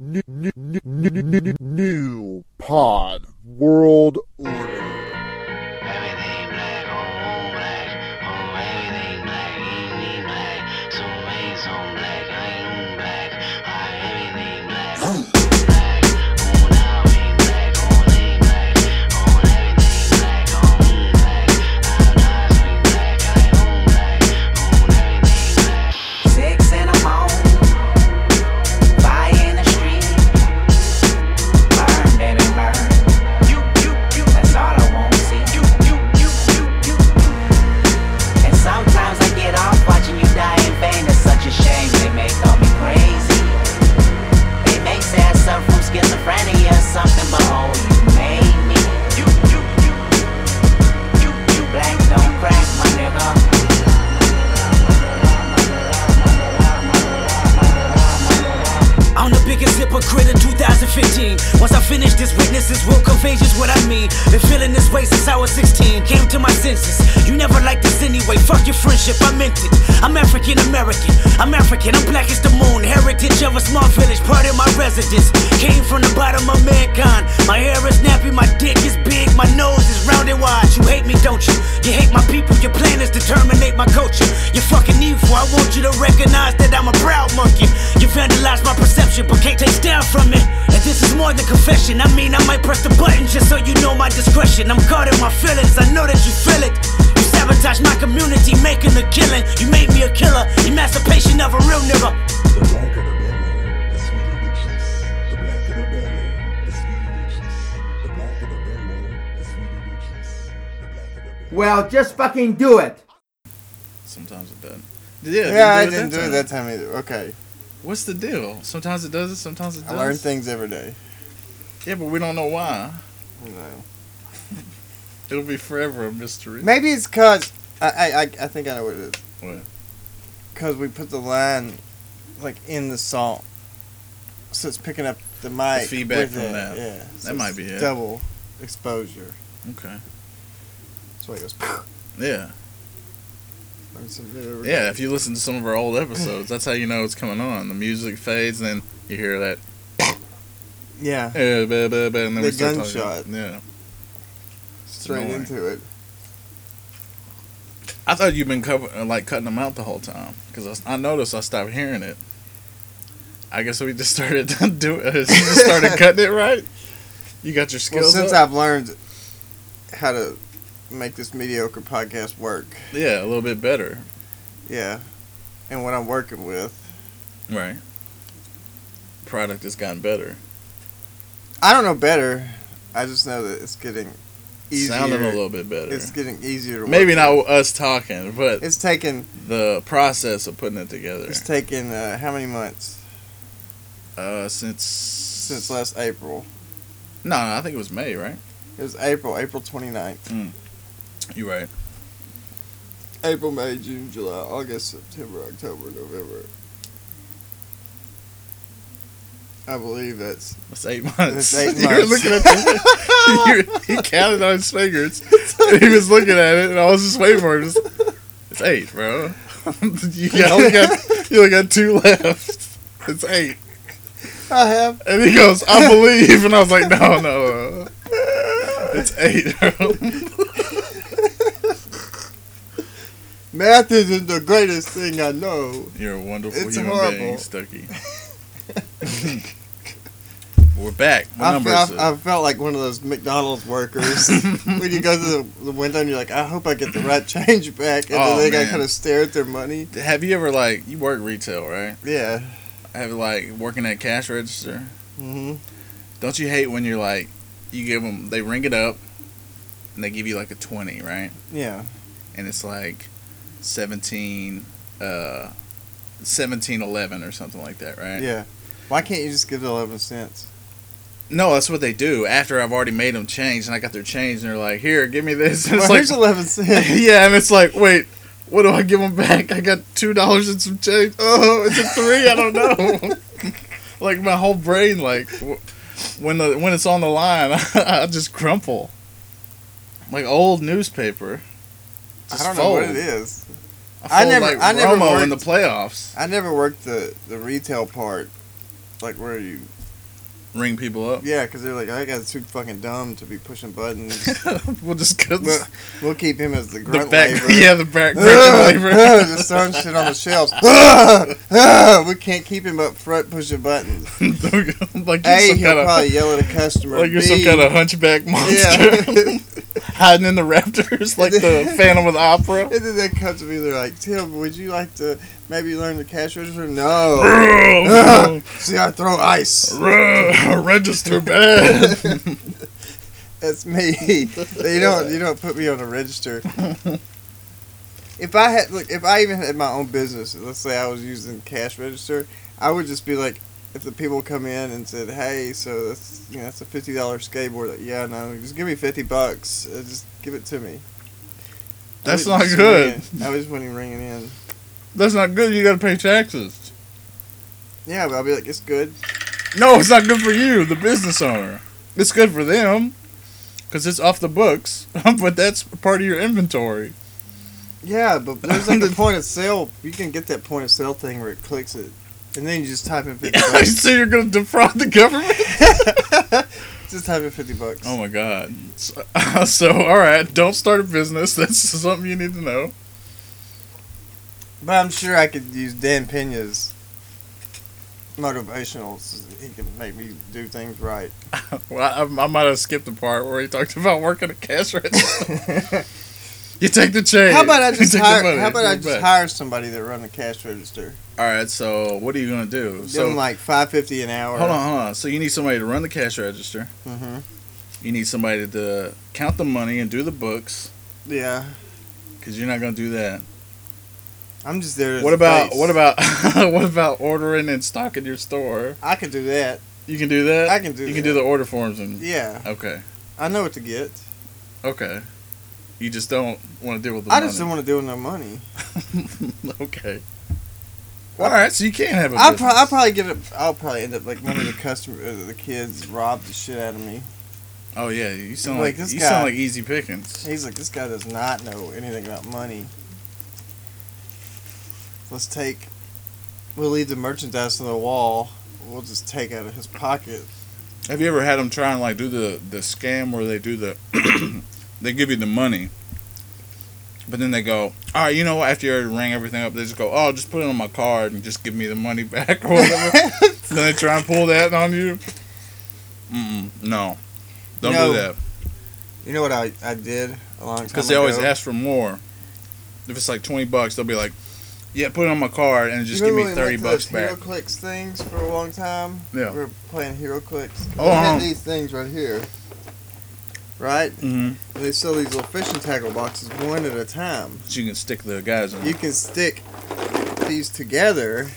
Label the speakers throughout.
Speaker 1: New, new, new, new, new, new pod world order.
Speaker 2: Everything black, oh, all black, oh, everything black, ain't me black, so raise on black, I ain't black, I everything black, black, oh, now ain't black, all ain't black, oh, everything black, oh, me black, I'm not sweet black, I own black, oh, everything black.
Speaker 3: Six in the morning, fire in the street. Burn, baby, burn. You, you, you. That's all I want to see. You, you, you, you, you. And sometimes I get off watching you die in vain. It's such a shame they may call me crazy. They may say I suffer from schizophrenia or something, but oh, you made me. You, you, you, you, you. Black don't crack, my nigga.
Speaker 4: I'm the biggest hypocrite in 2015. Once I finish this, witnesses will convey just what I mean. Been feeling this way since I was 16. Came to my senses. You never liked this anyway. Fuck your friendship, I meant it. I'm African American. I'm African. I'm black as the moon. Heritage of a small village. Part of my residence. Came from the bottom of mankind. My hair is nappy. My dick is big. My nose is round and wide. You hate me, don't you? You hate my people. Your plan is to terminate my culture. You're fucking evil. I want you to recognize that I'm a proud monkey. You vandalized my perception, but can't take down from it. And this is more than confession. I mean, I might press the button just so you know my discretion. I'm guarding my feelings. I know that you feel it. You sabotage my community, making a killing. You made me a killer. Emancipation of a real nigga.
Speaker 5: The blacker the belly, the sweeter the juice. The blacker the belly, the sweeter the juice. The blacker the belly, the sweeter the juice. The blacker the belly.
Speaker 6: Well, just fucking do it.
Speaker 7: Sometimes it doesn't. Yeah, it
Speaker 8: Yeah, I
Speaker 7: it
Speaker 8: didn't do it that time either. Okay.
Speaker 7: What's the deal? Sometimes it does it, sometimes it
Speaker 8: I
Speaker 7: doesn't.
Speaker 8: learn things every day.
Speaker 7: Yeah, but we don't know why.
Speaker 8: You know.
Speaker 7: It'll be forever a mystery.
Speaker 8: Maybe it's cause I, I, I, I think I know what it is.
Speaker 7: What?
Speaker 8: Cause we put the line like in the song. So it's picking up the mic.
Speaker 7: feedback
Speaker 8: with
Speaker 7: from
Speaker 8: it,
Speaker 7: that.
Speaker 8: Yeah. So
Speaker 7: might
Speaker 8: it's
Speaker 7: be it.
Speaker 8: Double exposure.
Speaker 7: Okay.
Speaker 8: That's why it goes
Speaker 7: Yeah.
Speaker 8: Learn something new every
Speaker 7: Yeah,
Speaker 8: day.
Speaker 7: if you listen to some of our old episodes, that's how you know it's coming on. The music fades and then you hear that.
Speaker 8: Yeah.
Speaker 7: eh, bah, bah, bah, and then we
Speaker 8: The
Speaker 7: start talking.
Speaker 8: gunshot.
Speaker 7: Yeah.
Speaker 8: Straight
Speaker 7: annoying.
Speaker 8: into it.
Speaker 7: I thought you'd been cover- uh, like cutting them out the whole time because I, I noticed I stopped hearing it. I guess we just started doing just started cutting it right. You got your
Speaker 8: Well,
Speaker 7: skills
Speaker 8: since
Speaker 7: up.
Speaker 8: I've learned how to make this mediocre podcast work,
Speaker 7: yeah, a little bit better,
Speaker 8: yeah, and what I'm working with,
Speaker 7: right? Product has gotten better.
Speaker 8: I don't know better. I just know that it's getting easier.
Speaker 7: Sounding a little bit better.
Speaker 8: It's getting easier to work
Speaker 7: Maybe
Speaker 8: with.
Speaker 7: not us talking, but
Speaker 8: It's taken.
Speaker 7: the process of putting it together.
Speaker 8: It's taken uh, how many months
Speaker 7: Uh, since
Speaker 8: since last April?
Speaker 7: No, no, I think it was May, right?
Speaker 8: It was April, April 29th.
Speaker 7: You're right.
Speaker 8: April, May, June, July, August, September, October, November. I believe that's
Speaker 7: That's eight months.
Speaker 8: That's eight
Speaker 7: You're
Speaker 8: months.
Speaker 7: looking at the, you're, He counted on his fingers. and he was looking at it, and I was just waiting for him. Just, it's eight, bro. you, got- only got, you only got two left. It's eight.
Speaker 8: I have.
Speaker 7: And he goes, I believe. And I was like, no, no. uh, It's eight, bro.
Speaker 8: Math isn't the greatest thing I know.
Speaker 7: You're a wonderful
Speaker 8: It's
Speaker 7: human
Speaker 8: horrible.
Speaker 7: being, Stucky. We're back. What
Speaker 8: I,
Speaker 7: number
Speaker 8: felt
Speaker 7: is it?
Speaker 8: I felt like one of those McDonald's workers when you go to the, the window and you're like, I hope I get the right change back, and
Speaker 7: Oh,
Speaker 8: then they
Speaker 7: man.
Speaker 8: kind of stare at their money.
Speaker 7: Have you ever, like, you work retail, right?
Speaker 8: Yeah.
Speaker 7: Have, like, working at cash register?
Speaker 8: Mm-hmm.
Speaker 7: Don't you hate when you're like, you give them, they ring it up, and they give you like a 20, right?
Speaker 8: Yeah.
Speaker 7: And it's like 17, uh, 17, or something like that, right?
Speaker 8: Yeah. Why can't you just give the eleven cents?
Speaker 7: No, that's what they do after I've already made them change and I got their change and they're like, here, give me this. And
Speaker 8: Well,
Speaker 7: it's
Speaker 8: here's
Speaker 7: like,
Speaker 8: eleven cents.
Speaker 7: yeah, and it's like, wait, what do I give them back? I got $2 and some change. Oh, it's a three. I don't know. like my whole brain, like, w- when the when it's on the line, I, just crumple. Like old newspaper.
Speaker 8: I
Speaker 7: Just
Speaker 8: don't know what
Speaker 7: fold.
Speaker 8: it is.
Speaker 7: I,
Speaker 8: I
Speaker 7: never,
Speaker 8: never-
Speaker 7: like
Speaker 8: I never
Speaker 7: Romo in the
Speaker 8: worked-
Speaker 7: playoffs.
Speaker 8: I never worked the the retail part, like where you
Speaker 7: ring people up.
Speaker 8: Yeah, because they're like, I got too fucking dumb to be pushing buttons.
Speaker 7: we'll just cut
Speaker 8: we'll,
Speaker 7: the,
Speaker 8: we'll keep him as the
Speaker 7: the
Speaker 8: grunt
Speaker 7: back.
Speaker 8: labor.
Speaker 7: Yeah, the back
Speaker 8: Ugh,
Speaker 7: breaking labor.
Speaker 8: ugh, Just throwing shit on the shelves. Ugh, ugh, we can't keep him up front pushing buttons.
Speaker 7: like you're
Speaker 8: A,
Speaker 7: some
Speaker 8: he'll
Speaker 7: kind of
Speaker 8: probably yell at a customer.
Speaker 7: like you're
Speaker 8: B,
Speaker 7: some kind of hunchback monster
Speaker 8: yeah.
Speaker 7: hiding in the rafters like the Phantom of the Opera.
Speaker 8: and then they come to me. They're like, Tim, would you like to maybe learn the cash register? No.
Speaker 7: Ugh,
Speaker 8: See, I throw ice.
Speaker 7: ugh, Oh, Register bad.
Speaker 8: That's me. you don't. You don't put me on a register. If I had look, if I even had my own business, let's say I was using cash register, I would just be like, if the people come in and said, "Hey, so that's you know that's a fifty dollar skateboard," like, yeah, no, just give me fifty bucks, uh, just give it to me. I
Speaker 7: That's
Speaker 8: wouldn't
Speaker 7: not
Speaker 8: just
Speaker 7: good.
Speaker 8: ring it. I just wouldn't ring it in.
Speaker 7: That's not good. You gotta pay taxes.
Speaker 8: Yeah, but I'll be like, it's good.
Speaker 7: No, it's not good for you, the business owner. It's good for them because it's off the books, but that's part of your inventory.
Speaker 8: Yeah, but there's like the point of sale. You can get that point of sale thing where it clicks it, and then you just type in fifty bucks.
Speaker 7: so you're gonna defraud the government?
Speaker 8: just type in fifty bucks.
Speaker 7: Oh my god. So, so, all right, don't start a business. That's something you need to know.
Speaker 8: But I'm sure I could use Dan Pena's motivationals. He can make me do things right.
Speaker 7: Well, I, I might have skipped the part where he talked about working a cash register. you take the change.
Speaker 8: How about I
Speaker 7: You
Speaker 8: just
Speaker 7: take the
Speaker 8: hire?
Speaker 7: money,
Speaker 8: How about
Speaker 7: give
Speaker 8: I
Speaker 7: it
Speaker 8: just
Speaker 7: back.
Speaker 8: hire somebody that run the cash register?
Speaker 7: All right, so what are you gonna do?
Speaker 8: Give
Speaker 7: so
Speaker 8: them like five fifty an hour.
Speaker 7: hold on, hold on. So you need somebody to run the cash register.
Speaker 8: hmm
Speaker 7: You need somebody to count the money and do the books
Speaker 8: Yeah,
Speaker 7: because you're not gonna do that.
Speaker 8: I'm just there. as
Speaker 7: What
Speaker 8: a
Speaker 7: about
Speaker 8: face.
Speaker 7: what about what about ordering and stocking your store?
Speaker 8: I can do that.
Speaker 7: You can do that.
Speaker 8: I can do
Speaker 7: You
Speaker 8: that.
Speaker 7: can do the order forms and
Speaker 8: Yeah,
Speaker 7: okay,
Speaker 8: I know what to get.
Speaker 7: okay. You just don't want to deal with the
Speaker 8: I
Speaker 7: money.
Speaker 8: just don't want to deal with no money.
Speaker 7: okay. All right, so you can't have a
Speaker 8: I'll,
Speaker 7: business.
Speaker 8: pro- I'll probably get a. I'll probably end up like one of the customer, uh, the kids robbed the shit out of me.
Speaker 7: oh yeah, you sound
Speaker 8: Like
Speaker 7: like,
Speaker 8: this
Speaker 7: you
Speaker 8: guy.
Speaker 7: sound like easy pickings.
Speaker 8: He's like, this guy does not know anything about money. Let's take. We'll leave the merchandise on the wall. We'll just take out of his pocket.
Speaker 7: Have you ever had them try and like do the the scam where they do the they give you the money, but then they go, all right, you know what? After you already rang everything up, they just go, oh, just put it on my card and just give me the money back or whatever. then they try and pull that on you. Mm-mm, no, don't
Speaker 8: No.
Speaker 7: do that
Speaker 8: You know what I, I did a long time ago?
Speaker 7: because they always ask for more. If it's like twenty bucks, they'll be like, yeah, put it on my card and just give me thirty bucks back.
Speaker 8: HeroClix things for a long time.
Speaker 7: Yeah.
Speaker 8: We were playing HeroClix.
Speaker 7: Oh,
Speaker 8: Oh, had
Speaker 7: uh-huh.
Speaker 8: these things right here. Right?
Speaker 7: Mm-hmm.
Speaker 8: They sell these little fishing tackle boxes one at a time.
Speaker 7: So you can stick the guys in.
Speaker 8: you can stick these together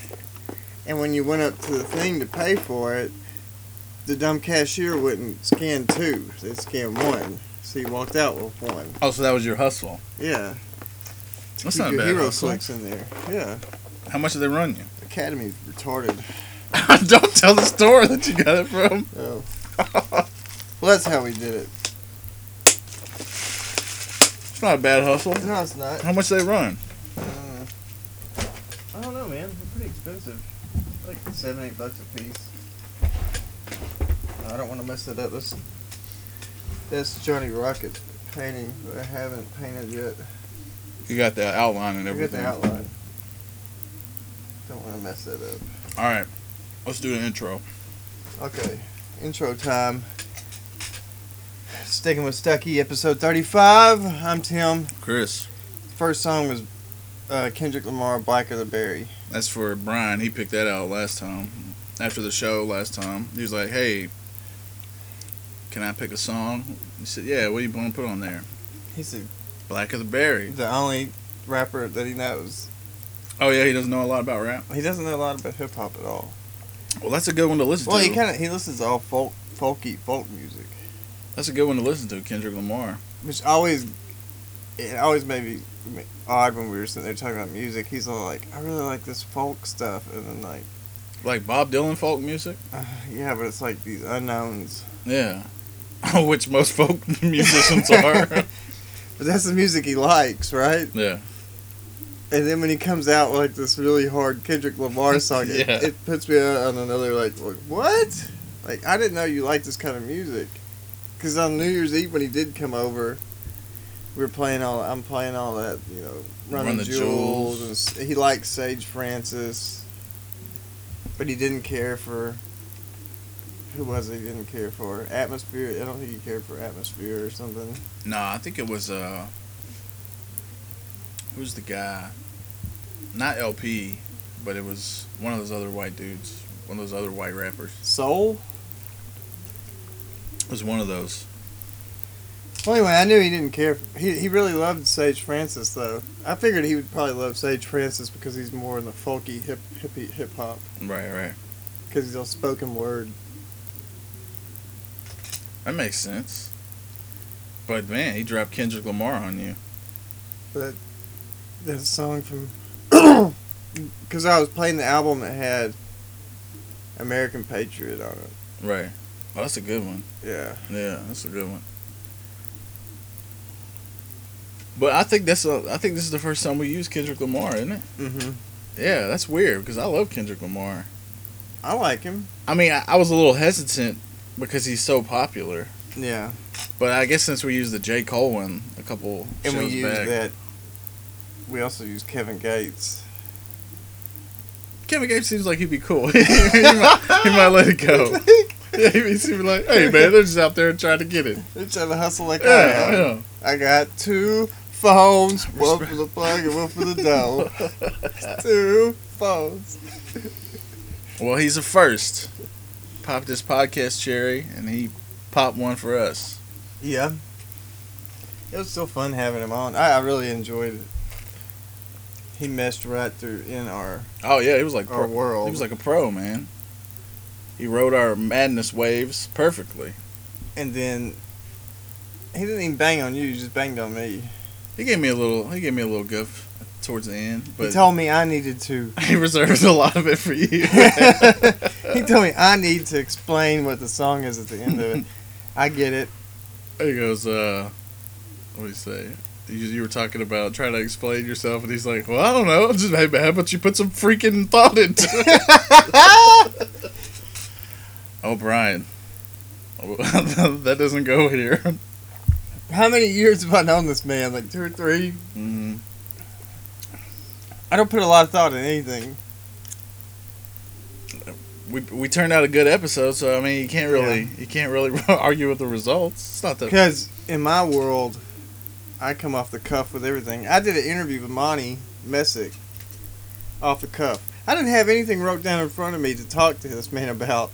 Speaker 8: and when you went up to the thing to pay for it the dumb cashier wouldn't scan two they scanned one so you walked out with one
Speaker 7: oh, so that was your hustle.
Speaker 8: yeah
Speaker 7: That's
Speaker 8: Keep
Speaker 7: not
Speaker 8: your
Speaker 7: bad.
Speaker 8: hero
Speaker 7: hustle.
Speaker 8: clicks in there yeah
Speaker 7: How much did they run you?
Speaker 8: academy's retarded
Speaker 7: Don't tell the store that you got it from.
Speaker 8: oh. well that's how we did it
Speaker 7: It's not a bad hustle.
Speaker 8: no it's not
Speaker 7: How much they run?
Speaker 8: i don't know man they're pretty expensive like seven eight bucks a piece i don't want to mess that up that's that's johnny rocket painting that i haven't painted yet
Speaker 7: You got the outline and
Speaker 8: I got
Speaker 7: everything.
Speaker 8: the outline. Don't want to mess that up.
Speaker 7: All right, let's do the intro.
Speaker 8: Okay, intro time. Sticking with Stucky, episode 35. I'm Tim.
Speaker 7: Chris,
Speaker 8: First song was uh, Kendrick Lamar, Black of the Berry.
Speaker 7: that's for Brian. He picked that out last time. After the show last time, he was like, "Hey, can I pick a song?" He said, "Yeah. What do you want to put on there?"
Speaker 8: He's the,
Speaker 7: Black of the Berry.
Speaker 8: the only rapper that he knows.
Speaker 7: Oh yeah, he doesn't know a lot about rap.
Speaker 8: He doesn't know a lot about hip hop at all.
Speaker 7: Well, that's a good one to listen
Speaker 8: Well,
Speaker 7: to.
Speaker 8: he kind of he listens to all folk, folky folk music,
Speaker 7: that's a good one to listen to, Kendrick Lamar.
Speaker 8: which always it always made me odd when we were sitting there talking about music. He's all like, "I really like this folk stuff," and then like.
Speaker 7: Like Bob Dylan folk music.
Speaker 8: Uh, yeah, but it's like these unknowns.
Speaker 7: Yeah, which most folk musicians are.
Speaker 8: But that's the music he likes, right?
Speaker 7: yeah.
Speaker 8: And then when he comes out with like this really hard Kendrick Lamar song, it,
Speaker 7: Yeah.
Speaker 8: it puts me on another like, like, what? Like I didn't know you liked this kind of music, because on New Year's Eve when he did come over, we were playing all. I'm playing all that you know,
Speaker 7: Run
Speaker 8: Run,
Speaker 7: the
Speaker 8: the jewels.
Speaker 7: Jewels.
Speaker 8: and s he liked Sage Francis, but he didn't care for. Who was it he didn't care for? Atmosphere. I don't think he cared for Atmosphere or something.
Speaker 7: Nah, I think it was uh, who's the guy? Not LP, but it was one of those other white dudes, one of those other white rappers.
Speaker 8: Soul.
Speaker 7: It was one of those.
Speaker 8: Well, anyway, I knew he didn't care. He, he really loved Sage Francis, though. I figured he would probably love Sage Francis because he's more in the folky hip hippie hip hop
Speaker 7: Right, right.
Speaker 8: because he's all spoken word.
Speaker 7: That makes sense. But man, he dropped Kendrick Lamar on you.
Speaker 8: But that song from because I was playing the album that had American Patriot on it.
Speaker 7: Right. Oh, that's a good one.
Speaker 8: Yeah,
Speaker 7: Yeah, that's a good one. But I think that's a, I think this is the first time we use Kendrick Lamar, isn't it?
Speaker 8: hmm
Speaker 7: Yeah, that's weird because I love Kendrick Lamar.
Speaker 8: I like him.
Speaker 7: I mean, I, I was a little hesitant because he's so popular,
Speaker 8: Yeah,
Speaker 7: but I guess since we used the J Cole one a couple
Speaker 8: and we
Speaker 7: shows
Speaker 8: used
Speaker 7: back,
Speaker 8: that. We also used Kevin Gates.
Speaker 7: Kevin Gates seems like he'd be cool. he, might, he might let it go. Yeah, he seems like, hey man, they're just out there trying to get it.
Speaker 8: They're trying to hustle like
Speaker 7: Yeah,
Speaker 8: I am.
Speaker 7: yeah.
Speaker 8: I got two phones, one for the plug and one for the dough. two phones.
Speaker 7: Well, he's a first. Popped his podcast cherry, and he popped one for us.
Speaker 8: Yeah. It was still fun having him on. I, I really enjoyed it. He messed right through in our
Speaker 7: Oh yeah, he was like
Speaker 8: our
Speaker 7: pro,
Speaker 8: world.
Speaker 7: he was like a pro man. He rode our madness waves perfectly.
Speaker 8: and then he didn't even bang on you, he just banged on me.
Speaker 7: He gave me a little he gave me a little gift towards the end,
Speaker 8: he
Speaker 7: but
Speaker 8: told me I needed to
Speaker 7: he reserves a lot of it for you.
Speaker 8: He told me I need to explain what the song is at the end of it. I get it.
Speaker 7: he goes, uh, what do you say? You, you were talking about trying to explain yourself, and he's like, "Well, I don't know. Just hey, man, how about you put some freaking thought into it?" oh, Brian, that doesn't go here.
Speaker 8: How many years have I known this man? Like two or three?
Speaker 7: Mm,
Speaker 8: I don't put a lot of thought in anything.
Speaker 7: we we turned out a good episode, so I mean, you can't really you can't really argue with the results. It's not that
Speaker 8: Because in my world, I come off the cuff with everything. I did an interview with Monty Messick off the cuff. I didn't have anything wrote down in front of me to talk to this man about.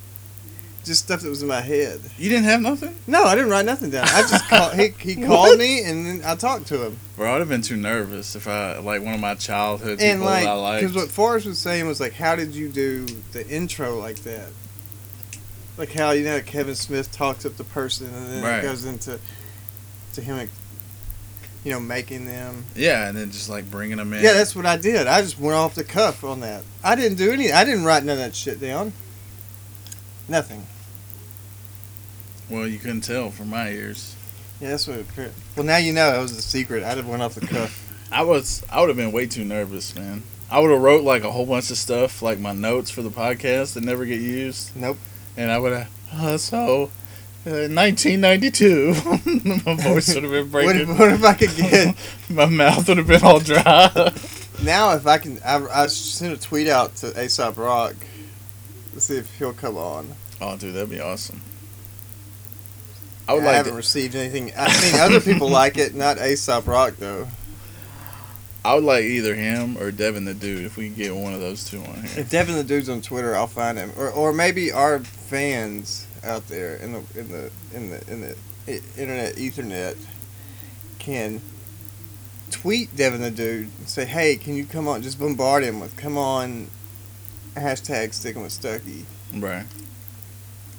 Speaker 8: Just stuff that was in my head.
Speaker 7: you didn't have nothing,
Speaker 8: No, I didn't write nothing down. I just called. He, he
Speaker 7: What?
Speaker 8: called me and then I talked to him.
Speaker 7: bro. I'd have been too nervous if I like one of my childhood
Speaker 8: And
Speaker 7: people that I
Speaker 8: like,
Speaker 7: liked.
Speaker 8: because what Forrest was saying was like, how did you do the intro like that? Like how you know Kevin Smith talks up the person and then
Speaker 7: Right.
Speaker 8: it goes into to him, like, you know, making them.
Speaker 7: yeah, and then just like bringing them in.
Speaker 8: Yeah, that's what I did. I just went off the cuff on that. I didn't do any. I didn't write none of that shit down. Nothing.
Speaker 7: well, you couldn't tell from my ears.
Speaker 8: Yeah, that's what. It, appeared. well, now you know it was a secret. I just went off the cuff.
Speaker 7: I was I would have been way too nervous, man. I would have wrote like a whole bunch of stuff, like my notes for the podcast that never get used,
Speaker 8: Nope.
Speaker 7: and I would have. Uh, so, uh, 1992, my voice would have been
Speaker 8: What if,
Speaker 7: breaking.
Speaker 8: what if I could get
Speaker 7: my mouth would have been all dry.
Speaker 8: now? If I can, I, I sent a tweet out to Aesop Rock to see if he'll come on.
Speaker 7: oh, dude, that'd be awesome. I
Speaker 8: I,
Speaker 7: would like.
Speaker 8: haven't
Speaker 7: To,
Speaker 8: received anything. I've seen other people like it, not Aesop Rock though.
Speaker 7: I would like either him or Devin the dude if we could get one of those two on here.
Speaker 8: If Devin the dude's on Twitter, I'll find him, or or maybe our fans out there in the in the in the in the i- internet Ethernet can tweet Devin the dude and say, "Hey, can you come on?" Just bombard him with, "Come on," hashtag sticking with Stucky
Speaker 7: Right.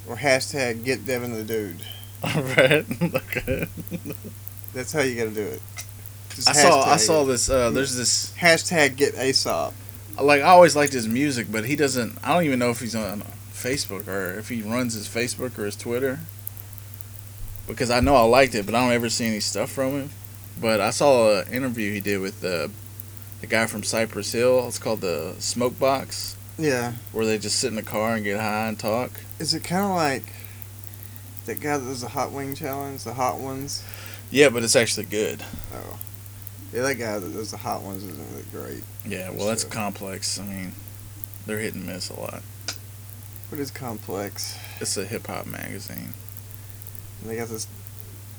Speaker 8: or hashtag get Devin the dude.
Speaker 7: All right. okay.
Speaker 8: That's how you got to do it. Just
Speaker 7: I saw. I
Speaker 8: hashtag
Speaker 7: saw
Speaker 8: it.
Speaker 7: this. Uh, there's this.
Speaker 8: hashtag get Aesop.
Speaker 7: like I always liked his music, but he doesn't. I don't even know if he's on Facebook or if he runs his Facebook or his Twitter. Because I know I liked it, but I don't ever see any stuff from him. But I saw an interview he did with the the guy from Cypress Hill. It's called the Smoke Box,
Speaker 8: Yeah.
Speaker 7: where they just sit in the car and get high and talk.
Speaker 8: Is it kind of like that guy that does the hot wing challenge, the hot ones?
Speaker 7: Yeah, but it's actually good.
Speaker 8: Oh. Yeah, that guy that does the hot ones isn't really great.
Speaker 7: Yeah, well, that's
Speaker 8: Sure.
Speaker 7: complex. I mean, they're hit and miss a lot.
Speaker 8: But it's complex.
Speaker 7: It's a hip hop magazine.
Speaker 8: And they got this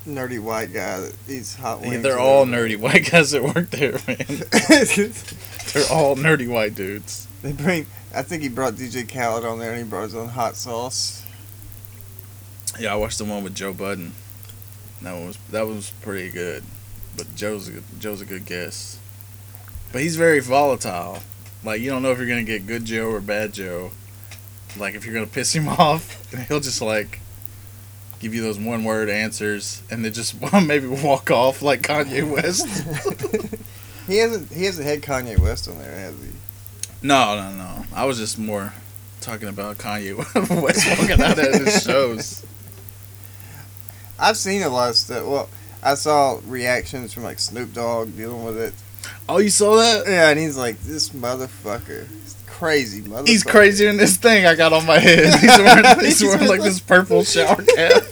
Speaker 8: nerdy white guy that eats hot
Speaker 7: Yeah,
Speaker 8: wings.
Speaker 7: they're all nerdy white guys that work there, man.
Speaker 8: nerdy.
Speaker 7: They're all nerdy white dudes.
Speaker 8: they bring. I think he brought DJ Khaled on there, and he brought his own hot sauce.
Speaker 7: Yeah, I watched the one with Joe Budden. That one was that one was pretty good, but Joe's a, Joe's a good guess. But he's very volatile. Like you don't know if you're gonna get good Joe or bad Joe. Like if you're gonna piss him off, and he'll just like give you those one word answers, and then just maybe walk off like Kanye West.
Speaker 8: He hasn't. He hasn't had Kanye West on there, has he?
Speaker 7: No, no, no. I was just more talking about Kanye West walking out at his shows.
Speaker 8: I've seen a lot of stuff. Well, I saw reactions from like Snoop Dogg dealing with it.
Speaker 7: Oh, you saw that?
Speaker 8: Yeah, and he's like, "This motherfucker, He's crazy motherfucker."
Speaker 7: He's crazy in this thing I got on my head. He's wearing, he's wearing like this purple shower cap.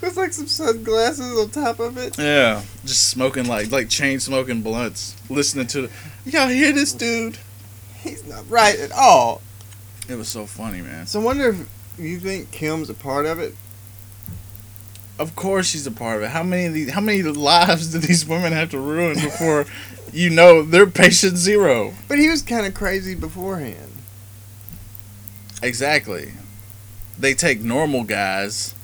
Speaker 8: With like some sunglasses on top of it.
Speaker 7: Yeah, just smoking like like chain smoking blunts, listening to. Y'all hear this dude?
Speaker 8: He's not right at all.
Speaker 7: It was so funny, man.
Speaker 8: So I wonder if you think Kim's a part of it.
Speaker 7: Of course she's a part of it. How many of these? How many lives do these women have to ruin before you know they're patient zero?
Speaker 8: But he was kind of crazy beforehand.
Speaker 7: Exactly. They take normal guys,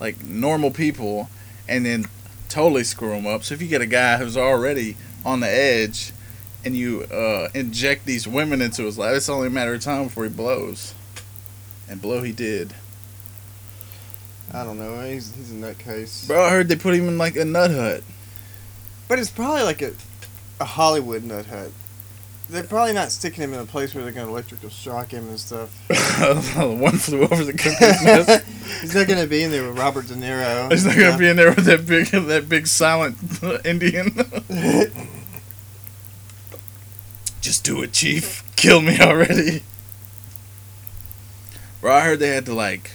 Speaker 7: like normal people, and then totally screw them up. So if you get a guy who's already on the edge, and you uh, inject these women into his life, it's only a matter of time before he blows. And blow he did.
Speaker 8: I don't know. He's he's a nutcase.
Speaker 7: Bro, I heard they put him in like a nut hut.
Speaker 8: But it's probably like a, a Hollywood nut hut. They're probably not sticking him in a place where they're going to electrical shock him and stuff.
Speaker 7: One flew over the cuckoo's nest.
Speaker 8: He's not going to be in there with Robert De Niro.
Speaker 7: He's not gonna be in there with that big, that big silent Indian. Just do it, Chief. Kill me already. Bro, I heard they had to like,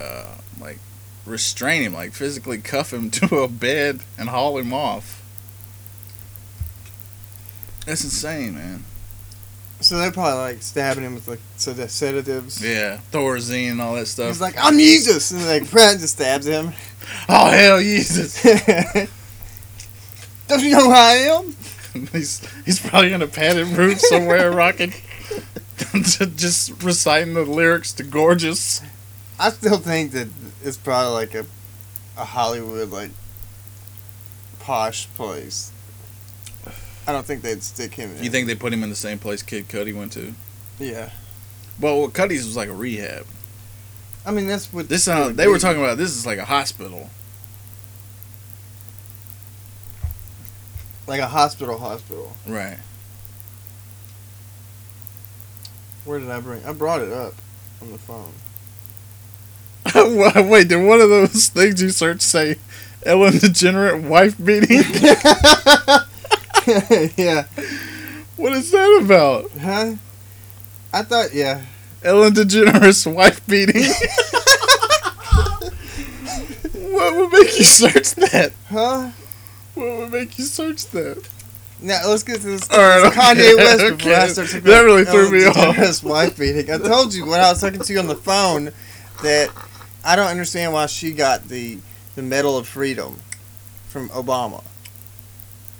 Speaker 7: uh, like restrain him, like physically cuff him to a bed and haul him off. That's insane, man.
Speaker 8: So they're probably like stabbing him with like so the sedatives.
Speaker 7: Yeah, Thorazine and all that stuff.
Speaker 8: He's like, I'm Jesus! And like, Brad just stabs him.
Speaker 7: oh hell, Jesus!
Speaker 8: Don't you know who I am?
Speaker 7: he's he's probably in a padded room somewhere, rocking, just reciting the lyrics to "Gorgeous."
Speaker 8: I still think that it's probably like a, a Hollywood, like, posh place. I don't think they'd stick him in.
Speaker 7: You think they put him in the same place Kid Cudi went to?
Speaker 8: Yeah.
Speaker 7: Well, Cudi's was like a rehab.
Speaker 8: I mean, that's what.
Speaker 7: This
Speaker 8: it
Speaker 7: uh,
Speaker 8: would
Speaker 7: they were
Speaker 8: be.
Speaker 7: talking about this is like a hospital.
Speaker 8: Like a hospital, hospital.
Speaker 7: Right.
Speaker 8: Where did I bring? I brought it up on the phone.
Speaker 7: Wait, did one of those things you search say Ellen Degenerate wife beating?
Speaker 8: yeah,
Speaker 7: what is that about?
Speaker 8: huh? I thought, yeah.
Speaker 7: Ellen DeGeneres wife beating. what would make you search that?
Speaker 8: Huh?
Speaker 7: What would make you search that?
Speaker 8: Now let's get to this,
Speaker 7: All right,
Speaker 8: this
Speaker 7: okay,
Speaker 8: Kanye West before I
Speaker 7: okay.
Speaker 8: start talking
Speaker 7: That
Speaker 8: about
Speaker 7: really threw
Speaker 8: Ellen
Speaker 7: me off.
Speaker 8: DeGeneres wife beating. I told you when I was talking to you on the phone that I don't understand why she got the the Medal of Freedom from Obama.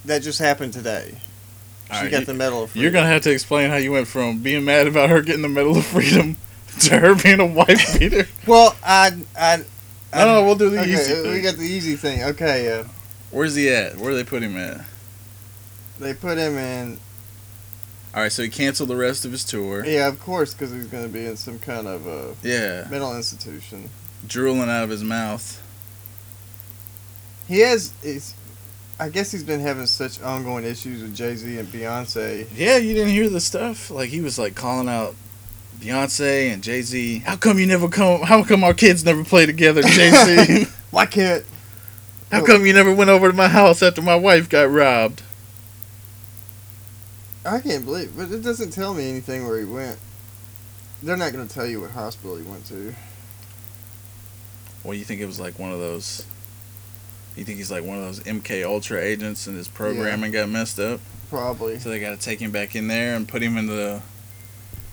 Speaker 8: That just happened today. She
Speaker 7: All right,
Speaker 8: got
Speaker 7: you-
Speaker 8: the Medal of Freedom.
Speaker 7: You're gonna have to explain how you went from being mad about her getting the Medal of Freedom to her being a wife beater.
Speaker 8: Well, I, I,
Speaker 7: I don't know. We'll do the
Speaker 8: okay, uh,
Speaker 7: easy.
Speaker 8: we
Speaker 7: thing.
Speaker 8: got the easy thing. Okay, uh,
Speaker 7: Where's he at? Where they put him at?
Speaker 8: they put him in.
Speaker 7: All right, so he canceled the rest of his tour.
Speaker 8: Yeah, of course, because he's going to be in some kind of uh,
Speaker 7: Yeah,
Speaker 8: mental institution.
Speaker 7: drooling out of his mouth.
Speaker 8: He has. He's, I guess he's been having such ongoing issues with Jay Z and Beyonce.
Speaker 7: Yeah, you didn't hear the stuff. Like he was like calling out Beyonce and Jay Z. How come you never come? How come our kids never play together, Jay Z?
Speaker 8: Why can't?
Speaker 7: how come you never went over to my house after my wife got robbed?
Speaker 8: I can't believe, but it doesn't tell me anything where he went. They're not going to tell you what hospital he went to.
Speaker 7: Well, you think it was like one of those? You think he's like one of those MK Ultra agents, and his programming got messed up,
Speaker 8: Probably.
Speaker 7: so they got to take him back in there and put him in the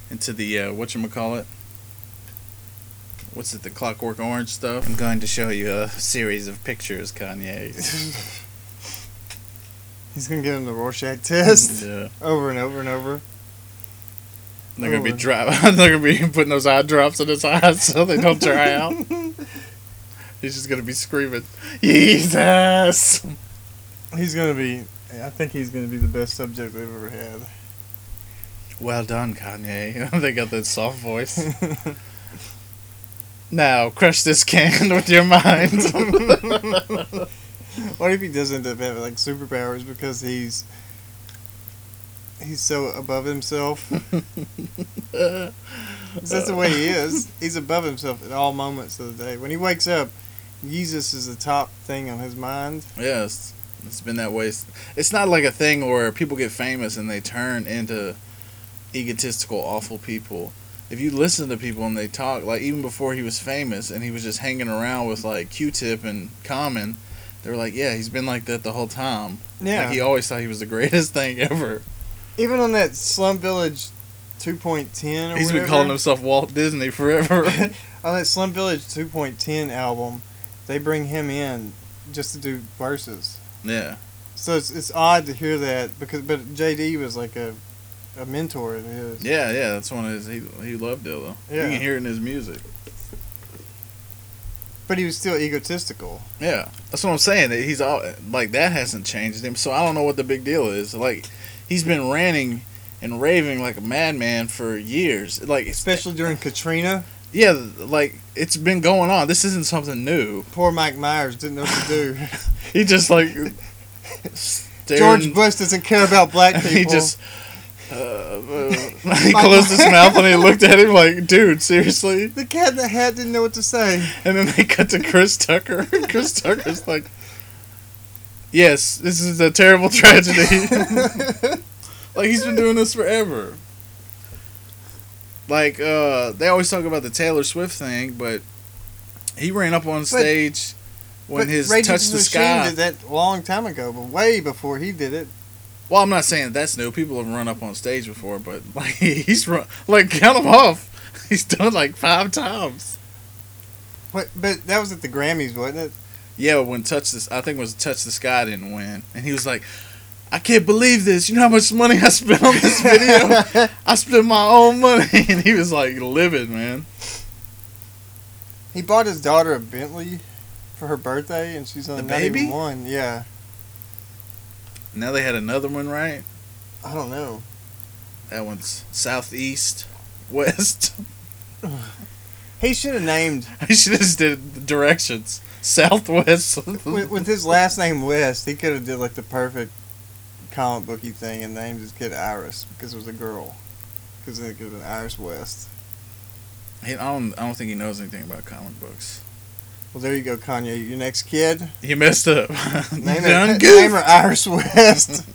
Speaker 7: into the uh, what you call it? What's it? The Clockwork Orange stuff. I'm going to show you a series of pictures, Kanye.
Speaker 8: He's going to give him the Rorschach test
Speaker 7: yeah,
Speaker 8: over and over and over.
Speaker 7: they're gonna be
Speaker 8: Oh.
Speaker 7: driving. They're gonna be putting those eye drops in his eyes so they don't dry out. He's just gonna be screaming, Jesus!
Speaker 8: He's going to be. I think he's going to be the best subject we've ever had.
Speaker 7: Well done, Kanye. they got that soft voice. now, crush this can with your mind.
Speaker 8: What if he does end up having like superpowers because he's he's so above himself? 'Cause that's the
Speaker 7: Uh.
Speaker 8: way he is. He's above himself at all moments of the day. When he wakes up, Jesus is the top thing on his mind.
Speaker 7: yes, it's been that way. It's not like a thing where people get famous and they turn into egotistical, awful people. If you listen to people and they talk, like even before he was famous and he was just hanging around with like Q Tip and Common, they were like, yeah, he's been like that the whole time. Like he always thought he was the greatest thing ever.
Speaker 8: Even on that Slum Village 2.10 or
Speaker 7: He's
Speaker 8: whatever,
Speaker 7: been calling himself Walt Disney forever.
Speaker 8: on that Slum Village 2.10 album, they bring him in just to do verses.
Speaker 7: yeah.
Speaker 8: So it's, it's odd to hear that because but JD was like a a mentor of his.
Speaker 7: Yeah, yeah, that's one of his. He, he loved Dilla.
Speaker 8: Yeah.
Speaker 7: You can hear it in his music.
Speaker 8: But he was still egotistical.
Speaker 7: Yeah, that's what I'm saying. that He's all like that hasn't changed him. So I don't know what the big deal is. Like he's been ranting and raving like a madman for years. Like it's-
Speaker 8: Especially during Katrina.
Speaker 7: yeah, like it's been going on. This isn't something new.
Speaker 8: Poor Mike Myers didn't know what to do.
Speaker 7: He just like stared
Speaker 8: George
Speaker 7: and-
Speaker 8: Bush doesn't care about black people.
Speaker 7: He just. Uh, uh, he closed his mouth and he looked at him like, "Dude, seriously."
Speaker 8: the cat in the hat didn't know what to say.
Speaker 7: And then they cut to Chris Tucker. Chris Tucker's like, "Yes, this is a terrible tragedy." like he's been doing this forever. Like uh, they always talk about the Taylor Swift thing, but he ran up on stage when
Speaker 8: But
Speaker 7: his
Speaker 8: Rage
Speaker 7: "Touch
Speaker 8: Against
Speaker 7: the
Speaker 8: Machine
Speaker 7: Sky."
Speaker 8: did that long time ago, but way before he did it.
Speaker 7: well, I'm not saying that's new. People have run up on stage before, but like he's run like count him off. He's done like five times.
Speaker 8: But but that was at the Grammys, wasn't it?
Speaker 7: Yeah, when Touch This, I think it was Touch the Sky didn't win, and he was like, "I can't believe this. You know how much money I spent on this video? I spent my own money." And he was like, "Livid, man."
Speaker 8: He bought his daughter a Bentley for her birthday, and she's on
Speaker 7: The
Speaker 8: not
Speaker 7: baby?
Speaker 8: even one. Yeah,
Speaker 7: Now they had another one, right?
Speaker 8: I don't know.
Speaker 7: That one's Southeast, West.
Speaker 8: He should have named
Speaker 7: I should have just did the directions. Southwest.
Speaker 8: with, with his last name West, he could have did like the perfect comic booky thing and named his kid Iris because it was a girl. Because then it could have been Iris West.
Speaker 7: He- I don't. I don't think he knows anything about comic books.
Speaker 8: Well, there you go, Kanye. Your next kid,
Speaker 7: He messed up.
Speaker 8: name
Speaker 7: Done
Speaker 8: her,
Speaker 7: goofed.
Speaker 8: name her Iris West.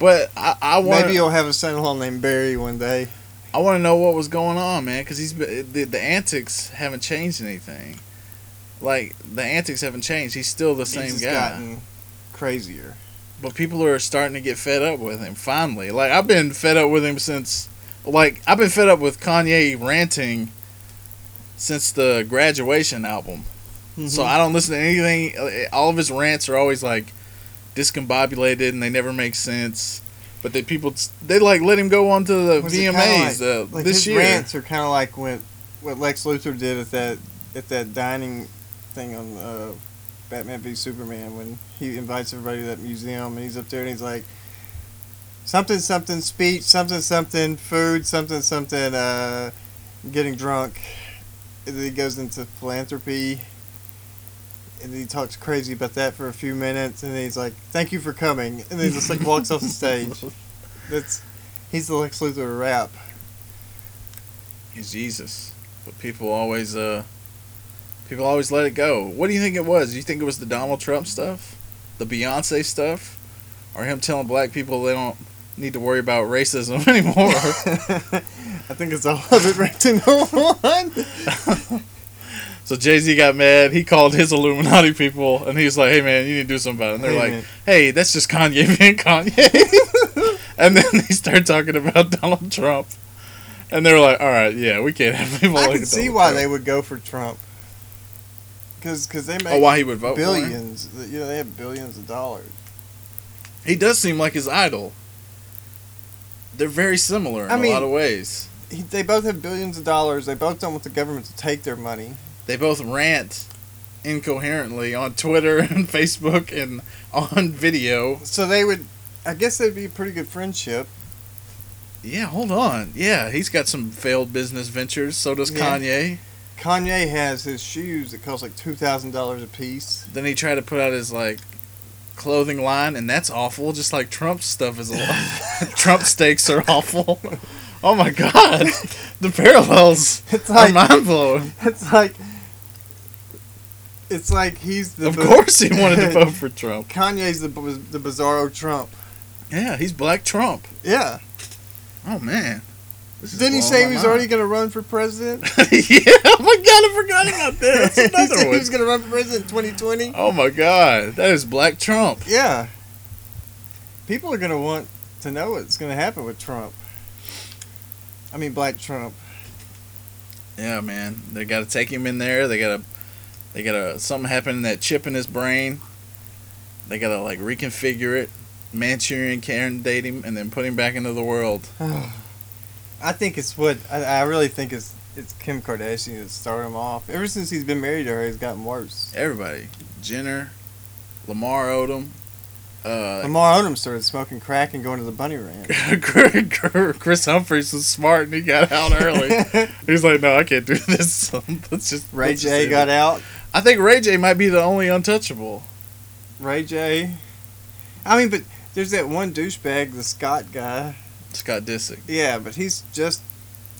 Speaker 7: But I, I want.
Speaker 8: Maybe you'll have a son-in-law named Barry one day.
Speaker 7: I want to know what was going on, man, because he's been- the the antics haven't changed anything. Like the antics haven't changed. He's still the same
Speaker 8: He's just
Speaker 7: guy,
Speaker 8: gotten crazier.
Speaker 7: but people are starting to get fed up with him. Finally, like I've been fed up with him since, like I've been fed up with Kanye ranting since the graduation album.
Speaker 8: Mm-hmm.
Speaker 7: So I don't listen to anything. uh, All of his rants are always like discombobulated and they never make sense. But they people they like let him go on to the
Speaker 8: Was it kinda
Speaker 7: VMAs uh,
Speaker 8: Like
Speaker 7: this
Speaker 8: his
Speaker 7: year.
Speaker 8: rants are kind of like when what Lex Luthor did at that at that dining thing on uh, Batman v Superman when he invites everybody to that museum and he's up there and he's like something something speech something something food something something uh, getting drunk. And then he goes into philanthropy. And then he talks crazy about that for a few minutes, and then he's like, "Thank you for coming," and then he just like walks off the stage. That's he's the Lex Luthor of rap.
Speaker 7: He's Jesus. But people always uh people always let it go. What do you think it was? You think it was the Donald Trump stuff? The Beyonce stuff? or him telling black people they don't need to worry about racism anymore.
Speaker 8: I think it's all of it right to no one.
Speaker 7: so Jay Z got mad. He called his Illuminati people, and he's like, "Hey man, you need to do something about it." And they're
Speaker 8: Hey,
Speaker 7: like,
Speaker 8: man.
Speaker 7: "Hey, that's just Kanye being Kanye." and then they start talking about Donald Trump, and they're like, "All right, yeah, we can't have people."
Speaker 8: I
Speaker 7: like
Speaker 8: can see
Speaker 7: Donald
Speaker 8: why
Speaker 7: Trump."
Speaker 8: they would go for Trump. Because cause they make
Speaker 7: Oh, why he would vote for him?
Speaker 8: billions. You know, they have billions of dollars.
Speaker 7: He does seem like his idol. They're very similar in
Speaker 8: I mean-
Speaker 7: a lot of ways.
Speaker 8: He, they both have billions of dollars. They both don't want the government to take their money.
Speaker 7: They both rant incoherently on Twitter and Facebook and on video.
Speaker 8: So they would, I guess they'd be a pretty good friendship.
Speaker 7: Yeah, hold on. Yeah, he's got some failed business ventures. So does
Speaker 8: Yeah.
Speaker 7: Kanye.
Speaker 8: Kanye has his shoes that cost like two thousand dollars a piece.
Speaker 7: Then he tried to put out his like clothing line, and that's awful. Just like Trump's stuff is a lot. Trump steaks are awful. Oh my god, the parallels
Speaker 8: It's
Speaker 7: are
Speaker 8: like
Speaker 7: mind blowing.
Speaker 8: it's like it's like he's the
Speaker 7: Of
Speaker 8: bu-
Speaker 7: course, he wanted to vote for Trump.
Speaker 8: Kanye's the bu- the Bizarro Trump.
Speaker 7: Yeah, he's Black Trump.
Speaker 8: Yeah.
Speaker 7: Oh man. This is
Speaker 8: Didn't he
Speaker 7: blowing
Speaker 8: say
Speaker 7: my
Speaker 8: he was
Speaker 7: mind.
Speaker 8: already going to run for president?
Speaker 7: yeah, oh my god, I forgot about that. That's
Speaker 8: he said
Speaker 7: another
Speaker 8: he
Speaker 7: one.
Speaker 8: was going to run for president in 2020.
Speaker 7: Oh my god, that is Black Trump.
Speaker 8: Yeah. People are going to want to know what's going to happen with Trump. I mean, Black Trump.
Speaker 7: Yeah, man, they got to take him in there. They got to, they got to something happen in that chip in his brain. They got to like reconfigure it, Manchurian candidate him, and then put him back into the world.
Speaker 8: I think it's what I, I really think it's it's Kim Kardashian that started him off. Ever since he's been married to her, he's gotten worse.
Speaker 7: Everybody, Jenner, Lamar Odom, uh,
Speaker 8: Lamar Odom started smoking crack and going to the bunny ranch.
Speaker 7: Chris Humphries was smart and he got out early. He's like, no, I can't do this. let's just
Speaker 8: Ray
Speaker 7: let's just
Speaker 8: J
Speaker 7: end
Speaker 8: got
Speaker 7: it."
Speaker 8: out.
Speaker 7: I think Ray J might be the only untouchable.
Speaker 8: Ray J. I mean, but there's that one douchebag, the Scott guy.
Speaker 7: Scott Disick.
Speaker 8: Yeah, but he's just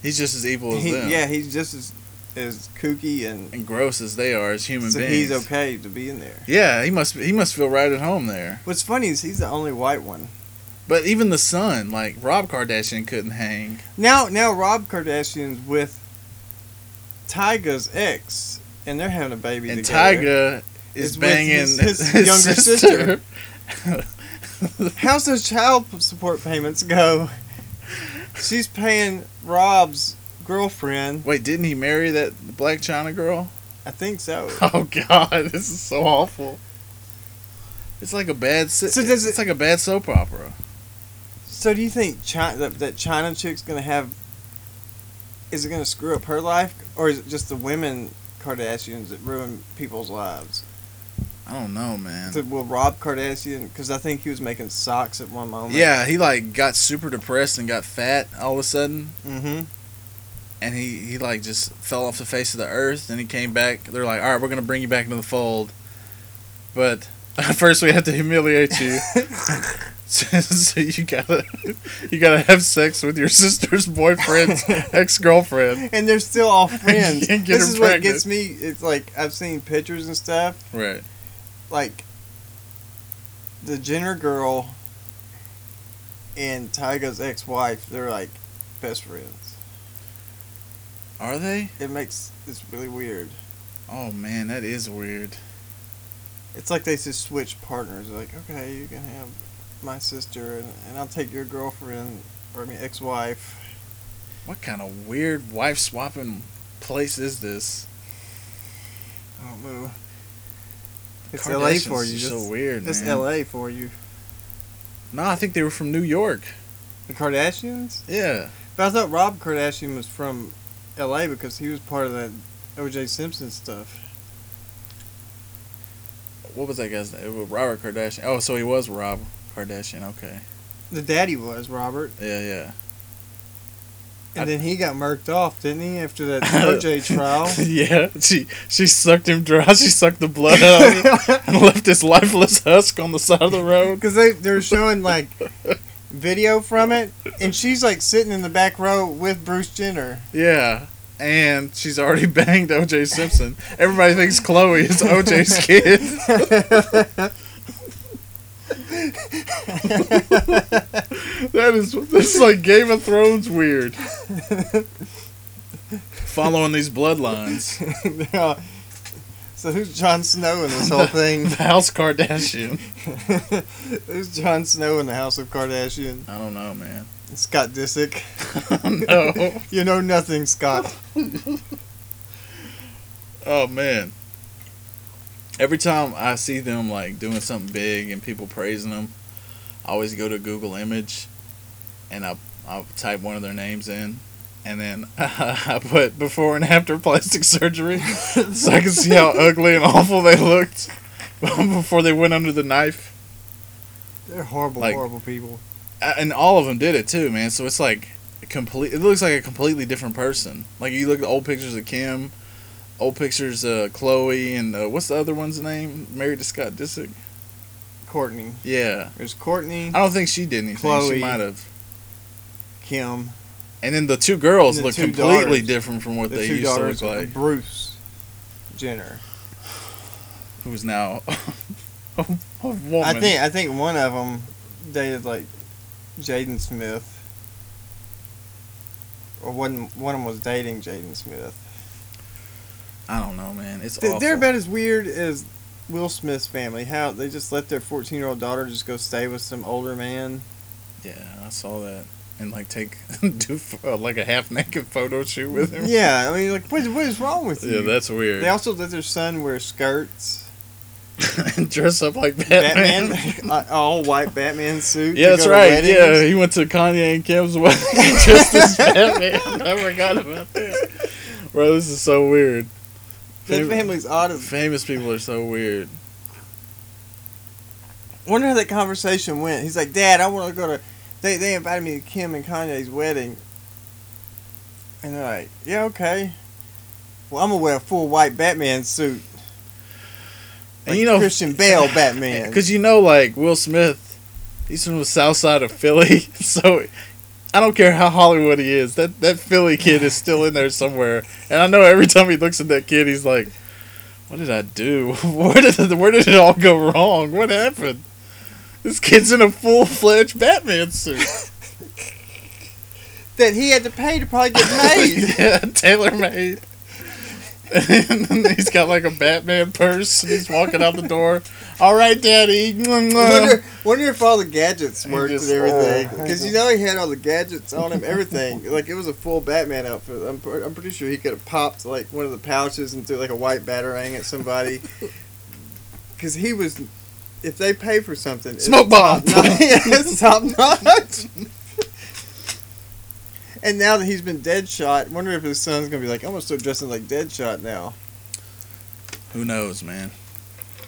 Speaker 7: He's just as evil as
Speaker 8: he,
Speaker 7: them.
Speaker 8: yeah, he's just as as kooky and
Speaker 7: And gross as they are as human
Speaker 8: so
Speaker 7: beings.
Speaker 8: he's okay to be in there.
Speaker 7: Yeah, he must he must feel right at home there.
Speaker 8: What's funny is he's the only white one.
Speaker 7: But even the son, like Rob Kardashian, couldn't hang.
Speaker 8: Now, now Rob Kardashian's with Tyga's ex, and they're having a baby
Speaker 7: And
Speaker 8: together.
Speaker 7: Tyga
Speaker 8: It's
Speaker 7: is
Speaker 8: with
Speaker 7: banging
Speaker 8: his-
Speaker 7: his,
Speaker 8: his younger
Speaker 7: sister.
Speaker 8: How's those child p- support payments go? She's paying Rob's girlfriend.
Speaker 7: Wait, didn't he marry that black China girl?
Speaker 8: I think so.
Speaker 7: Oh God, this is so awful. It's like a bad si-
Speaker 8: So does
Speaker 7: it's
Speaker 8: it-
Speaker 7: like a bad soap opera.
Speaker 8: So do you think China, that, that China chick's gonna have? Is it gonna screw up her life, or is it just the women Kardashians that ruin people's lives?
Speaker 7: I don't know, man.
Speaker 8: So will Rob Kardashian? Because I think he was making socks at one moment.
Speaker 7: Yeah, he like got super depressed and got fat all of a sudden,
Speaker 8: Mm-hmm.
Speaker 7: and he he like just fell off the face of the earth. And he came back. They're like, all right, we're gonna bring you back into the fold, but first we have to humiliate you. so, so you gotta you gotta have sex with your sister's boyfriend's ex girlfriend.
Speaker 8: And they're still all friends.
Speaker 7: Can't get
Speaker 8: this
Speaker 7: her
Speaker 8: is what
Speaker 7: pregnant.
Speaker 8: gets me. It's like I've seen pictures and stuff.
Speaker 7: Right.
Speaker 8: Like the Jenner girl and Tyga's ex-wife. They're like best friends.
Speaker 7: Are they?
Speaker 8: It makes it's really weird.
Speaker 7: Oh man, that is weird.
Speaker 8: It's like they just switch partners. Like, okay, you can have my sister, and, and I'll take your girlfriend, or I mean, ex-wife.
Speaker 7: What kind of weird wife swapping place is this?
Speaker 8: I don't know. It's
Speaker 7: Kardashians
Speaker 8: LA for
Speaker 7: are
Speaker 8: you.
Speaker 7: So
Speaker 8: Just,
Speaker 7: weird,
Speaker 8: It's
Speaker 7: man.
Speaker 8: LA for you.
Speaker 7: No, I think they were from New York.
Speaker 8: The Kardashians.
Speaker 7: Yeah.
Speaker 8: But I thought Rob Kardashian was from LA because he was part of that O.J. Simpson stuff.
Speaker 7: What was that guy's name? It was Robert Kardashian. Oh, so he was Rob Kardashian. Okay.
Speaker 8: The daddy was Robert,
Speaker 7: Yeah, yeah.
Speaker 8: and
Speaker 7: I-
Speaker 8: then he got murked off, didn't he? After that O.J. trial.
Speaker 7: yeah. She she sucked him dry. She sucked the blood out and left this lifeless husk on the side of the road.
Speaker 8: because they they're showing like video from it, and she's like sitting in the back row with Bruce Jenner.
Speaker 7: Yeah. And she's already banged O.J. Simpson. Everybody thinks Chloe is O.J.'s kid. That is this is like Game of Thrones weird. Following these bloodlines,
Speaker 8: Yeah. so who's Jon Snow in this whole thing?
Speaker 7: the House Kardashian.
Speaker 8: who's Jon Snow in the House of Kardashian?
Speaker 7: I don't know, man.
Speaker 8: Scott Disick.
Speaker 7: no.
Speaker 8: You know nothing, Scott.
Speaker 7: Oh man. Every time I see them like doing something big and people praising them, I always go to Google Image, and I I type one of their names in, and then I put before and after plastic surgery, so I can see how ugly and awful they looked before they went under the knife.
Speaker 8: They're horrible,
Speaker 7: Like-
Speaker 8: horrible people.
Speaker 7: Uh, and all of them did it too, man. So it's like a complete. It looks like a completely different person. Like you look at old pictures of Kim, old pictures of Chloe, and uh, what's the other one's name? Married to Scott Disick.
Speaker 8: Courtney.
Speaker 7: Yeah,
Speaker 8: There's Courtney,
Speaker 7: I don't think she did anything.
Speaker 8: Chloe.
Speaker 7: She might have.
Speaker 8: Kim,
Speaker 7: And then the two girls
Speaker 8: And the
Speaker 7: look
Speaker 8: two
Speaker 7: completely
Speaker 8: daughters.
Speaker 7: different from what
Speaker 8: the
Speaker 7: they
Speaker 8: two
Speaker 7: used to
Speaker 8: daughters,
Speaker 7: look like.
Speaker 8: Bruce Jenner.
Speaker 7: Who's now a woman?
Speaker 8: I think I think one of them dated like Jaden Smith, or one one of them was dating Jaden Smith.
Speaker 7: I don't know, man. It's
Speaker 8: Th-
Speaker 7: awful.
Speaker 8: They're about as weird as Will Smith's family. How they just let their fourteen year old daughter just go stay with some older man.
Speaker 7: yeah, I saw that. And like take do uh, like a half naked photo shoot with him.
Speaker 8: Yeah, I mean, like what, what is wrong with
Speaker 7: yeah,
Speaker 8: you?
Speaker 7: that's weird.
Speaker 8: They also let their son wear skirts.
Speaker 7: and dress up like Batman.
Speaker 8: Batman, uh, all white Batman suit.
Speaker 7: Yeah,
Speaker 8: to
Speaker 7: that's
Speaker 8: go to
Speaker 7: right.
Speaker 8: weddings.
Speaker 7: Yeah, he went to Kanye and Kim's wedding just as Batman. I forgot about that. Bro, this is so weird.
Speaker 8: That family's odd. As,
Speaker 7: Famous people are so weird.
Speaker 8: wonder how that conversation went. He's like, Dad, I want to go to. They they invited me to Kim and Kanye's wedding. And they're like, Yeah, okay. Well, I'm gonna wear a full white Batman suit.
Speaker 7: And
Speaker 8: like
Speaker 7: you know,
Speaker 8: Christian Bale Batman.
Speaker 7: because you know, like Will Smith, he's from the South Side of Philly, so I don't care how Hollywood he is. That that Philly kid is still in there somewhere, and I know every time he looks at that kid, he's like, "What did I do? Where did where did it all go wrong? What happened?" This kid's in a full fledged Batman suit.
Speaker 8: that he had to pay to probably get made.
Speaker 7: yeah, tailor made. and then he's got like a Batman purse and he's walking out the door. All right, Daddy.
Speaker 8: wonder, wonder if all the gadgets worked
Speaker 7: Um, just- uh,
Speaker 8: and everything. Because you know he had all the gadgets on him, everything. like it was a full Batman outfit. I'm, pr- I'm pretty sure he could have popped like one of the pouches and threw like a white batarang at somebody. Because he was, if they pay for something, it's
Speaker 7: Smoke bomb.
Speaker 8: top notch. it's top notch. And now that he's been Deadshot, wonder if his son's gonna be like, I'm gonna start dressing like Deadshot now.
Speaker 7: Who knows, man?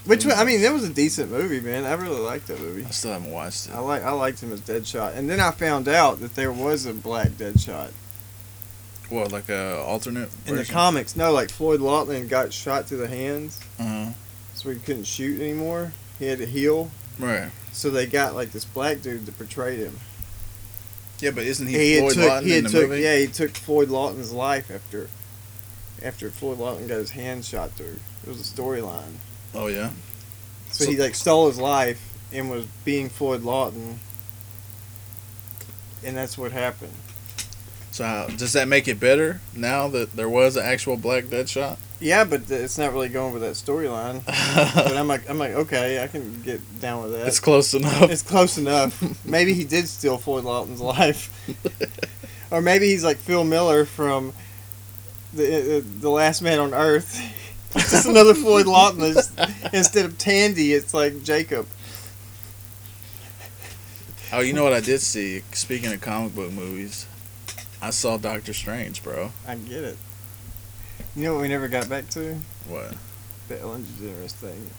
Speaker 8: Which one, I mean, that was a decent movie, man. I really liked that movie.
Speaker 7: I still haven't watched it.
Speaker 8: I like I liked him as Deadshot, and then I found out that there was a black Deadshot
Speaker 7: What, like a alternate
Speaker 8: in the
Speaker 7: version?
Speaker 8: comics. No, like Floyd Laughlin got shot through the hands,
Speaker 7: Uh-huh.
Speaker 8: so he couldn't shoot anymore. He had to heal,
Speaker 7: Right.
Speaker 8: so they got like this black dude to portray him.
Speaker 7: Yeah, but isn't
Speaker 8: he
Speaker 7: he,
Speaker 8: had
Speaker 7: Floyd
Speaker 8: took,
Speaker 7: Lawton
Speaker 8: he had
Speaker 7: in the
Speaker 8: took,
Speaker 7: movie?
Speaker 8: yeah, he took Floyd Lawton's life after after Floyd Lawton got his hand shot through. It was a storyline.
Speaker 7: Oh yeah.
Speaker 8: So,
Speaker 7: So-
Speaker 8: he like stole his life and was being Floyd Lawton, and that's what happened.
Speaker 7: So how, does that make it better now that there was an actual black Deadshot?
Speaker 8: Yeah, but th- it's not really going with that storyline. but I'm like, I'm like, okay, I can get down with that.
Speaker 7: it's
Speaker 8: It's,
Speaker 7: close enough.
Speaker 8: close enough. maybe he did steal Floyd Lawton's life, or maybe he's like Phil Miller from the uh, the Last Man on Earth. It's just another Floyd Lawton. It's- Instead of Tandy, it's like Jacob.
Speaker 7: Oh, you know what I did see? Speaking of comic book movies, I saw Doctor Strange, bro.
Speaker 8: I get it. You know what we never got back to?
Speaker 7: What?
Speaker 8: The Ellen DeGeneres thing.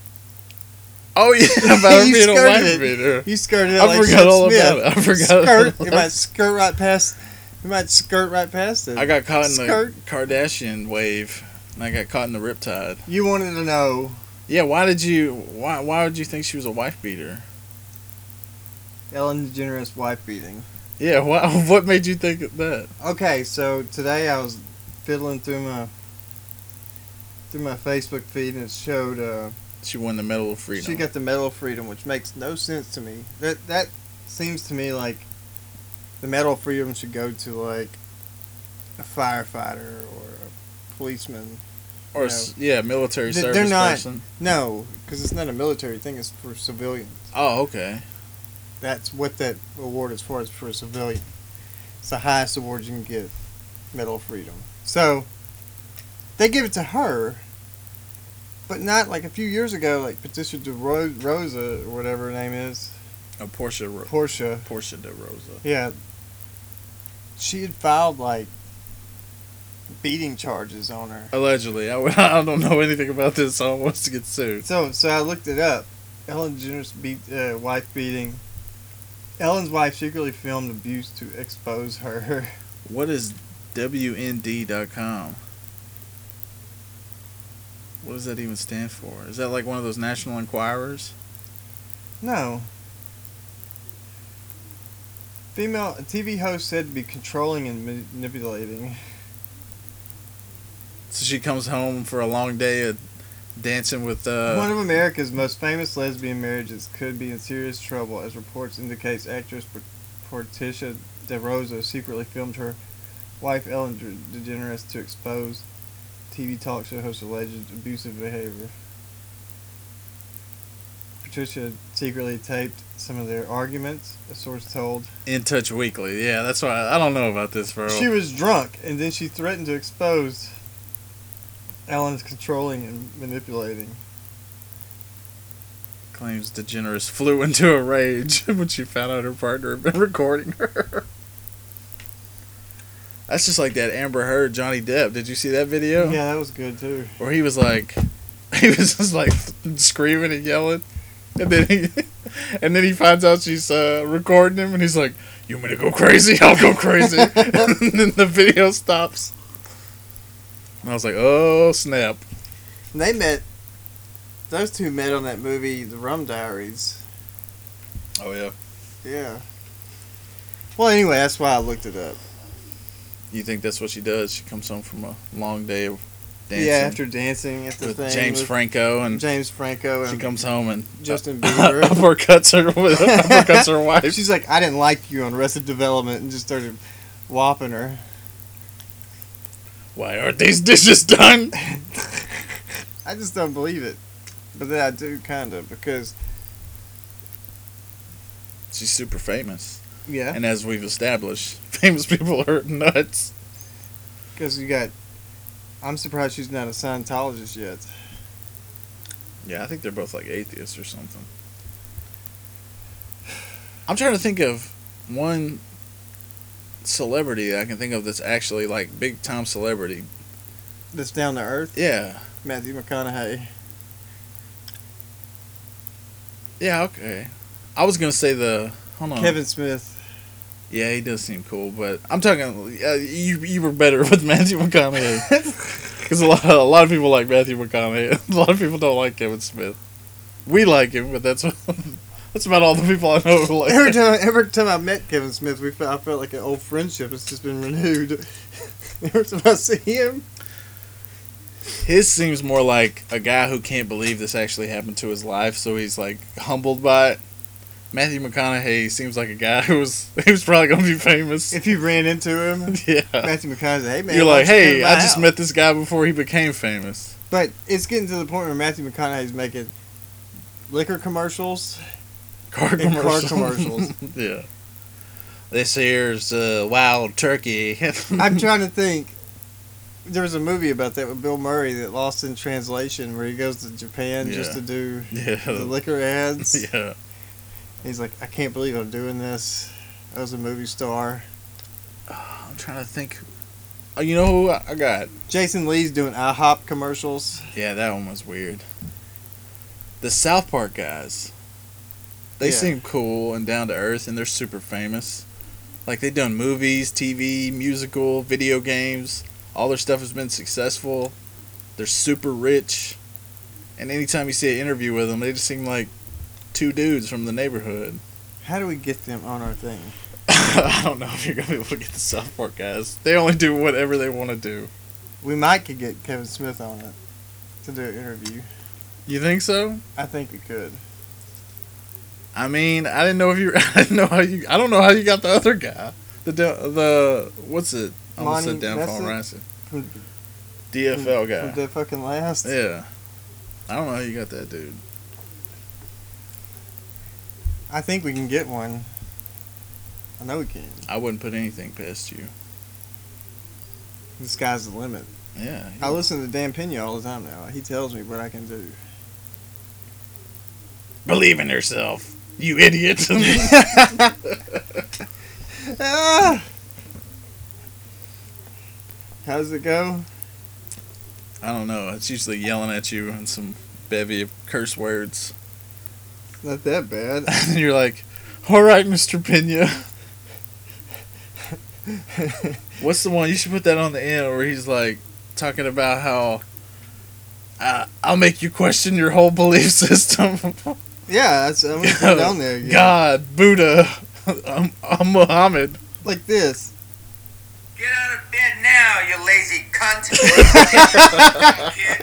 Speaker 7: Oh yeah, about her
Speaker 8: You
Speaker 7: being a
Speaker 8: skirted
Speaker 7: wife
Speaker 8: it.
Speaker 7: beater.
Speaker 8: You skirted it
Speaker 7: I
Speaker 8: like
Speaker 7: forgot
Speaker 8: Shep
Speaker 7: all
Speaker 8: Smith.
Speaker 7: about it. I forgot
Speaker 8: Skirt.
Speaker 7: all
Speaker 8: You
Speaker 7: about
Speaker 8: might skirt right past. You might skirt right past it.
Speaker 7: I got caught in the
Speaker 8: Skirt.
Speaker 7: Kardashian wave, and I got caught in the riptide.
Speaker 8: You wanted to know.
Speaker 7: Yeah, why did you? Why? Why would you think she was a wife beater?
Speaker 8: Ellen DeGeneres wife beating.
Speaker 7: Yeah, why, what made you think of that?
Speaker 8: Okay, so today I was fiddling through my through my Facebook feed and it showed uh,
Speaker 7: She won the Medal of Freedom.
Speaker 8: She got the Medal of Freedom, which makes no sense to me. That that seems to me like the Medal of Freedom should go to like a firefighter or a policeman.
Speaker 7: or s yeah, military
Speaker 8: They- they're
Speaker 7: service
Speaker 8: not-
Speaker 7: person.
Speaker 8: No, because it's not a military thing. It's for civilians.
Speaker 7: Oh, okay.
Speaker 8: That's what that award is for. It's for a civilian. It's the highest award you can get, Medal of Freedom. So they give it to her, but not like a few years ago, like Patricia de Ro- Rosa or whatever her name is,
Speaker 7: A Portia. Ro-
Speaker 8: Portia.
Speaker 7: Portia de Rosa.
Speaker 8: Yeah. She had filed like beating charges on her.
Speaker 7: Allegedly, I, would- I don't know anything about this, so I want us to get sued.
Speaker 8: So so I looked it up. Ellen DeGeneres beat uh, wife beating. Ellen's wife secretly filmed abuse to expose her.
Speaker 7: What is WND.com? What does that even stand for? Is that like one of those National Enquirers?
Speaker 8: No. Female TV host said to be controlling and manipulating.
Speaker 7: So she comes home for a long day of dancing with
Speaker 8: One
Speaker 7: uh,
Speaker 8: of America's most famous lesbian marriages could be in serious trouble, as reports indicates actress Pat- Patricia De Rosa secretly filmed her wife Ellen De- DeGeneres to expose TV talk show host alleged abusive behavior. Patricia secretly taped some of their arguments, a source told.
Speaker 7: In Touch Weekly. Yeah, that's why I, don't know about this, bro.
Speaker 8: She was drunk, and then she threatened to expose Ellen's controlling and manipulating.
Speaker 7: Claims DeGeneres flew into a rage when she found out her partner had been recording her. That's just like that Amber Heard Johnny Depp. Did you see that video?
Speaker 8: Yeah, that was good too.
Speaker 7: Where he was like, he was just like screaming and yelling, and then he, and then he finds out she's uh, recording him, and he's like, "You want me to go crazy? I'll go crazy." and then the video stops. And I was like, "Oh snap!"
Speaker 8: And They met. Those two met on that movie, The Rum Diaries.
Speaker 7: Oh yeah.
Speaker 8: Yeah. Well, anyway, that's why I looked it up.
Speaker 7: You think that's what she does? She comes home from a long day of dancing.
Speaker 8: Yeah, after dancing at the
Speaker 7: with
Speaker 8: thing
Speaker 7: James
Speaker 8: with
Speaker 7: Franco, and
Speaker 8: James Franco
Speaker 7: she
Speaker 8: and
Speaker 7: comes home and uh,
Speaker 8: Justin Bieber.
Speaker 7: uppercuts her with uppercuts her wife.
Speaker 8: She's like, I didn't like you on Arrested Development, and just started whopping her.
Speaker 7: Why aren't these dishes done?
Speaker 8: I just don't believe it, but then I do kind of because
Speaker 7: She's super famous,
Speaker 8: yeah,
Speaker 7: and as we've established, famous people are nuts.
Speaker 8: Because you got. I'm surprised she's not a Scientologist yet.
Speaker 7: Yeah, I think they're both like atheists or something. I'm trying to think of one celebrity that I can think of that's actually like big time celebrity.
Speaker 8: That's down to earth.
Speaker 7: Yeah.
Speaker 8: Matthew McConaughey.
Speaker 7: Uh-huh. Yeah, okay. I was going to say the hold on.
Speaker 8: Kevin Smith.
Speaker 7: Yeah, he does seem cool, but I'm talking. Uh, you you were better with Matthew McConaughey because a lot a lot of people like Matthew McConaughey. A lot of people don't like Kevin Smith. We like him, but that's that's about all the people I know who like.
Speaker 8: Every
Speaker 7: Him.
Speaker 8: time, every time I met Kevin Smith, we felt, I felt like an old friendship has just been renewed. every time I see him,
Speaker 7: His seems more like a guy who can't believe this actually happened to his life, so he's like humbled by it. Matthew McConaughey seems like a guy who was he was probably gonna be famous.
Speaker 8: if you ran into him,
Speaker 7: yeah,
Speaker 8: Matthew McConaughey, hey man,
Speaker 7: you're
Speaker 8: why
Speaker 7: like,
Speaker 8: don't you come
Speaker 7: hey,
Speaker 8: to
Speaker 7: I
Speaker 8: my
Speaker 7: just
Speaker 8: house?"
Speaker 7: met this guy before he became famous.
Speaker 8: But it's getting to the point where Matthew McConaughey's making liquor commercials.
Speaker 7: car
Speaker 8: And car
Speaker 7: commercials.
Speaker 8: commercials.
Speaker 7: yeah. This here's uh, wild turkey.
Speaker 8: I'm trying to think. There was a movie about that with Bill Murray that lost in translation, where he goes to Japan just
Speaker 7: Yeah.
Speaker 8: to do the
Speaker 7: yeah.
Speaker 8: liquor ads.
Speaker 7: Yeah.
Speaker 8: He's like, I can't believe I'm doing this. I was a movie star.
Speaker 7: I'm trying to think. Oh, you know who I I got?
Speaker 8: Jason Lee's doing IHOP commercials.
Speaker 7: Yeah, that one was weird. The South Park guys. They
Speaker 8: Yeah.
Speaker 7: seem cool and down to earth, and they're super famous. Like they've done movies, TV, musical, video games. All their stuff has been successful. They're super rich, and anytime you see an interview with them, they just seem like two dudes from the neighborhood.
Speaker 8: How do we get them on our thing?
Speaker 7: I don't know if you're gonna be able to get the South Park guys. They only do whatever they want to do.
Speaker 8: We might could get Kevin Smith on it to do an interview.
Speaker 7: You think so?
Speaker 8: I think we could.
Speaker 7: I mean, I didn't know if you. I didn't know how you. I don't know how you got the other guy. The da- the what's it? I almost said
Speaker 8: Monty
Speaker 7: downfall Ransom.
Speaker 8: From,
Speaker 7: DFL
Speaker 8: From
Speaker 7: guy.
Speaker 8: that fucking last.
Speaker 7: Yeah. I don't know how you got that dude.
Speaker 8: I think we can get one. I know we can.
Speaker 7: I wouldn't put anything past you.
Speaker 8: The sky's the limit.
Speaker 7: Yeah. he-
Speaker 8: I listen to Dan Pena all the time now. He tells me what I can do.
Speaker 7: Believe in yourself, you idiot.
Speaker 8: Ah! How's it go?
Speaker 7: I don't know. It's usually yelling at you and some bevy of curse words.
Speaker 8: Not that bad.
Speaker 7: And you're like, all right, Mr. Pena. What's the one? You should put that on the end where he's like talking about how I, I'll make you question your whole belief system.
Speaker 8: yeah, that's, I'm gonna put it down there. Again.
Speaker 7: God, Buddha, I'm, I'm Muhammad.
Speaker 8: Like this.
Speaker 6: Get out of bed now, you lazy cunt. Kid,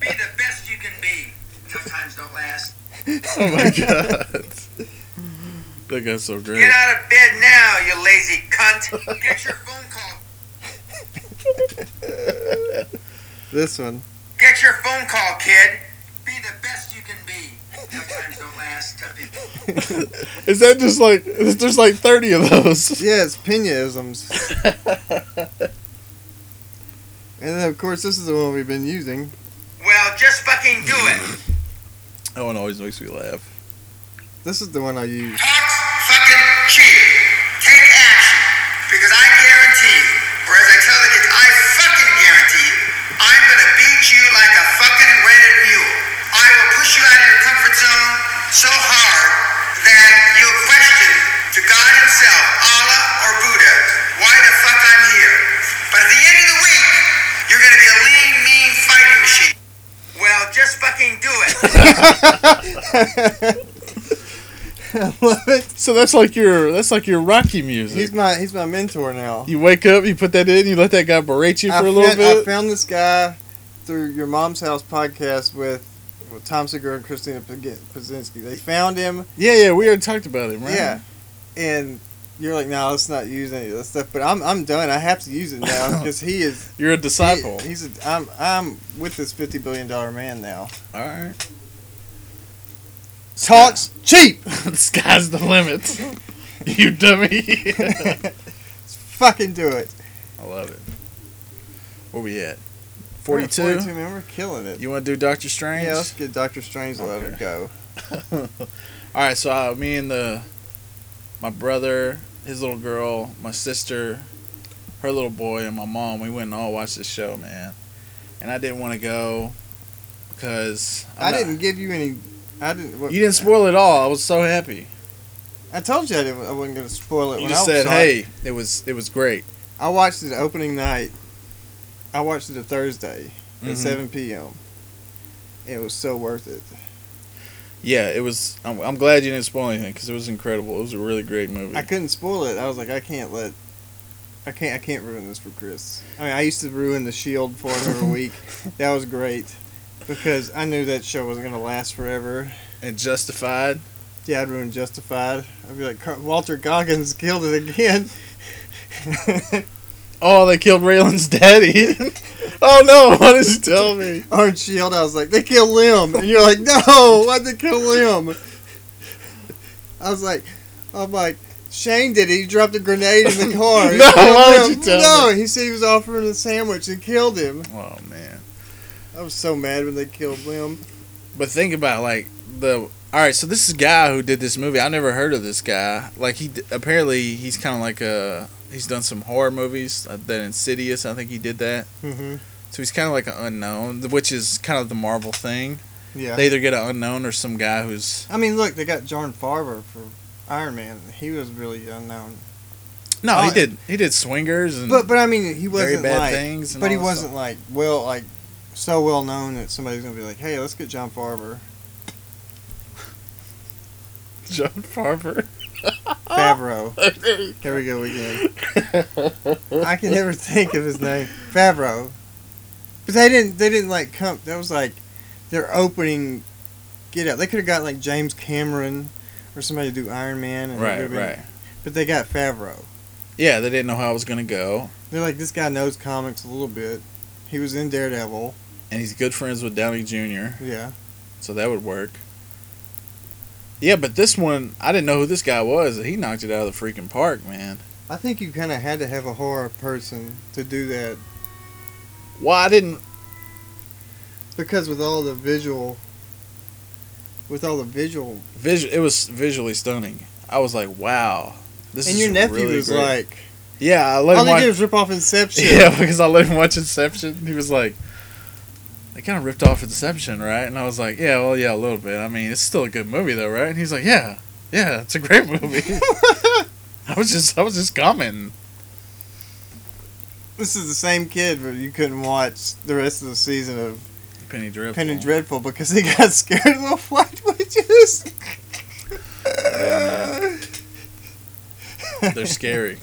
Speaker 6: be the best you can be. Sometimes don't last.
Speaker 7: Oh my God. That guy's so great.
Speaker 6: Get out of bed now, you lazy cunt. Get your phone call.
Speaker 8: This one.
Speaker 6: Get your phone call, kid. Be the best you can be. Sometimes don't last. Tough people.
Speaker 7: Is that just like, there's like 30 of those.
Speaker 8: Yeah, it's Penaisms. and then, of course, this is the one we've been using.
Speaker 6: Well, just fucking do it.
Speaker 7: That one always makes me laugh.
Speaker 8: This is the one I use.
Speaker 6: Act fucking cheap. Take action. Because I guarantee you, or as I tell the kids, I fucking guarantee you, I'm gonna beat you like a fucking rented mule. I will push you out of your comfort zone so hard that you'll question to God Himself, Allah or Buddha, why the fuck I'm here. But at the end of the week, you're gonna be a lean, mean fighting machine. Well, just fucking do it.
Speaker 8: I love it.
Speaker 7: So that's like your, that's like your Rocky music.
Speaker 8: He's my he's my mentor now.
Speaker 7: You wake up, you put that in, you let that guy berate you for
Speaker 8: I
Speaker 7: a little
Speaker 8: found, I
Speaker 7: bit.
Speaker 8: found this guy through your mom's house podcast with, with Tom Segura and Christina Pag- Pazinski. They found him.
Speaker 7: yeah, yeah, we already talked about him, right?
Speaker 8: Yeah. And you're like, no, let's not use any of this stuff. But I'm, I'm done. I have to use it now because he is.
Speaker 7: You're a
Speaker 8: He,
Speaker 7: disciple.
Speaker 8: he's a, I'm I'm with this fifty billion dollar man now.
Speaker 7: All right.
Speaker 8: Talks cheap.
Speaker 7: the sky's the limit. you dummy.
Speaker 8: Fucking do it.
Speaker 7: I love it. Where we at?
Speaker 8: We're at
Speaker 7: 42?
Speaker 8: 42 man, we're killing it.
Speaker 7: You want to do Doctor Strange?
Speaker 8: Yeah, let's get Doctor Strange to let it go.
Speaker 7: All right, so uh, me and the my brother, his little girl, my sister, her little boy, and my mom, we went and all watched this show, man. And I didn't want to go because I'm
Speaker 8: I
Speaker 7: not-
Speaker 8: didn't give you any. I didn't. What,
Speaker 7: You didn't spoil it all. I was so happy.
Speaker 8: I told you I, didn't, I wasn't going to spoil it.
Speaker 7: You
Speaker 8: when
Speaker 7: just
Speaker 8: I
Speaker 7: said,
Speaker 8: saw it.
Speaker 7: "Hey, it was it was great."
Speaker 8: I watched it opening night. I watched it a Thursday
Speaker 7: Mhm.
Speaker 8: at 7 p.m. It was so worth it.
Speaker 7: Yeah, it was. I'm, I'm glad you didn't spoil anything because it was incredible. It was a really great movie.
Speaker 8: I couldn't spoil it. I was like, I can't let. I can't. I can't ruin this for Chris. I mean, I used to ruin the Shield for him every week. That was great because I knew that show wasn't going to last forever.
Speaker 7: and Justified.
Speaker 8: Yeah, I'd ruin Justified. I'd be like, "Car- Walter Goggins killed it again.
Speaker 7: Oh, they killed Raylan's daddy. oh no! Why did you tell me?
Speaker 8: Orange Shield, I was like, they killed Lim. And you're like, no, why'd they kill Lim? I was like, I'm like, Shane did it. He dropped a grenade in the car. He
Speaker 7: No,
Speaker 8: killed
Speaker 7: why would
Speaker 8: Lim.
Speaker 7: you tell
Speaker 8: No, he said he was offering a sandwich and killed him.
Speaker 7: Oh man!
Speaker 8: I was so mad when they killed Lim.
Speaker 7: But think about like the. All right, so this is a guy who did this movie. I never heard of this guy. Like he d- apparently he's kind of like a. He's done some horror movies. Uh, that Insidious, I think he did that.
Speaker 8: Mm-hmm.
Speaker 7: So he's kind of like an unknown, which is kind of the Marvel thing.
Speaker 8: Yeah.
Speaker 7: They either get an unknown or some guy who's
Speaker 8: I mean, look, they got John Farber for Iron Man. He was really unknown.
Speaker 7: no.
Speaker 8: Oh,
Speaker 7: he did he did swingers and
Speaker 8: Mm-hmm. But but I mean, he
Speaker 7: very
Speaker 8: wasn't
Speaker 7: bad
Speaker 8: like,
Speaker 7: things. And
Speaker 8: But he
Speaker 7: all that
Speaker 8: wasn't like well, like so well known that somebody's gonna be like, "Hey, let's get John Farber."
Speaker 7: stuff. John Farber.
Speaker 8: Favreau. Here we go again. I can never think of his name. Favreau. But they didn't. They didn't like come. That was like their opening get out. They could have got like James Cameron or somebody to do Iron Man. And it
Speaker 7: Right,
Speaker 8: would've been-
Speaker 7: right.
Speaker 8: But they got Favreau.
Speaker 7: Yeah, they didn't know how it was gonna go,
Speaker 8: They're like, this guy knows comics a little bit. He was in Daredevil.
Speaker 7: and he's good friends with Downey Jr.,
Speaker 8: Yeah.
Speaker 7: so that would work. Yeah, but this one, I didn't know who this guy was. He knocked it out of the freaking park, man.
Speaker 8: I think you kind of had to have a horror person to do that
Speaker 7: Well, I didn't.
Speaker 8: because with all the visual, with all the visual,
Speaker 7: Visu- it was visually stunning. I was like, wow. This
Speaker 8: and your nephew
Speaker 7: really
Speaker 8: was
Speaker 7: great.
Speaker 8: like,
Speaker 7: yeah, I let
Speaker 8: all
Speaker 7: him
Speaker 8: they
Speaker 7: watch.
Speaker 8: did was rip off Inception.
Speaker 7: Yeah, because I let him watch Inception. He was like, they kind of ripped off Inception, right? And I was like, yeah, well, yeah, a little bit. I mean, it's still a good movie, though, right? And he's like, yeah, yeah, it's a great movie. I was just, I was just commenting.
Speaker 8: This is the same kid, but you couldn't watch the rest of the season of
Speaker 7: Penny Dreadful.
Speaker 8: Penny Dreadful because he got scared of the white witches.
Speaker 7: They're scary.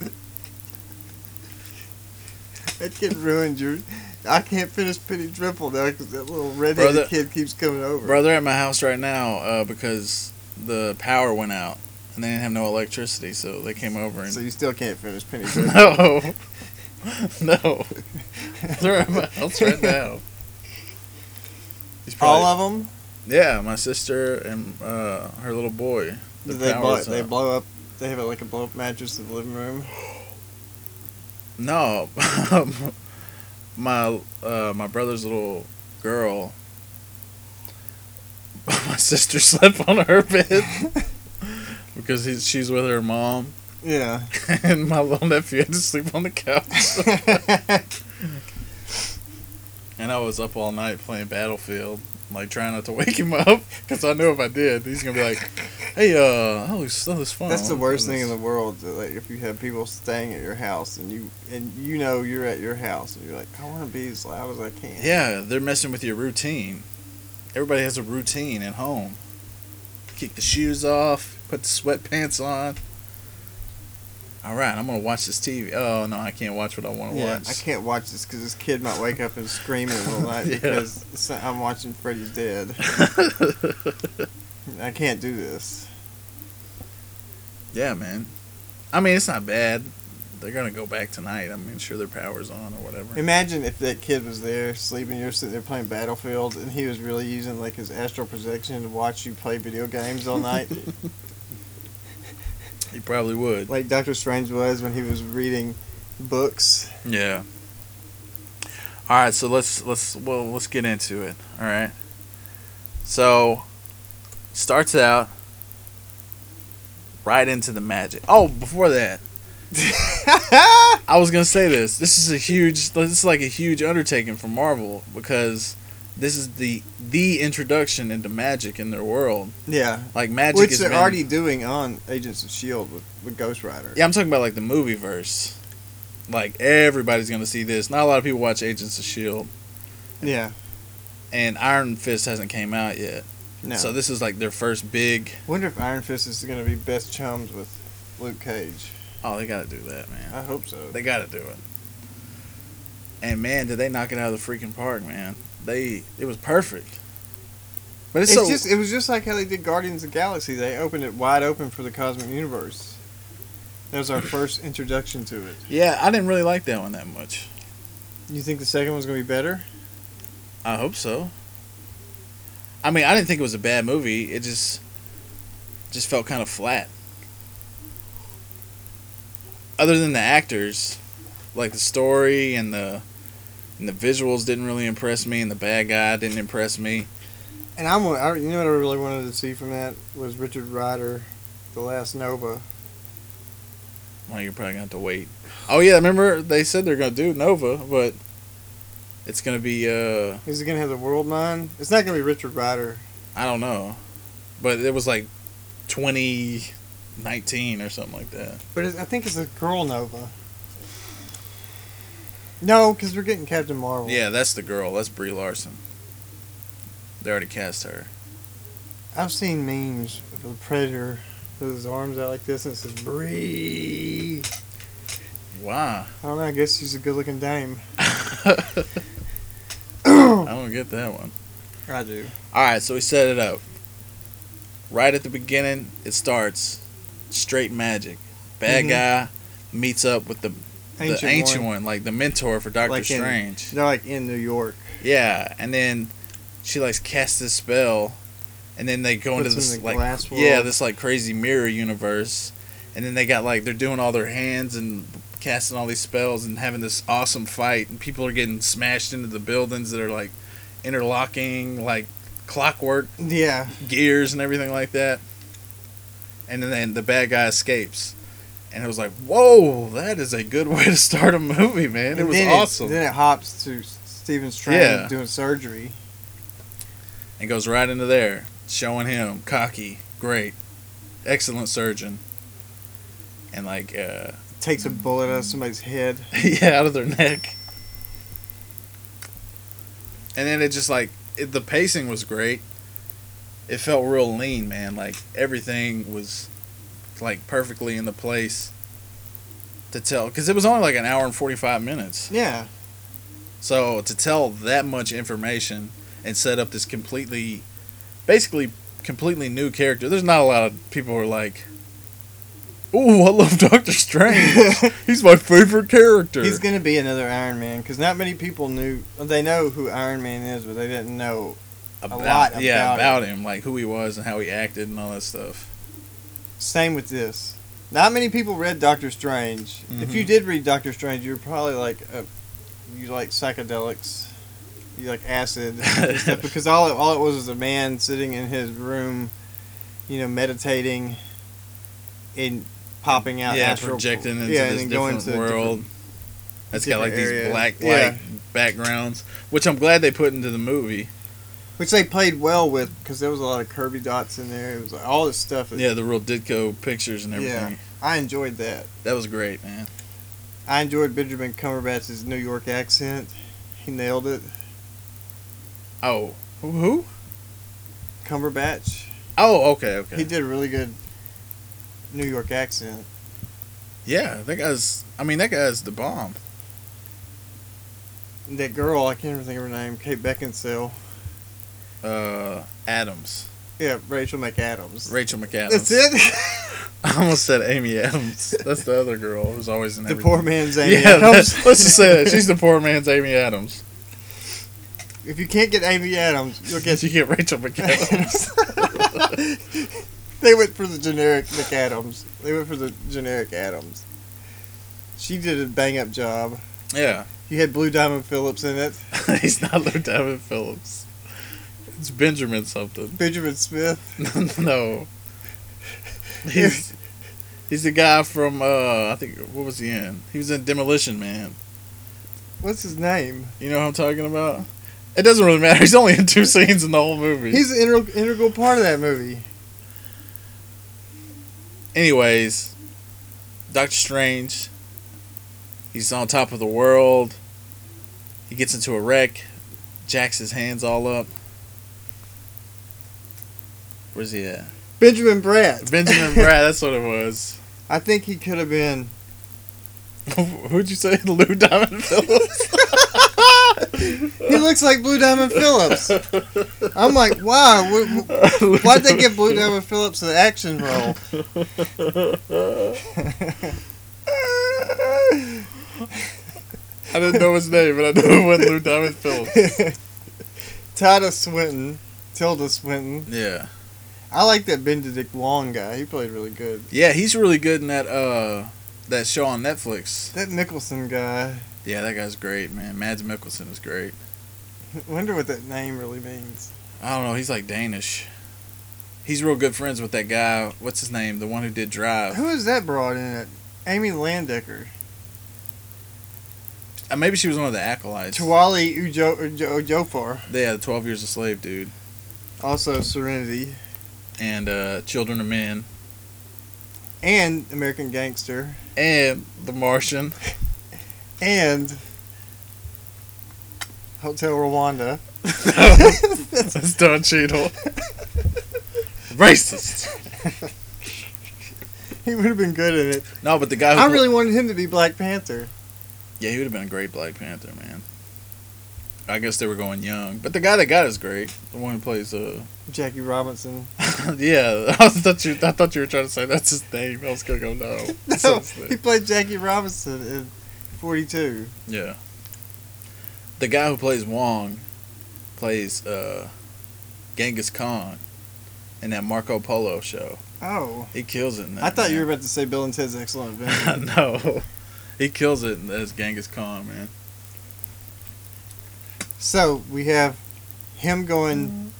Speaker 8: That kid ruined your. I can't finish Penny Dreadful now because that little redheaded
Speaker 7: Brother-
Speaker 8: kid keeps coming over.
Speaker 7: Bro, they're at my house right now uh, because the power went out and they didn't have no electricity, so they came over and.
Speaker 8: So you still can't finish Penny Dreadful.
Speaker 7: no, no, they're at my house right now. He's
Speaker 8: All of them?
Speaker 7: Yeah, my sister and uh, her little boy. The
Speaker 8: they, blow,
Speaker 7: power's
Speaker 8: they
Speaker 7: up.
Speaker 8: blow up. They have like a blow up mattress in the living room.
Speaker 7: No, my uh, my brother's little girl. My sister slept on her bed because he's, she's with her mom,
Speaker 8: Yeah.
Speaker 7: and my little nephew had to sleep on the couch. and I was up all night playing Battlefield, like trying not to wake him up because I knew if I did, he's gonna be like, "Hey, uh, that looks that looks fun."
Speaker 8: That's the worst thing in the world. that, Like if you have people staying at your house and you and you know you're at your house and you're like, I want to be as loud as I can.
Speaker 7: Yeah, they're messing with your routine. Everybody has a routine at home. Kick the shoes off, put the sweatpants on. All right, I'm gonna watch this TV. Oh no, I can't watch what I want to
Speaker 8: Yeah, I
Speaker 7: watch.
Speaker 8: can't watch this because this kid might wake up and scream it all night
Speaker 7: Yeah.
Speaker 8: because so- I'm watching Freddy's Dead. I can't do this.
Speaker 7: yeah, man. I mean, it's not bad. They're gonna go back tonight. I mean, sure, their power's on or whatever.
Speaker 8: Imagine if that kid was there sleeping, you're sitting there playing Battlefield, and he was really using like his astral projection to watch you play video games all night,
Speaker 7: He probably would.
Speaker 8: like Doctor Strange was when he was reading books.
Speaker 7: Yeah. All right, so let's let's well let's get into it. All right. So starts out right into the magic. Oh, before that, I was gonna say this. This is a huge. This is like a huge undertaking for Marvel because this is the the introduction into magic in their world.
Speaker 8: Yeah,
Speaker 7: Like magic
Speaker 8: which
Speaker 7: is
Speaker 8: they're already doing on Agents of Shield E with, with Ghost Rider.
Speaker 7: Yeah, I'm talking about like the movie verse. Like everybody's gonna see this. Not a lot of people watch Agents of Shield.
Speaker 8: Yeah,
Speaker 7: and Iron Fist hasn't came out yet.
Speaker 8: no.
Speaker 7: So this is like their first big.
Speaker 8: Wonder if Iron Fist is going to be best chums with Luke Cage.
Speaker 7: Oh, they gotta do that, man.
Speaker 8: I hope so.
Speaker 7: They gotta do it. And man, did they knock it out of the freaking park, man? They it was perfect. But it's,
Speaker 8: It's
Speaker 7: so
Speaker 8: just it was just like how they did Guardians of the Galaxy. They opened it wide open for the cosmic universe. That was our first introduction to it.
Speaker 7: yeah. I didn't really like that one that much.
Speaker 8: You think the second one's gonna be better?
Speaker 7: I hope so. I mean, I didn't think it was a bad movie. It just just felt kind of flat. Other than the actors, like the story and the and the visuals didn't really impress me, and the bad guy didn't impress me.
Speaker 8: And I'm gonna- I, you know what I really wanted to see from that was Richard Ryder, the last Nova.
Speaker 7: Well, you're probably gonna have to wait. Oh yeah, remember they said they're gonna do Nova, but it's gonna be uh
Speaker 8: Is he gonna have the world mind? It's not gonna be Richard Ryder.
Speaker 7: I don't know, but it was like twenty nineteen or something like that.
Speaker 8: But it's, I think it's a girl Nova. No, because we're getting Captain Marvel.
Speaker 7: Yeah, that's the girl. That's Brie Larson. They already cast her.
Speaker 8: I've seen memes of the Predator with his arms out like this and it says Bree.
Speaker 7: Wow.
Speaker 8: I don't know. I guess she's a good-looking dame.
Speaker 7: I don't get that one.
Speaker 8: I do.
Speaker 7: All right, so we set it up. Right at the beginning, it starts straight magic. Bad
Speaker 8: Mhm.
Speaker 7: guy meets up with the the ancient one. like the mentor for Doctor
Speaker 8: Like in-
Speaker 7: Strange.
Speaker 8: They're like in New York.
Speaker 7: Yeah, and then she like casts this spell, and then they go into
Speaker 8: Puts
Speaker 7: this
Speaker 8: in the
Speaker 7: like
Speaker 8: glass
Speaker 7: yeah
Speaker 8: world.
Speaker 7: this like crazy mirror universe, and then they got like they're doing all their hands and casting all these spells and having this awesome fight, and people are getting smashed into the buildings that are like interlocking like clockwork
Speaker 8: Yeah.
Speaker 7: gears and everything like that. And then the bad guy escapes. And it was like, whoa, that is a good way to start a movie, man. it was
Speaker 8: then
Speaker 7: awesome.
Speaker 8: then it hops to Stephen Strange
Speaker 7: Yeah.
Speaker 8: doing surgery.
Speaker 7: And goes right into there, showing him cocky, great, excellent surgeon. And like, uh,
Speaker 8: Takes a bullet out of somebody's head.
Speaker 7: yeah, out of their neck. And then it just like, it, the pacing was great. It felt real lean, man. Like, everything was like perfectly in the place to tell because it was only like an hour and 45 minutes
Speaker 8: Yeah.
Speaker 7: so to tell that much information and set up this completely basically completely new character there's not a lot of people who are like ooh i love dr strange he's my favorite character
Speaker 8: He's gonna be another Iron Man because not many people knew. They know who Iron Man is, but they didn't know.
Speaker 7: about,
Speaker 8: lot
Speaker 7: yeah
Speaker 8: about
Speaker 7: about him like who he was and how he acted and all that stuff
Speaker 8: Same with this. Not many people read Doctor Strange. If
Speaker 7: Mm-hmm.
Speaker 8: you did read Doctor Strange, you were probably like, a, you like psychedelics, you like acid, and stuff, because all it, all it was was a man sitting in his room, you know, meditating, and popping out.
Speaker 7: yeah
Speaker 8: astral-
Speaker 7: projecting into
Speaker 8: yeah, and
Speaker 7: this
Speaker 8: then going
Speaker 7: different
Speaker 8: to a different-
Speaker 7: world that's got like
Speaker 8: different
Speaker 7: these
Speaker 8: area.
Speaker 7: black like
Speaker 8: Yeah.
Speaker 7: backgrounds which i'm glad they put into the movie
Speaker 8: which they played well with because there was a lot of Kirby dots in there. It was like, all this stuff.
Speaker 7: Yeah, the real Ditko pictures and everything.
Speaker 8: yeah, I enjoyed that.
Speaker 7: That was great, man.
Speaker 8: I enjoyed Benjamin Cumberbatch's New York accent. He nailed it.
Speaker 7: Oh, who? who?
Speaker 8: Cumberbatch.
Speaker 7: Oh, okay, okay.
Speaker 8: He did a really good New York accent.
Speaker 7: yeah, that guy's. I mean, that guy's the bomb.
Speaker 8: And that girl, I can't even think of her name, Kate Beckinsale.
Speaker 7: Uh, Adams,
Speaker 8: Yeah, Rachel McAdams.
Speaker 7: Rachel McAdams.
Speaker 8: That's it.
Speaker 7: I almost said Amy Adams. That's the other girl who's always in
Speaker 8: the
Speaker 7: everything.
Speaker 8: poor man's Amy
Speaker 7: yeah,
Speaker 8: Adams.
Speaker 7: that- let's just say that she's the poor man's Amy Adams.
Speaker 8: If you can't get Amy Adams, you'll get.
Speaker 7: you get Rachel McAdams.
Speaker 8: They went for the generic McAdams. They went for the generic Adams. She did a bang up job.
Speaker 7: yeah,
Speaker 8: You had Blue Diamond Phillips in it.
Speaker 7: he's not Lieutenant Phillips. It's Benjamin something.
Speaker 8: Benjamin Smith.
Speaker 7: no. He's he's the guy from uh I think what was he in? He was in Demolition Man.
Speaker 8: What's his name?
Speaker 7: You know what I'm talking about? It doesn't really matter. He's only in two scenes in the whole movie.
Speaker 8: He's an integral, integral part of that movie.
Speaker 7: Anyways, Doctor Strange. He's on top of the world. He gets into a wreck. Jacks his hands all up. Where's he at?
Speaker 8: Benjamin Bratt.
Speaker 7: Benjamin Brad. That's what it was.
Speaker 8: I think he could have been.
Speaker 7: Who'd you say? Lou Diamond Phillips?
Speaker 8: He looks like Blue Diamond Phillips. I'm like, wow. wh- wh- Why'd they give Blue Diamond Phillips an action role?
Speaker 7: I didn't know his name, but I knew it wasn't Lou Diamond Phillips.
Speaker 8: Tilda Swinton. Tilda Swinton.
Speaker 7: Yeah.
Speaker 8: I like that Benedict Wong guy. He played really good.
Speaker 7: Yeah, he's really good in that uh that show on Netflix.
Speaker 8: That Nicholson guy.
Speaker 7: Yeah, that guy's great, man. Mads Mikkelsen is great.
Speaker 8: Wonder what that name really means.
Speaker 7: I don't know, he's like Danish. He's real good friends with that guy. What's his name? The one who did Drive.
Speaker 8: Who is that broad in it? Amy Landecker.
Speaker 7: Uh, maybe she was one of the acolytes.
Speaker 8: Tawali Ujo, Ujo, Ujofar.
Speaker 7: Yeah, the Twelve Years a Slave dude,
Speaker 8: Also Serenity.
Speaker 7: and uh, Children of Men,
Speaker 8: And American Gangster.
Speaker 7: and The Martian.
Speaker 8: And Hotel Rwanda.
Speaker 7: That's Don Cheadle. Racist.
Speaker 8: He would have been good in it.
Speaker 7: No, but the guy. Who
Speaker 8: I really wanted him to be Black Panther.
Speaker 7: Yeah, he would have been a great Black Panther, man. I guess they were going young, but the guy that got is great. The one who plays uh,
Speaker 8: Jackie Robinson.
Speaker 7: yeah. I thought you I thought you were trying to say that's his name. I was gonna go no. That's not
Speaker 8: No,
Speaker 7: his
Speaker 8: he
Speaker 7: name.
Speaker 8: played Jackie Robinson in 42.
Speaker 7: Yeah. The guy who plays Wong plays uh, Genghis Khan in that Marco Polo show.
Speaker 8: Oh.
Speaker 7: He kills it. In that,
Speaker 8: I thought you were
Speaker 7: man.
Speaker 8: about to say Bill and Ted's Excellent Adventure.
Speaker 7: no, he kills it as Genghis Khan, man.
Speaker 8: so we have him going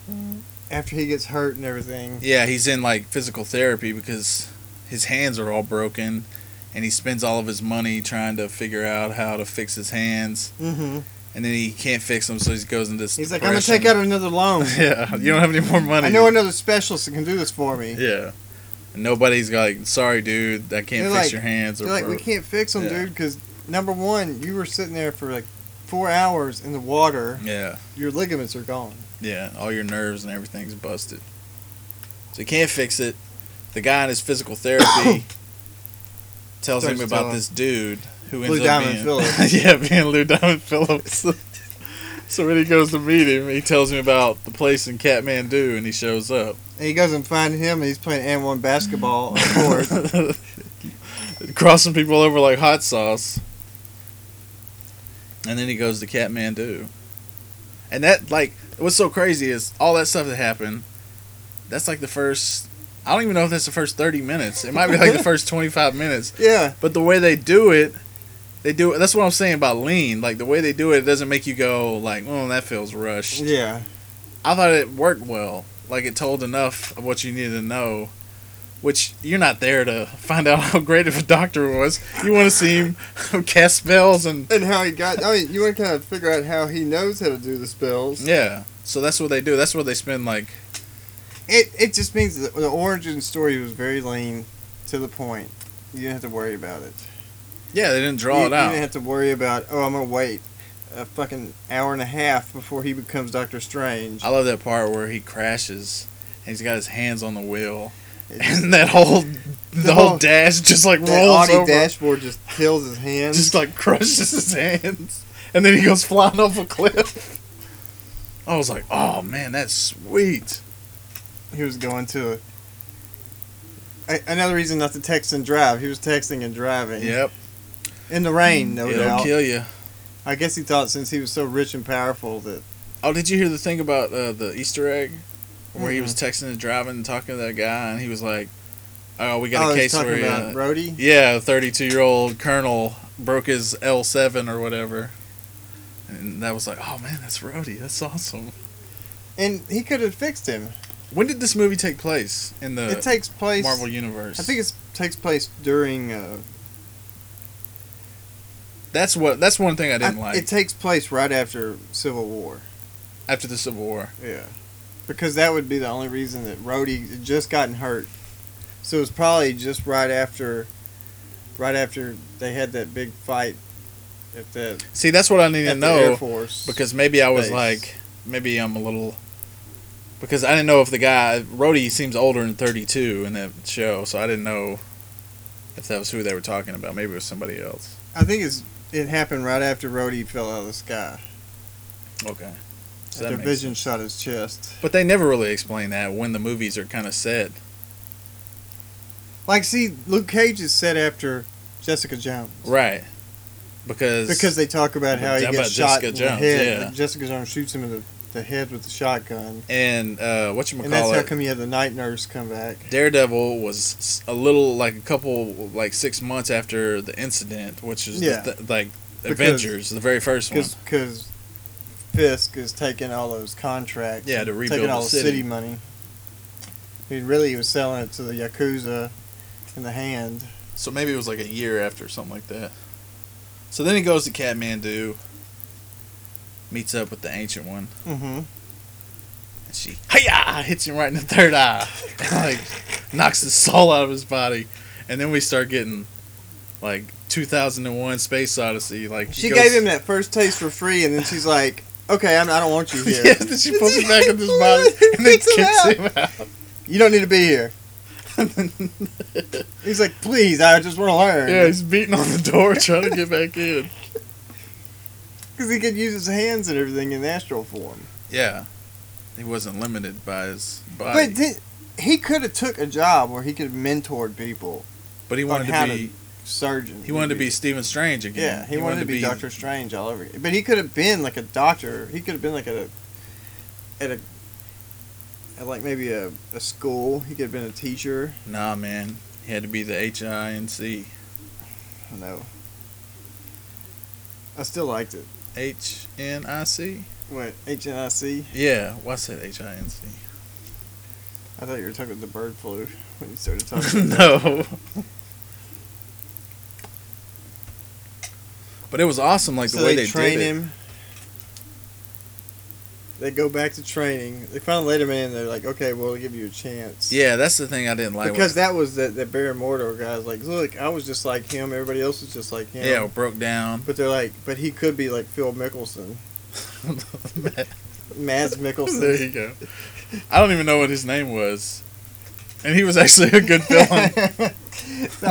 Speaker 8: after he gets hurt and everything.
Speaker 7: Yeah, he's in like physical therapy because his hands are all broken, and he spends all of his money trying to figure out how to fix his hands,
Speaker 8: Mm-hmm.
Speaker 7: and then he can't fix them, so he goes into this.
Speaker 8: He's like, I'm gonna take out another loan.
Speaker 7: Yeah, you don't have any more money.
Speaker 8: I know another specialist that can do this for me.
Speaker 7: Yeah, and nobody's like, sorry, dude, I can't
Speaker 8: They're
Speaker 7: fix
Speaker 8: like-
Speaker 7: your hands. Or
Speaker 8: They're like, we
Speaker 7: broke."
Speaker 8: can't fix him, dude,
Speaker 7: Yeah.
Speaker 8: 'cause dude, because number one, you were sitting there for like four hours in the water.
Speaker 7: Yeah,
Speaker 8: Your ligaments are gone.
Speaker 7: yeah, all your nerves and everything's busted, so he can't fix it. The guy in his physical therapy tells
Speaker 8: Starts
Speaker 7: him about
Speaker 8: telling-
Speaker 7: this dude who
Speaker 8: Lou
Speaker 7: ends
Speaker 8: Diamond
Speaker 7: up being yeah, being Lou Diamond Phillips. so when he goes to meet him, he tells him about the place in Kathmandu, and he shows up.
Speaker 8: And he goes and finds him, and he's playing and one basketball on the court.
Speaker 7: Crossing people over like hot sauce. And then he goes to Kathmandu. And that, like, what's so crazy is all that stuff that happened, that's like the first, I don't even know if that's the first 30 minutes. It might be like the first 25 minutes.
Speaker 8: yeah,
Speaker 7: But the way they do it, they do it. That's what I'm saying about lean. Like, the way they do it, it doesn't make you go, like, oh, that feels rushed.
Speaker 8: yeah.
Speaker 7: I thought it worked well. Like it told enough of what you needed to know, which you're not there to find out how great of a doctor was. You want to see him cast spells and
Speaker 8: And how he got. I mean, you want to kind of figure out how he knows how to do the spells.
Speaker 7: yeah. So that's what they do. That's what they spend like
Speaker 8: It it just means that the origin story was very lean, to the point. You didn't have to worry about it.
Speaker 7: yeah. They didn't draw
Speaker 8: you,
Speaker 7: it
Speaker 8: You didn't
Speaker 7: out.
Speaker 8: have to worry about. Oh, I'm gonna wait a fucking hour and a half before he becomes Doctor Strange.
Speaker 7: I love that part where he crashes and he's got his hands on the wheel
Speaker 8: It just-
Speaker 7: and that whole the,
Speaker 8: The
Speaker 7: whole,
Speaker 8: whole-
Speaker 7: dash just like
Speaker 8: that
Speaker 7: rolls
Speaker 8: Audi
Speaker 7: over,
Speaker 8: dashboard just kills his hands.
Speaker 7: just like crushes his hands, and then he goes flying off a cliff. I was like, oh man, that's sweet.
Speaker 8: he was going to. A, a- another reason not to text and drive. He was texting and driving.
Speaker 7: Yep,
Speaker 8: In the rain, no
Speaker 7: it'll
Speaker 8: doubt.
Speaker 7: kill you.
Speaker 8: I guess he thought since he was so rich and powerful that
Speaker 7: Oh, did you hear the thing about uh, the Easter egg where he
Speaker 8: Mm-hmm.
Speaker 7: was texting and driving and talking to that guy, and he was like, "Oh, we got
Speaker 8: oh,
Speaker 7: a
Speaker 8: he's
Speaker 7: case
Speaker 8: talking
Speaker 7: where
Speaker 8: about
Speaker 7: uh,
Speaker 8: Brody.
Speaker 7: yeah, a thirty-two-year-old colonel broke his L seven or whatever." And that was like, oh man, that's Rhodey. That's awesome.
Speaker 8: And he could have fixed him.
Speaker 7: When did this movie take place in the
Speaker 8: it takes place.
Speaker 7: Uh, Marvel Universe?
Speaker 8: I think it takes place during. Uh,
Speaker 7: that's what. That's one thing I didn't
Speaker 8: I-
Speaker 7: like
Speaker 8: It takes place right after Civil War.
Speaker 7: after the Civil War.
Speaker 8: Yeah, because that would be the only reason that Rhodey had just gotten hurt. So it was probably just right after, right after they had that big fight at the,
Speaker 7: See, that's what I need
Speaker 8: at
Speaker 7: to
Speaker 8: the Air
Speaker 7: know.
Speaker 8: Force.
Speaker 7: because maybe I was
Speaker 8: Base.
Speaker 7: like, maybe I'm a little, because I didn't know if the guy Rhodey seems older than 32 in that show, so I didn't know if that was who they were talking about. Maybe it was somebody else.
Speaker 8: I think it's it happened right after Rhodey fell out of the sky.
Speaker 7: Okay. So that
Speaker 8: Their
Speaker 7: makes
Speaker 8: vision
Speaker 7: sense.
Speaker 8: shot his chest.
Speaker 7: But they never really explain that when the movies are kind of set.
Speaker 8: Like, see, Luke Cage is set after Jessica Jones.
Speaker 7: Right. Because
Speaker 8: Because they talk about how he
Speaker 7: About
Speaker 8: gets shot
Speaker 7: Jessica
Speaker 8: in
Speaker 7: Jones,
Speaker 8: the head.
Speaker 7: yeah.
Speaker 8: like, Jessica Jones shoots him in the, the head with the shotgun.
Speaker 7: and uh, what you
Speaker 8: And that's
Speaker 7: call
Speaker 8: how
Speaker 7: it,
Speaker 8: come you had the night nurse come back.
Speaker 7: Daredevil was s- a little like a couple like six months after the incident, which is the
Speaker 8: Yeah.
Speaker 7: th- like
Speaker 8: Because-
Speaker 7: Avengers, the very first one.
Speaker 8: Because Fisk is taking all those contracts.
Speaker 7: Yeah, to
Speaker 8: and
Speaker 7: rebuild
Speaker 8: Taking all
Speaker 7: the
Speaker 8: the
Speaker 7: city.
Speaker 8: city money. He really was selling it to the Yakuza in the hand.
Speaker 7: So maybe it was like a year after something like that. So then he goes to Kathmandu, meets up with the ancient one,
Speaker 8: Mm-hmm.
Speaker 7: and she hiya hits him right in the third eye, like knocks the soul out of his body, and then we start getting like 2001 Space Odyssey. Like he
Speaker 8: She
Speaker 7: goes-
Speaker 8: gave him that first taste for free, and then she's like, okay, I'm, I don't want you here.
Speaker 7: Yeah, then she puts him back in his body and then
Speaker 8: Kicks him
Speaker 7: kicks
Speaker 8: out.
Speaker 7: him out.
Speaker 8: You don't need to be here. He's like, please, I just want to learn.
Speaker 7: Yeah, he's beating on the door trying to get back in.
Speaker 8: Because he could use his hands and everything in astral form.
Speaker 7: Yeah, he wasn't limited by his body,
Speaker 8: But
Speaker 7: but,
Speaker 8: did, he could have took a job where he could have mentored people,
Speaker 7: he
Speaker 8: on
Speaker 7: wanted
Speaker 8: how
Speaker 7: to
Speaker 8: to
Speaker 7: be
Speaker 8: surgeons.
Speaker 7: he wanted to be Stephen Strange again.
Speaker 8: Yeah, he, wanted, to be, Doctor Strange all over again. But he could have been like a doctor. He could have been like at a, at a, at like maybe a, a school. He could have been a teacher.
Speaker 7: Nah, man, he had to be the H I N C
Speaker 8: I don't know. I still liked it.
Speaker 7: H N I C.
Speaker 8: What HNIC?
Speaker 7: Yeah, why said H I N C?
Speaker 8: I thought you were talking about the bird flu when you started talking. about
Speaker 7: no. But it was awesome, like
Speaker 8: so
Speaker 7: the way
Speaker 8: they,
Speaker 7: they,
Speaker 8: train
Speaker 7: did it.
Speaker 8: him. They go back to training. They finally let him in. They're like, okay, we'll give you a chance.
Speaker 7: Yeah, that's the thing I didn't like.
Speaker 8: Because that was that that Baron Mordor guy was like, look, I was just like him. Everybody else was just like him.
Speaker 7: yeah, it broke down.
Speaker 8: But they're like, but he could be like Phil Mickelson, Mads
Speaker 7: there
Speaker 8: Mickelson.
Speaker 7: you go. I don't even know what his name was, and he was actually a good
Speaker 8: No.
Speaker 7: villain.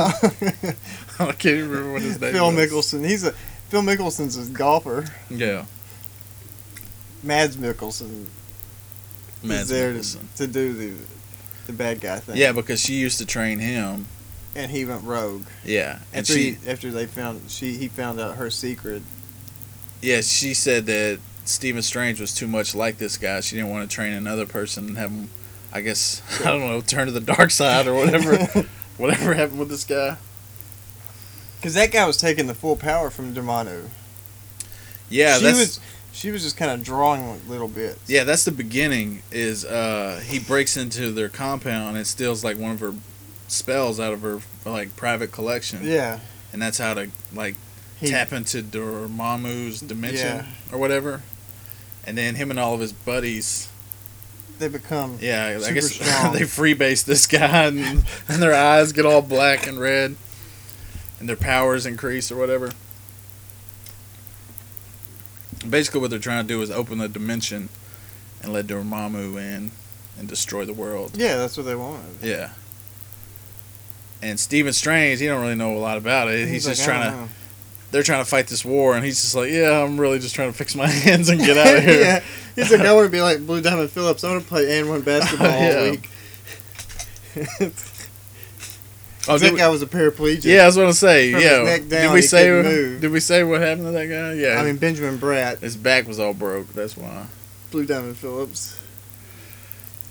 Speaker 7: I can't even remember what his name
Speaker 8: Phil
Speaker 7: was.
Speaker 8: Mickelson. He's a Phil Mickelson's a golfer.
Speaker 7: Yeah,
Speaker 8: Mads Mickelson
Speaker 7: Mads
Speaker 8: is there to,
Speaker 7: Mikkelsen.
Speaker 8: to do the the bad guy thing.
Speaker 7: Yeah, because she used to train him.
Speaker 8: and he went rogue
Speaker 7: Yeah, and
Speaker 8: after
Speaker 7: she
Speaker 8: he, after they found she he found out her secret.
Speaker 7: yeah she said that Stephen Strange was too much like this guy. She didn't want to train another person and have him. I guess I don't know, turn to the dark side or whatever. whatever happened with this guy.
Speaker 8: Because that guy was taking the full power from Demano.
Speaker 7: Yeah,
Speaker 8: she
Speaker 7: that's
Speaker 8: was she was just kind of drawing little bits.
Speaker 7: yeah, that's the beginning. Is uh he breaks into their compound and steals like one of her spells out of her like private collection.
Speaker 8: yeah.
Speaker 7: and that's how to like
Speaker 8: He-
Speaker 7: tap into Dormammu's dimension
Speaker 8: Yeah.
Speaker 7: or whatever. And then him and all of his buddies,
Speaker 8: They become
Speaker 7: yeah, I
Speaker 8: Super
Speaker 7: guess
Speaker 8: strong.
Speaker 7: they freebase this guy, and, and their eyes get all black and red, and their powers increase or whatever. Basically, what they're trying to do is open the dimension and let Dormammu in and destroy the world.
Speaker 8: yeah. That's what they wanted.
Speaker 7: Yeah. And Stephen Strange, he don't really know a lot about it. He's, just
Speaker 8: like, I
Speaker 7: trying to
Speaker 8: don't know.
Speaker 7: they're trying to fight this war, and he's just like, "Yeah, I'm really just trying to fix my hands and get out of here."
Speaker 8: yeah. He's like, I want to be like Blue Diamond Phillips. I want to play and one basketball
Speaker 7: Yeah.
Speaker 8: all week.
Speaker 7: oh,
Speaker 8: that
Speaker 7: did we-
Speaker 8: guy was a paraplegic.
Speaker 7: yeah, I was gonna say,
Speaker 8: From
Speaker 7: yeah.
Speaker 8: his neck
Speaker 7: did
Speaker 8: down,
Speaker 7: we
Speaker 8: he
Speaker 7: say?
Speaker 8: couldn't move.
Speaker 7: Did we say what happened to that guy? Yeah,
Speaker 8: I mean, Benjamin Bratt,
Speaker 7: his back was all broke. That's why.
Speaker 8: Blue Diamond Phillips.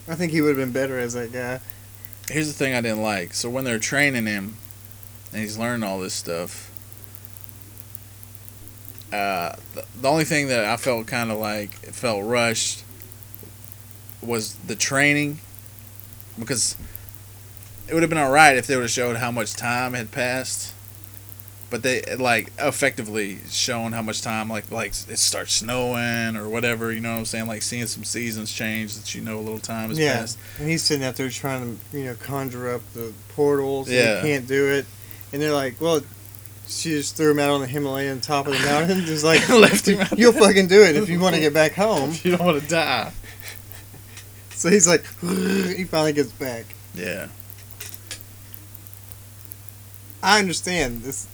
Speaker 8: I think he would have been better as that guy.
Speaker 7: Here's the thing I didn't like. So when they're training him, and he's learned all this stuff. Uh, the, the only thing that I felt kind of like it felt rushed was the training, because it would have been all right if they would have showed how much time had passed, but they like effectively shown how much time like like it starts snowing or whatever. You know what I'm saying? Like seeing some seasons change that you know a little time has
Speaker 8: Yeah.
Speaker 7: passed.
Speaker 8: And he's sitting out there trying to, you know, conjure up the portals.
Speaker 7: Yeah.
Speaker 8: And he can't do it. And they're like, well, she just threw him out on the Himalayan top of the mountain. Just like,
Speaker 7: Left him out
Speaker 8: You'll fucking do it if you want to get back home.
Speaker 7: You don't want to die.
Speaker 8: So he's like, he finally gets back.
Speaker 7: Yeah.
Speaker 8: I understand this,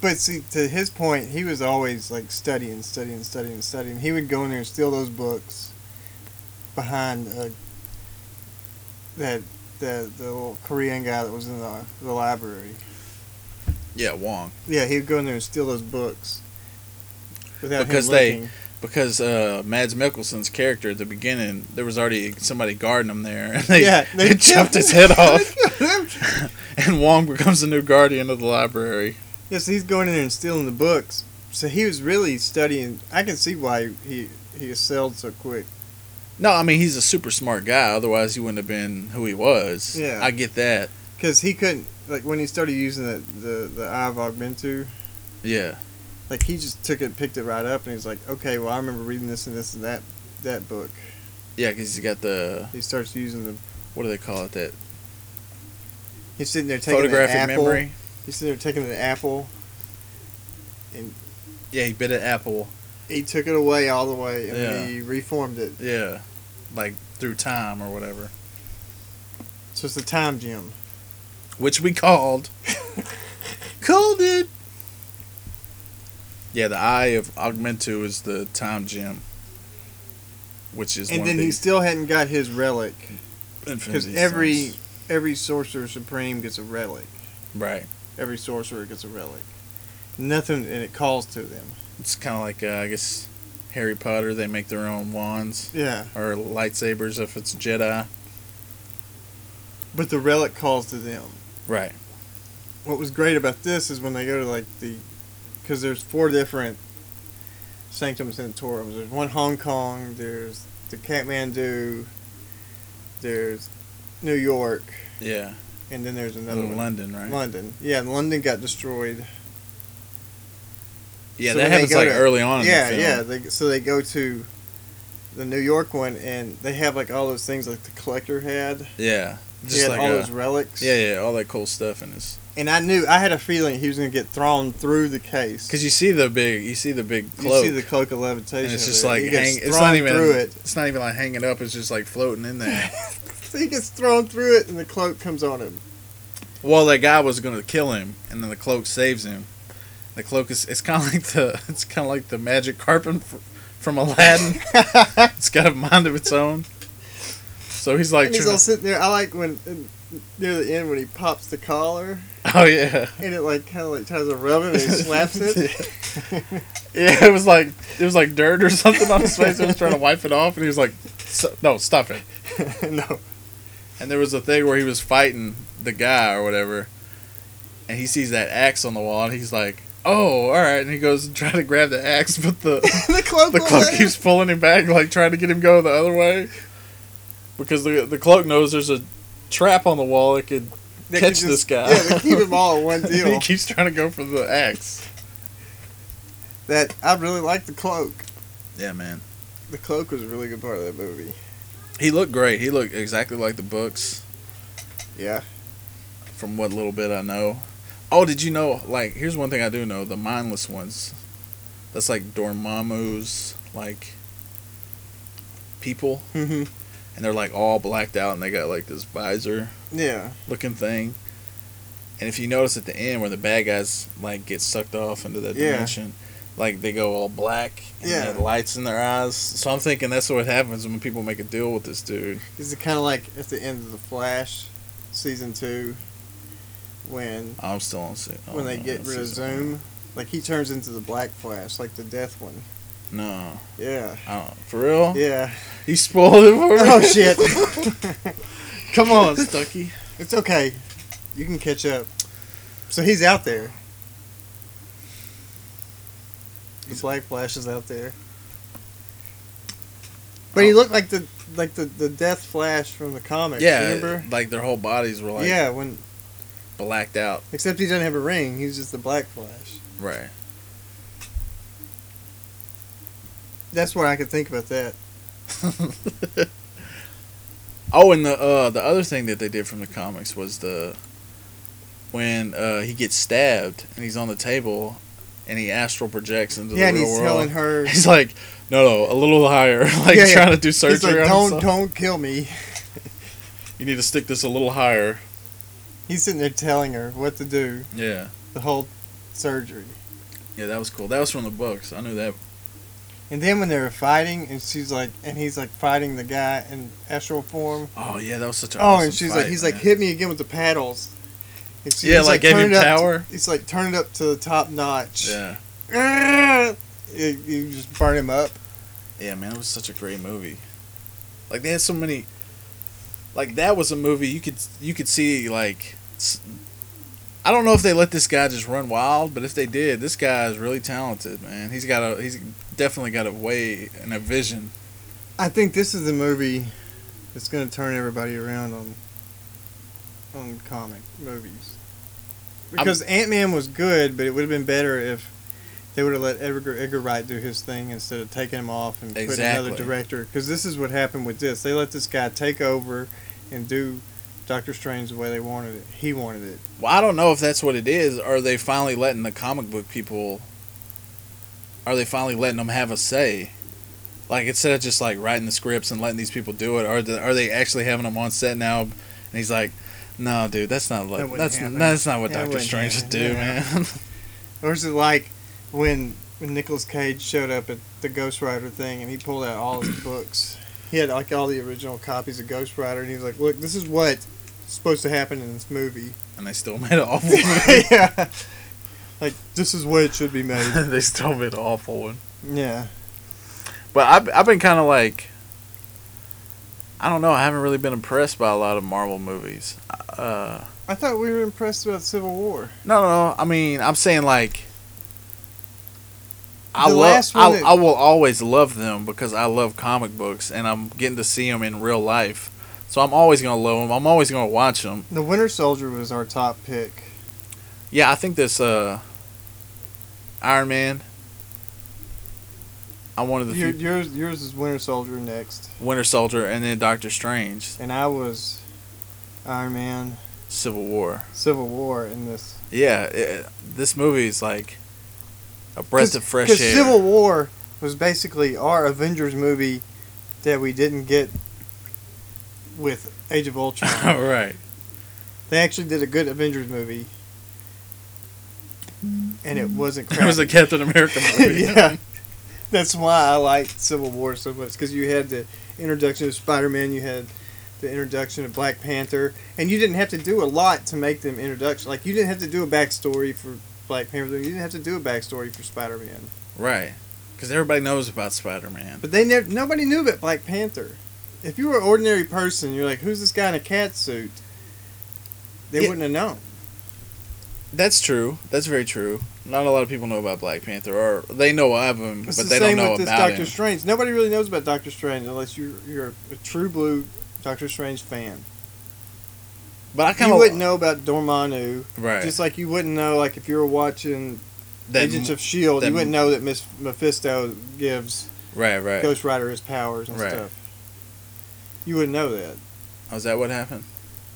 Speaker 8: but see, to his point, he was always like studying, studying, studying, studying. He would go in there and steal those books behind uh, that the the little Korean guy that was in the the library.
Speaker 7: Yeah, Wong.
Speaker 8: Yeah, he would go in there and steal those books without him
Speaker 7: Because they-
Speaker 8: looking.
Speaker 7: Because uh, Mads Mikkelsen's character at the beginning, there was already somebody guarding him there, and they,
Speaker 8: yeah
Speaker 7: they, chopped his head off, and Wong becomes the new guardian of the library.
Speaker 8: Yes, he's going in there and stealing the books. So he was really studying. I can see why he he excelled so quick.
Speaker 7: No, I mean he's a super smart guy. Otherwise, he wouldn't have been who he was.
Speaker 8: Yeah.
Speaker 7: I get that.
Speaker 8: Because he couldn't, like, when he started using the, the, the Eye of Augmentu,
Speaker 7: Yeah,
Speaker 8: like, he just took it, picked it right up, and he's like, okay, well, I remember reading this and this and that that book.
Speaker 7: yeah, because he's got the
Speaker 8: He starts using the.
Speaker 7: what do they call it? That
Speaker 8: He's sitting there taking
Speaker 7: photographic
Speaker 8: the apple.
Speaker 7: memory.
Speaker 8: He's sitting there taking the apple.
Speaker 7: Yeah, he bit an apple.
Speaker 8: He took it away all the way, and
Speaker 7: Yeah.
Speaker 8: he reformed it.
Speaker 7: Yeah, like through time or whatever,
Speaker 8: So it's the time gem.
Speaker 7: which we called. called it. Yeah, the eye of Augmentu is the time gem, which is
Speaker 8: And
Speaker 7: one
Speaker 8: then
Speaker 7: of
Speaker 8: he
Speaker 7: the
Speaker 8: still hadn't got his relic
Speaker 7: Infinity
Speaker 8: because every
Speaker 7: Stones.
Speaker 8: every sorcerer supreme gets a relic.
Speaker 7: right.
Speaker 8: Every sorcerer gets a relic. Nothing, and it calls to them.
Speaker 7: It's kind of like uh, I guess Harry Potter. They make their own wands
Speaker 8: Yeah,
Speaker 7: or lightsabers if it's Jedi.
Speaker 8: but the relic calls to them.
Speaker 7: Right.
Speaker 8: what was great about this is when they go to like the because there's four different sanctum sanctorums there's one hong kong there's the kathmandu there's new york
Speaker 7: Yeah.
Speaker 8: and then there's another
Speaker 7: Another
Speaker 8: one
Speaker 7: Oh, London, right?
Speaker 8: london yeah london got destroyed
Speaker 7: Yeah,
Speaker 8: So
Speaker 7: that
Speaker 8: when they
Speaker 7: happens
Speaker 8: go
Speaker 7: like
Speaker 8: to-
Speaker 7: early on. In
Speaker 8: yeah
Speaker 7: the film.
Speaker 8: yeah they, so they go to the new york one and they have like all those things like the collector had
Speaker 7: Yeah.
Speaker 8: he
Speaker 7: Just
Speaker 8: had
Speaker 7: like
Speaker 8: all
Speaker 7: a-
Speaker 8: those relics
Speaker 7: yeah, yeah, all that cool stuff in this.
Speaker 8: and i knew i had a feeling he was going to get thrown through the case
Speaker 7: Because you see the big, you see the big
Speaker 8: You
Speaker 7: cloak.
Speaker 8: see the cloak of levitation.
Speaker 7: and it's
Speaker 8: over
Speaker 7: just
Speaker 8: there.
Speaker 7: like
Speaker 8: he gets
Speaker 7: hang, it's
Speaker 8: thrown
Speaker 7: not even
Speaker 8: through it.
Speaker 7: It's not even like hanging up. It's just like floating in there.
Speaker 8: So he gets thrown through it, and the cloak comes on him.
Speaker 7: well, that guy was gonna kill him, and then the cloak saves him. The cloak is it's kind of like the it's kind of like the magic carpet fr- from Aladdin. it's got a mind of its own. So he's like,
Speaker 8: and he's
Speaker 7: trying
Speaker 8: all sitting there. I like when in, near the end when he pops the collar,
Speaker 7: to- oh yeah,
Speaker 8: and it like kind of like tries to rub it, and he slaps it.
Speaker 7: yeah. It was like it was like dirt or something on his face. He was trying to wipe it off, and he was like, "S- no, stop it.
Speaker 8: no,
Speaker 7: And there was a thing where he was fighting the guy or whatever, and he sees that axe on the wall, and he's like, "Oh, all right." And he goes and try to grab the axe, but the
Speaker 8: the cloak.
Speaker 7: the
Speaker 8: won't
Speaker 7: cloak
Speaker 8: let him.
Speaker 7: keeps pulling him back, like trying to get him go the other way, because the the cloak knows there's a trap on the wall that could
Speaker 8: They
Speaker 7: catch
Speaker 8: can
Speaker 7: this
Speaker 8: just-
Speaker 7: guy.
Speaker 8: Yeah, they keep him all in one
Speaker 7: and he
Speaker 8: deal.
Speaker 7: keeps trying to go for the axe.
Speaker 8: that I really like the cloak.
Speaker 7: Yeah, man.
Speaker 8: The cloak was a really good part of that movie.
Speaker 7: He looked great. He looked exactly like the books.
Speaker 8: Yeah,
Speaker 7: from what little bit I know. Oh, did you know? Like, here's one thing I do know: the mindless ones. That's like Dormammu's like people,
Speaker 8: Mhm.
Speaker 7: and they're like all blacked out, and they got like this visor
Speaker 8: yeah,
Speaker 7: looking thing. And if you notice at the end where the bad guys like get sucked off into that
Speaker 8: Yeah.
Speaker 7: dimension, like they go all black and
Speaker 8: Yeah.
Speaker 7: yeah. lights in their eyes. So I'm thinking that's what happens when people make a deal with this dude.
Speaker 8: This is kind of like at the end of the Flash, season two, when
Speaker 7: I'm still on se- oh,
Speaker 8: when they
Speaker 7: no,
Speaker 8: get
Speaker 7: this
Speaker 8: rid of
Speaker 7: is-
Speaker 8: Zoom, like he turns into the Black Flash, like the Death one.
Speaker 7: No,
Speaker 8: Yeah,
Speaker 7: I don't, for real.
Speaker 8: yeah.
Speaker 7: You spoiled it for me.
Speaker 8: Oh shit!
Speaker 7: Come on, Stucky.
Speaker 8: It's okay. You can catch up. So he's out there. The Black Flash is out there. But
Speaker 7: Oh.
Speaker 8: he looked like the like the, the Death Flash from the comics.
Speaker 7: Yeah,
Speaker 8: remember?
Speaker 7: like their whole bodies were like
Speaker 8: yeah, when
Speaker 7: blacked out.
Speaker 8: except he doesn't have a ring. He's just the Black Flash.
Speaker 7: Right.
Speaker 8: That's what I could think about that.
Speaker 7: Oh, and the uh, the other thing that they did from the comics was the when uh, he gets stabbed and he's on the table and he astral projects into
Speaker 8: yeah,
Speaker 7: the
Speaker 8: and
Speaker 7: real
Speaker 8: he's
Speaker 7: world.
Speaker 8: telling her.
Speaker 7: He's like, no, no, a little higher. like
Speaker 8: Yeah, yeah.
Speaker 7: trying to do
Speaker 8: He's
Speaker 7: surgery
Speaker 8: like,
Speaker 7: on
Speaker 8: don't
Speaker 7: himself.
Speaker 8: don't kill me.
Speaker 7: You need to stick this a little higher.
Speaker 8: He's sitting there telling her what to do,
Speaker 7: Yeah.
Speaker 8: the whole surgery.
Speaker 7: Yeah, that was cool. That was from the books. I knew that.
Speaker 8: And then when they were fighting, and she's like, and he's like fighting the guy in astral form.
Speaker 7: Oh yeah, that was such a.
Speaker 8: Oh,
Speaker 7: awesome
Speaker 8: and she's like,
Speaker 7: fight,
Speaker 8: he's like,
Speaker 7: man.
Speaker 8: hit me again with the paddles. And she-
Speaker 7: Yeah,
Speaker 8: he's
Speaker 7: like, gave
Speaker 8: turn
Speaker 7: him
Speaker 8: it up to-
Speaker 7: power.
Speaker 8: he's like, turn it up to the top notch.
Speaker 7: Yeah.
Speaker 8: Yeah. You just burn him up.
Speaker 7: Yeah, man, it was such a great movie. Like they had so many. Like that was a movie you could you could see like. s- I don't know if they let this guy just run wild, but if they did, this guy is really talented, man. He's got a he's definitely got a way and a vision.
Speaker 8: I think this is the movie that's going to turn everybody around on on comic movies.
Speaker 7: I'm-
Speaker 8: Because Ant Man was good, but it would have been better if they would have let Edgar, Edgar Wright do his thing instead of taking him off and putting
Speaker 7: Exactly.
Speaker 8: another director. Because this is what happened with this: they let this guy take over and do Doctor Strange the way they wanted it. He wanted it.
Speaker 7: Well, I don't know if that's what it is. Are they finally letting the comic book people? Are they finally letting them have a say? Like instead of just like writing the scripts and letting these people do it, are the, are they actually having them on set now? And he's like, "No, dude, that's not
Speaker 8: That
Speaker 7: like
Speaker 8: wouldn't
Speaker 7: that's
Speaker 8: happen."
Speaker 7: that's not what
Speaker 8: That
Speaker 7: Doctor
Speaker 8: wouldn't
Speaker 7: Strange would do,
Speaker 8: happen, yeah.
Speaker 7: man."
Speaker 8: Or is it like when when when Nicolas Cage showed up at the Ghost Rider thing and he pulled out all his books. He had like all the original copies of Ghost Rider and he was like, "Look, this is what's supposed to happen in this movie."
Speaker 7: and they still made an awful one.
Speaker 8: yeah. Like this is what it should be made.
Speaker 7: they still made an awful one.
Speaker 8: Yeah.
Speaker 7: But I've, I've been kind of like, I don't know. I haven't really been impressed by a lot of Marvel movies. Uh,
Speaker 8: I thought we were impressed about Civil War.
Speaker 7: no, no, no. I mean, I'm saying like, I
Speaker 8: The
Speaker 7: love.
Speaker 8: last one
Speaker 7: I,
Speaker 8: that-
Speaker 7: I will always love them because I love comic books and I'm getting to see them in real life. So I'm always gonna love them. I'm always gonna watch them.
Speaker 8: The Winter Soldier was our top pick.
Speaker 7: Yeah, I think this uh, Iron Man. I'm one of the
Speaker 8: Your,
Speaker 7: few,
Speaker 8: yours, yours is Winter Soldier next,
Speaker 7: Winter Soldier and then Doctor Strange,
Speaker 8: and I was Iron Man,
Speaker 7: Civil War.
Speaker 8: Civil War in this.
Speaker 7: Yeah, it, this movie is like a breath of fresh air.
Speaker 8: Because Civil War was basically our Avengers movie that we didn't get with Age of Ultron.
Speaker 7: All right.
Speaker 8: they actually did a good Avengers movie, and it wasn't.
Speaker 7: It was
Speaker 8: crappy.
Speaker 7: a Captain America movie.
Speaker 8: yeah. That's why I liked Civil War so much because you had the introduction of Spider Man, you had the introduction of Black Panther, and you didn't have to do a lot to make them introduction. Like you didn't have to do a backstory for Black Panther, you didn't have to do a backstory for Spider Man,
Speaker 7: Right. Because everybody knows about Spider Man.
Speaker 8: but they never nobody knew about Black Panther. If you were an ordinary person, you're like, who's this guy in a cat suit? They
Speaker 7: Yeah.
Speaker 8: wouldn't have known.
Speaker 7: That's true. That's very true. Not a lot of people know about Black Panther, or they know of him,
Speaker 8: It's
Speaker 7: but
Speaker 8: the
Speaker 7: they don't
Speaker 8: same
Speaker 7: know
Speaker 8: with this
Speaker 7: about
Speaker 8: Doctor
Speaker 7: him.
Speaker 8: Strange. Nobody really knows about Doctor Strange unless you're you're a true blue Doctor Strange fan.
Speaker 7: But I kind
Speaker 8: you
Speaker 7: of
Speaker 8: wouldn't know about Dormammu,
Speaker 7: Right.
Speaker 8: just like you wouldn't know like if you were watching
Speaker 7: that,
Speaker 8: Agents of Shield,
Speaker 7: that-
Speaker 8: E you wouldn't know that Miss Mephisto gives
Speaker 7: right, right.
Speaker 8: Ghost Rider his powers and
Speaker 7: Right.
Speaker 8: stuff. You wouldn't know that.
Speaker 7: Oh, is that what happened?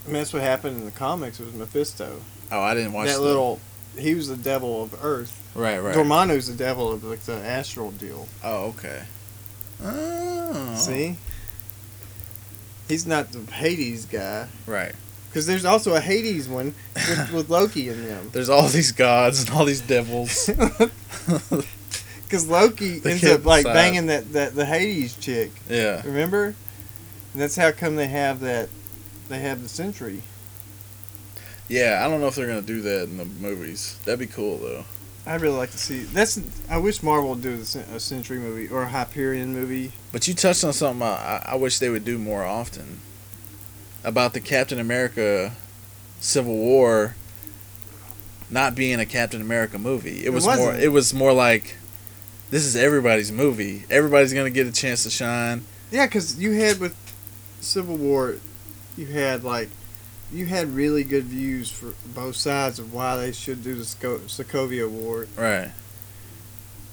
Speaker 8: I mean, that's what happened in the comics. It was Mephisto,
Speaker 7: Oh, I didn't watch
Speaker 8: that
Speaker 7: the-
Speaker 8: little. He was the devil of Earth.
Speaker 7: Right, right.
Speaker 8: Dormammu's the devil of like the astral deal.
Speaker 7: oh, okay. Oh.
Speaker 8: See, he's not the Hades guy
Speaker 7: Right.
Speaker 8: because there's also a Hades one with, with Loki in them.
Speaker 7: There's all these gods and all these devils.
Speaker 8: Because Loki
Speaker 7: They
Speaker 8: ends
Speaker 7: can't
Speaker 8: up like
Speaker 7: decide.
Speaker 8: banging that, that the Hades chick.
Speaker 7: yeah.
Speaker 8: Remember? And that's how come they have that. They have the Sentry.
Speaker 7: Yeah, I don't know if they're gonna do that in the movies. That'd be cool though.
Speaker 8: I'd really like to see. That's. I wish Marvel would do the Sen- a Sentry movie or a Hyperion movie.
Speaker 7: But you touched on something I, I wish they would do more often about the Captain America Civil War not being a Captain America movie. It was more.
Speaker 8: wasn't.
Speaker 7: It was more like this is everybody's movie. Everybody's gonna get a chance to shine.
Speaker 8: Yeah, because you had with Civil War, you had like, you had really good views for both sides of why they should do the Sco- Sokovia War,
Speaker 7: Right.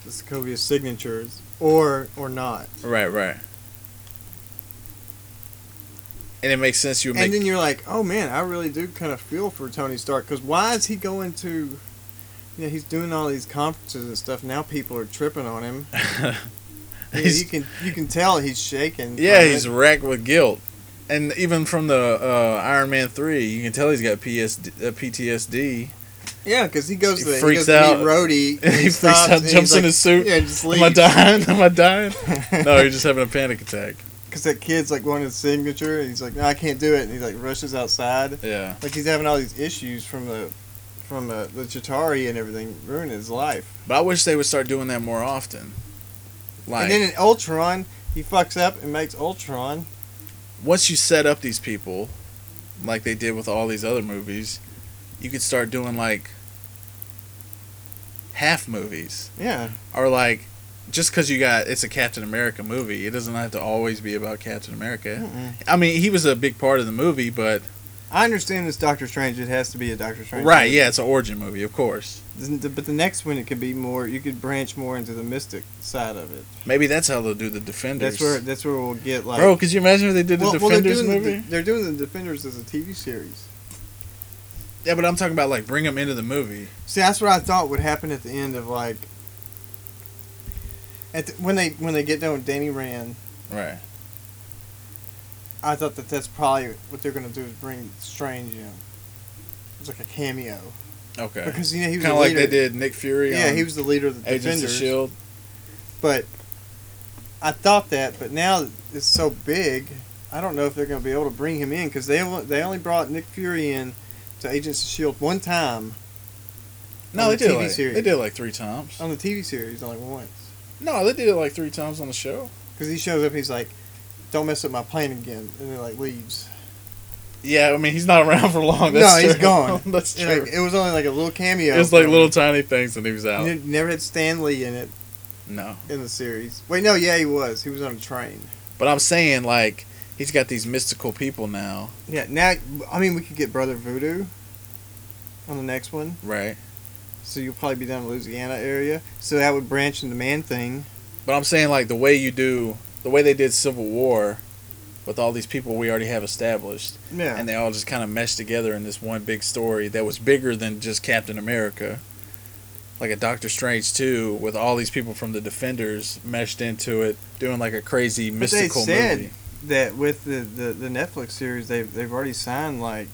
Speaker 8: the Sokovia signatures, or or not.
Speaker 7: Right. Right. And it makes sense you would make
Speaker 8: and then you're like, oh man, I really do kind of feel for Tony Stark because why is he going to, you know, he's doing all these conferences and stuff. Now people are tripping on him. You,
Speaker 7: He's-
Speaker 8: you can you can tell he's shaking.
Speaker 7: Yeah,
Speaker 8: from
Speaker 7: he's
Speaker 8: it.
Speaker 7: racked with guilt, and even from the uh, Iron Man three, you can tell he's got PSD, uh, PTSD.
Speaker 8: yeah because he goes
Speaker 7: he
Speaker 8: to the,
Speaker 7: freaks
Speaker 8: he goes to
Speaker 7: out.
Speaker 8: meet Rhodey.
Speaker 7: He freaks out,
Speaker 8: and he's
Speaker 7: jumps in
Speaker 8: like,
Speaker 7: his suit.
Speaker 8: Yeah, just
Speaker 7: Am I
Speaker 8: leaves.
Speaker 7: dying? Am I dying? no, you're just having a panic attack.
Speaker 8: Because that kid's like wanting his signature. And he's like, no, I can't do it, and he like rushes outside.
Speaker 7: Yeah,
Speaker 8: Like he's having all these issues from the from the, the Chitari and everything ruining his life.
Speaker 7: but I wish they would start doing that more often. Like
Speaker 8: And then in Ultron, he fucks up and makes Ultron.
Speaker 7: once you set up these people, like they did with all these other movies, you could start doing like half movies.
Speaker 8: Yeah,
Speaker 7: Or like just because you got it's a Captain America movie, it doesn't have to always be about Captain America.
Speaker 8: Hmm.
Speaker 7: I mean, he was a big part of the movie, but
Speaker 8: I understand this Doctor Strange. It has to be a Doctor Strange,
Speaker 7: right,
Speaker 8: movie.
Speaker 7: yeah, it's an origin movie, of course.
Speaker 8: Isn't the- But the next one, it could be more. You could branch more into the mystic side of it.
Speaker 7: Maybe that's how they'll do the Defenders.
Speaker 8: That's where that's where we'll get like.
Speaker 7: Bro, could you imagine if they did the
Speaker 8: well, well, they're
Speaker 7: Defenders
Speaker 8: doing the-
Speaker 7: movie?
Speaker 8: they're doing the Defenders as a TV series.
Speaker 7: yeah, but I'm talking about like bring them into the movie.
Speaker 8: See, that's what I thought would happen at the end of like. At the, when they when they get done with Danny Rand,
Speaker 7: Right.
Speaker 8: I thought that that's probably what they're gonna do is bring Strange in. It's like a cameo.
Speaker 7: Okay.
Speaker 8: because you know he was
Speaker 7: Kind of
Speaker 8: the
Speaker 7: like
Speaker 8: leader.
Speaker 7: they did Nick Fury.
Speaker 8: Yeah,
Speaker 7: on
Speaker 8: he was the leader of the
Speaker 7: Agents of
Speaker 8: Defenders.
Speaker 7: Shield.
Speaker 8: But I thought that, but now that it's so big. I don't know if they're going to be able to bring him in because they only- they only brought Nick Fury in to Agents of Shield E one time
Speaker 7: No,
Speaker 8: on
Speaker 7: they
Speaker 8: the
Speaker 7: did.
Speaker 8: TV
Speaker 7: like,
Speaker 8: series.
Speaker 7: They did it like three times.
Speaker 8: on the TV series only once
Speaker 7: No, they did it like three times on the show.
Speaker 8: because he shows up. He's like, "Don't mess up my plane again," and then like leaves.
Speaker 7: Yeah, I mean he's not around for long.
Speaker 8: No,
Speaker 7: That's
Speaker 8: he's
Speaker 7: true.
Speaker 8: gone.
Speaker 7: That's true.
Speaker 8: And, like, it was only like a little cameo.
Speaker 7: it's like little tiny things, and he was out.
Speaker 8: You never had Stan Lee in it
Speaker 7: No,
Speaker 8: in the series. Wait, no, yeah, he was. He was on a train.
Speaker 7: but I'm saying like he's got these mystical people now,
Speaker 8: Yeah, now I mean we could get Brother Voodoo on the next one.
Speaker 7: right?
Speaker 8: So you'll probably be down in Louisiana area. So that would branch into Man Thing.
Speaker 7: But I'm saying like the way you do, the way they did Civil War, with all these people we already have established,
Speaker 8: Yeah.
Speaker 7: and they all just kind of meshed together in this one big story that was bigger than just Captain America. Like a Doctor Strange too, with all these people from the Defenders meshed into it, doing like a crazy
Speaker 8: they
Speaker 7: mystical
Speaker 8: said-
Speaker 7: movie.
Speaker 8: that with the, the, the Netflix series they've they've already signed like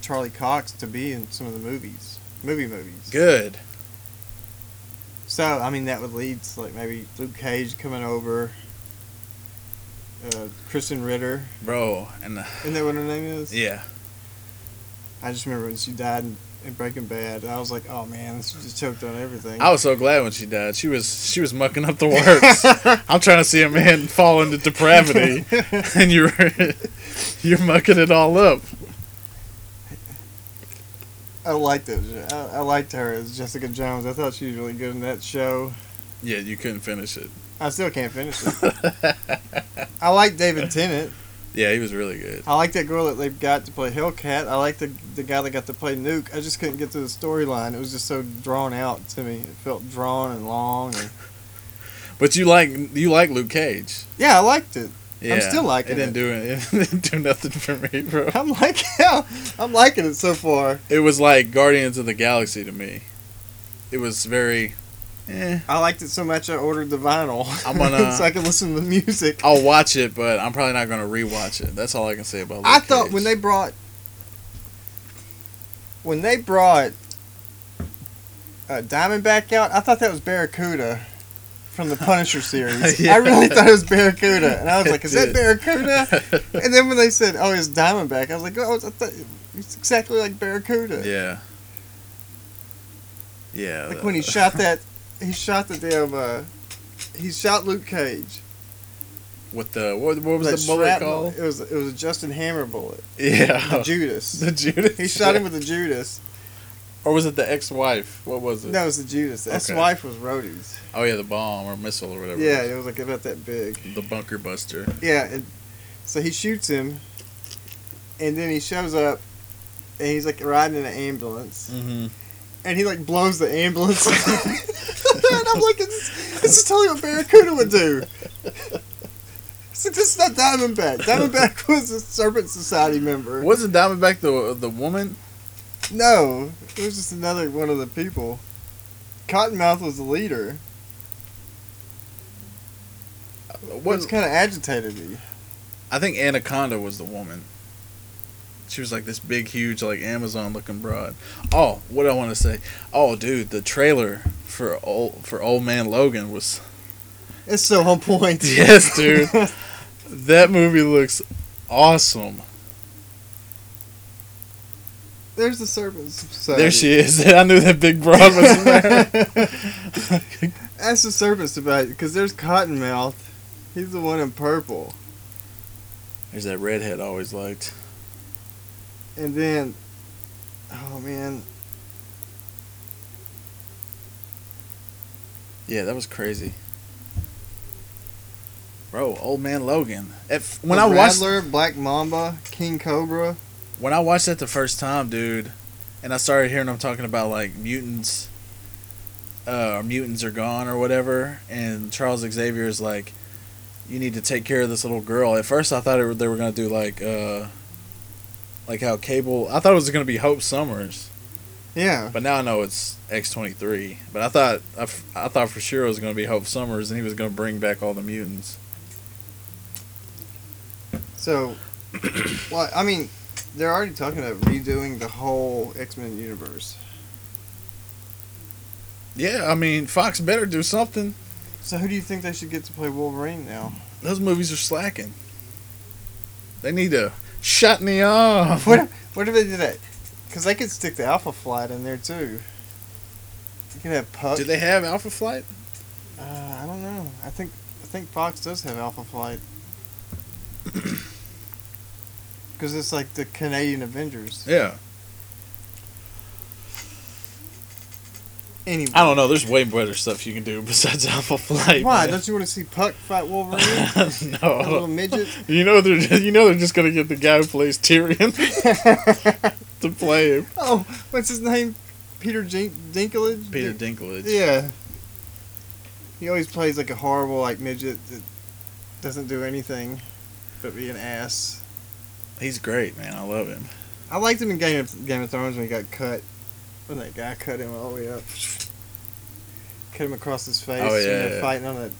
Speaker 8: Charlie Cox to be in some of the movies. Movie movies.
Speaker 7: Good.
Speaker 8: So I mean that would lead to like maybe Luke Cage coming over. Uh, Kristen Ritter,
Speaker 7: Bro, and uh,
Speaker 8: isn't that what her name is?
Speaker 7: yeah,
Speaker 8: I just remember when she died in, in Breaking Bad. I was like, oh man, she just choked on everything.
Speaker 7: I was so glad when she died. She was she was mucking up the works. I'm trying to see a man fall into depravity, and you're you're mucking it all up.
Speaker 8: I liked it. I, I liked her as Jessica Jones. I thought she was really good in that show.
Speaker 7: Yeah, you couldn't finish it.
Speaker 8: I still can't finish it. I like David Tennant.
Speaker 7: Yeah, he was really good.
Speaker 8: I like that girl that they've got to play Hellcat. I like the the guy that got to play Nuke. I just couldn't get to the storyline. It was just so drawn out to me. It felt drawn and long. And,
Speaker 7: But you like you like Luke Cage.
Speaker 8: yeah, I liked it.
Speaker 7: Yeah,
Speaker 8: still liking
Speaker 7: it. Didn't
Speaker 8: it.
Speaker 7: do it. It didn't do nothing for me, bro.
Speaker 8: I'm like, I'm liking it so far.
Speaker 7: It was like Guardians of the Galaxy to me. It was very. Eh,
Speaker 8: I liked it so much I ordered the vinyl.
Speaker 7: I'm gonna-
Speaker 8: so I can listen to the music.
Speaker 7: I'll watch it, but I'm probably not gonna rewatch it. That's all I can say about. Luke
Speaker 8: I thought when
Speaker 7: Cage.
Speaker 8: they brought when they brought uh, Diamondback out, I thought that was Barracuda from the Punisher series.
Speaker 7: Yeah.
Speaker 8: I really thought it was Barracuda, and I was like, "Is that
Speaker 7: Dude.
Speaker 8: Barracuda?" and then when they said, "Oh, it's Diamondback," I was like, "Oh, I thought it's exactly like Barracuda."
Speaker 7: Yeah. Yeah. uh,
Speaker 8: Like when he shot that, he shot the damn. Uh, he shot Luke Cage.
Speaker 7: with the what, what was
Speaker 8: That
Speaker 7: the bullet
Speaker 8: shrapnel-
Speaker 7: called?
Speaker 8: It was it was a Justin Hammer bullet.
Speaker 7: Yeah.
Speaker 8: The Judas.
Speaker 7: The Judas.
Speaker 8: He shot him with the Judas.
Speaker 7: Or was it the ex-wife? What was it?
Speaker 8: No, it was the Judas. The
Speaker 7: Okay.
Speaker 8: ex-wife was Rhodey's.
Speaker 7: Oh yeah, the bomb or missile or whatever. it
Speaker 8: Yeah,
Speaker 7: was.
Speaker 8: it was like about that big.
Speaker 7: The bunker buster.
Speaker 8: Yeah, and so he shoots him, and then he shows up, and he's like riding in an ambulance,
Speaker 7: Mm-hmm.
Speaker 8: and he like blows the ambulance. and I'm like, it's, this is totally what Barracuda would do. It's like, this is not Diamondback. Diamondback was a Serpent Society member.
Speaker 7: Wasn't Diamondback the the woman?
Speaker 8: No, it was just another one of the people. Cottonmouth was the leader,
Speaker 7: What?
Speaker 8: which kind of agitated me.
Speaker 7: I think Anaconda was the woman. She was like this big, huge, like Amazon looking broad. Oh, what do I want to say? Oh, dude, the trailer for old for Old Man Logan was
Speaker 8: It's so on point.
Speaker 7: Yes, dude. that movie looks awesome.
Speaker 8: There's the serpent. Society.
Speaker 7: There she is. I knew that big broad was in there.
Speaker 8: That's the serpent society because there's Cottonmouth. He's the one in purple,
Speaker 7: There's that redhead I always liked.
Speaker 8: and then, oh man,
Speaker 7: Yeah, that was crazy. Bro, old man Logan. At f- when
Speaker 8: the
Speaker 7: I watched
Speaker 8: Rattler, Black Mamba, King Cobra.
Speaker 7: when I watched that the first time, dude, and I started hearing them talking about like mutants, uh, or mutants are gone or whatever, and Charles Xavier is like, you need to take care of this little girl. At first, I thought it, were- they were gonna do like, uh, like how Cable. I thought it was gonna be Hope Summers,
Speaker 8: Yeah,
Speaker 7: but now I know it's X twenty three. But I thought I, f- I thought for sure it was gonna be Hope Summers, and he was gonna bring back all the mutants.
Speaker 8: so, well, I mean, they're already talking about redoing the whole X Men universe.
Speaker 7: Yeah, I mean, Fox better do something.
Speaker 8: So who do you think they should get to play Wolverine now?
Speaker 7: Those movies are slacking. They need to shut me off.
Speaker 8: What if, what if they did that? Because they could stick the Alpha Flight in there too. You can have Puck.
Speaker 7: Do they have Alpha Flight?
Speaker 8: Uh, I don't know. I think I think Fox does have Alpha Flight. Because it's like the Canadian Avengers.
Speaker 7: Yeah.
Speaker 8: Anyway,
Speaker 7: I don't know. There's way better stuff you can do besides Alpha Flight.
Speaker 8: why
Speaker 7: man.
Speaker 8: don't you want to see Puck fight Wolverine?
Speaker 7: no.
Speaker 8: That little midget.
Speaker 7: You know they're just, you know they're just gonna get the guy who plays Tyrion to play him.
Speaker 8: oh, what's his name? Peter Jink- Dinklage.
Speaker 7: Peter Dinklage.
Speaker 8: Dinklage. Yeah. He always plays like a horrible like midget that doesn't do anything but be an ass.
Speaker 7: He's great, man. I love him.
Speaker 8: I liked him in Game of, Game of Thrones when he got cut. When that guy cut him all the way up, cut him across his face.
Speaker 7: Oh,
Speaker 8: when
Speaker 7: yeah,
Speaker 8: they're
Speaker 7: yeah.
Speaker 8: Fighting on the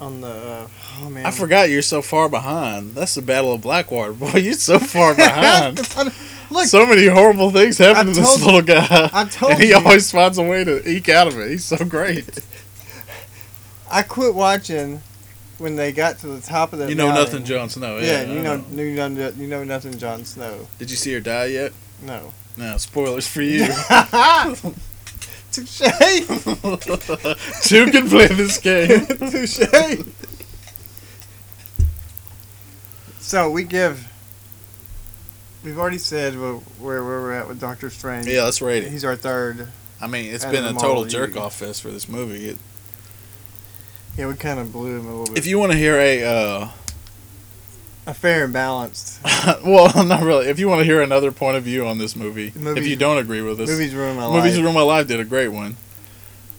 Speaker 8: on the uh, oh man.
Speaker 7: I forgot you're so far behind. That's the Battle of Blackwater, boy. You're so far behind.
Speaker 8: Look,
Speaker 7: so many horrible things happen
Speaker 8: I
Speaker 7: to this
Speaker 8: told-
Speaker 7: little guy.
Speaker 8: I told
Speaker 7: and he
Speaker 8: you.
Speaker 7: always finds a way to eke out of it. He's so great.
Speaker 8: I quit watching when they got to the top of the
Speaker 7: you know
Speaker 8: mountain.
Speaker 7: nothing, Jon Snow.
Speaker 8: Yeah,
Speaker 7: Oh, Yeah, I
Speaker 8: you know, you know you know nothing, Jon Snow.
Speaker 7: Did you see her die yet?
Speaker 8: No.
Speaker 7: No, spoilers for you.
Speaker 8: Touche.
Speaker 7: Two can play this game.
Speaker 8: Touche. So we give. We've already said where where we're at with Doctor Strange.
Speaker 7: yeah, let's rate it.
Speaker 8: He's our third.
Speaker 7: I mean, it's
Speaker 8: And
Speaker 7: been
Speaker 8: the
Speaker 7: a total
Speaker 8: Marvel
Speaker 7: jerk
Speaker 8: U.
Speaker 7: off fest for this movie. It,
Speaker 8: Yeah, we kind of blew him a little bit.
Speaker 7: if you want to hear a uh,
Speaker 8: a fair and balanced.
Speaker 7: well, not really. If you want to hear another point of view on this movie,
Speaker 8: Movies-
Speaker 7: if you don't agree with us,
Speaker 8: movies ruin my
Speaker 7: Movies
Speaker 8: life.
Speaker 7: Ruin My Life did a great one,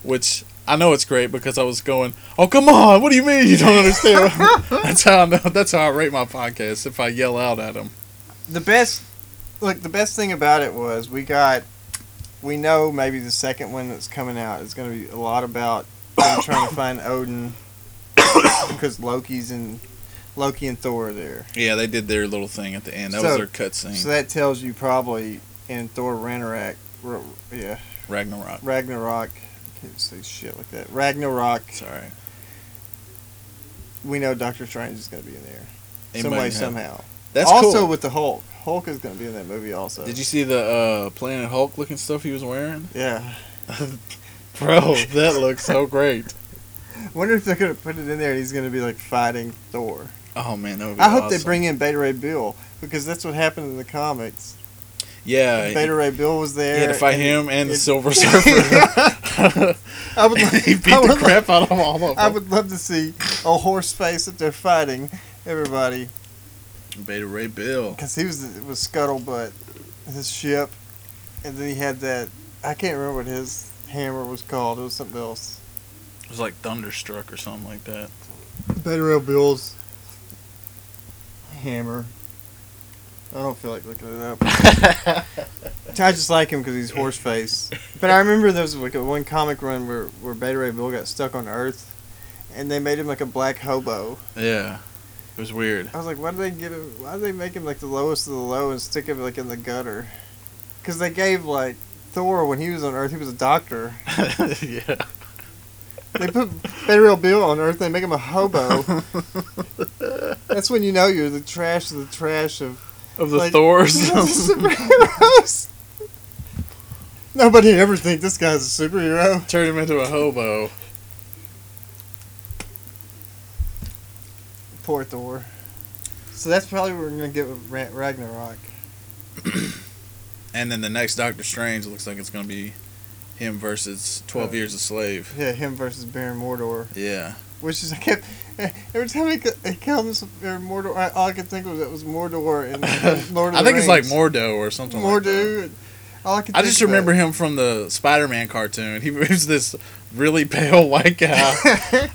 Speaker 7: which I know it's great because I was going, "Oh come on, what do you mean you don't understand?" that's how I know. That's how I rate my podcast if I yell out at them.
Speaker 8: the best. Look, the best thing about it was we got. We know maybe the second one that's coming out is going to be a lot about them trying to find Odin because Loki's and Loki and Thor are there.
Speaker 7: Yeah, they did their little thing at the end. That
Speaker 8: So-
Speaker 7: was their cutscene.
Speaker 8: So that tells you probably in Thor Ragnarok, r- yeah,
Speaker 7: Ragnarok.
Speaker 8: Ragnarok. I can't say shit like that. Ragnarok.
Speaker 7: Sorry.
Speaker 8: We know Doctor Strange is going to be in there some
Speaker 7: Anybody
Speaker 8: way,
Speaker 7: have-
Speaker 8: somehow.
Speaker 7: That's
Speaker 8: also
Speaker 7: cool.
Speaker 8: with the Hulk. Hulk is going to be in that movie also.
Speaker 7: Did you see the uh, Planet Hulk looking stuff he was wearing?
Speaker 8: Yeah.
Speaker 7: Bro, that looks so great.
Speaker 8: Wonder if they're going to put it in there. and He's going to be like fighting Thor.
Speaker 7: Oh man, that would be
Speaker 8: I hope they
Speaker 7: awesome.
Speaker 8: bring in Beta Ray Bill because that's what happened in the comics.
Speaker 7: yeah.
Speaker 8: Beta Ray Bill was
Speaker 7: Uh, he
Speaker 8: there.
Speaker 7: had to fight
Speaker 8: and
Speaker 7: him and the
Speaker 8: it-
Speaker 7: Silver Surfer.
Speaker 8: I would. Like,
Speaker 7: he beat
Speaker 8: I would
Speaker 7: the
Speaker 8: like-
Speaker 7: crap out of all of them.
Speaker 8: I would love to see a horse face that they're fighting everybody
Speaker 7: Beta Ray Bill.
Speaker 8: because he was it was scuttlebutt his ship, and then he had that I can't remember what his hammer was called. It was something else.
Speaker 7: It was like Thunderstruck or something like that.
Speaker 8: Better Old Bill's hammer. I don't feel like looking it up. I just like him because he's horse face. But I remember there was like a one comic run where where Beta Ray Bill got stuck on Earth, and they made him like a black hobo.
Speaker 7: Yeah. It was weird.
Speaker 8: I was like, why did they give him? Why did they make him like the lowest of the low and stick him like in the gutter? Because they gave like Thor when he was on Earth, he was a doctor.
Speaker 7: yeah.
Speaker 8: They put Burial Bill on Earth, they make him a hobo. That's when you know you're the trash of the trash of
Speaker 7: Of the
Speaker 8: Like-
Speaker 7: Thors.
Speaker 8: superheroes. Nobody ever think this guy's a superhero.
Speaker 7: Turned him into a hobo.
Speaker 8: Poor Thor. So that's probably what we're gonna get with Ra- Ragnarok.
Speaker 7: And then the next Doctor Strange looks like it's going to be him versus 12 Years a Slave.
Speaker 8: Yeah, him versus Baron Mordor.
Speaker 7: Yeah.
Speaker 8: which is I kept every time I, c- I come this or Mordor, I, all I could think of it was Mordor and Lord of
Speaker 7: I
Speaker 8: the
Speaker 7: think it's like
Speaker 8: Rings.
Speaker 7: Mordo or something like that.
Speaker 8: Mordo. and all I could.
Speaker 7: I
Speaker 8: think
Speaker 7: just
Speaker 8: about.
Speaker 7: remember him from the Spider Man cartoon. He was this really pale white guy.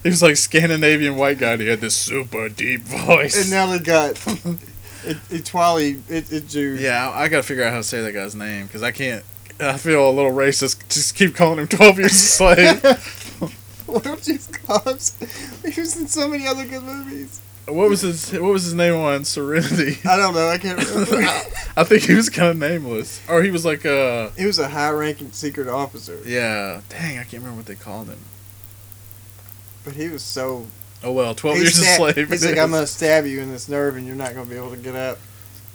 Speaker 7: he was like Scandinavian white guy. And he had this super deep voice.
Speaker 8: And now they got E-, it. It Twally. It, it Jude.
Speaker 7: Yeah, I, I gotta figure out how to say that guy's name because I can't. I feel a little racist. Just keep calling him Twelve Years a Slave.
Speaker 8: What don't you call him? He was in so many other good movies.
Speaker 7: What was his What was his name on Serenity?
Speaker 8: I don't know. I can't remember.
Speaker 7: I think he was kind of nameless, or he was like uh
Speaker 8: he was a high-ranking secret officer,
Speaker 7: yeah. Dang, I can't remember what they called him.
Speaker 8: but he was so.
Speaker 7: Oh well, twelve
Speaker 8: he
Speaker 7: years
Speaker 8: stab-
Speaker 7: a slave.
Speaker 8: He's
Speaker 7: it
Speaker 8: like, I'm
Speaker 7: is."
Speaker 8: gonna stab you in this nerve, and you're not gonna be able to get up.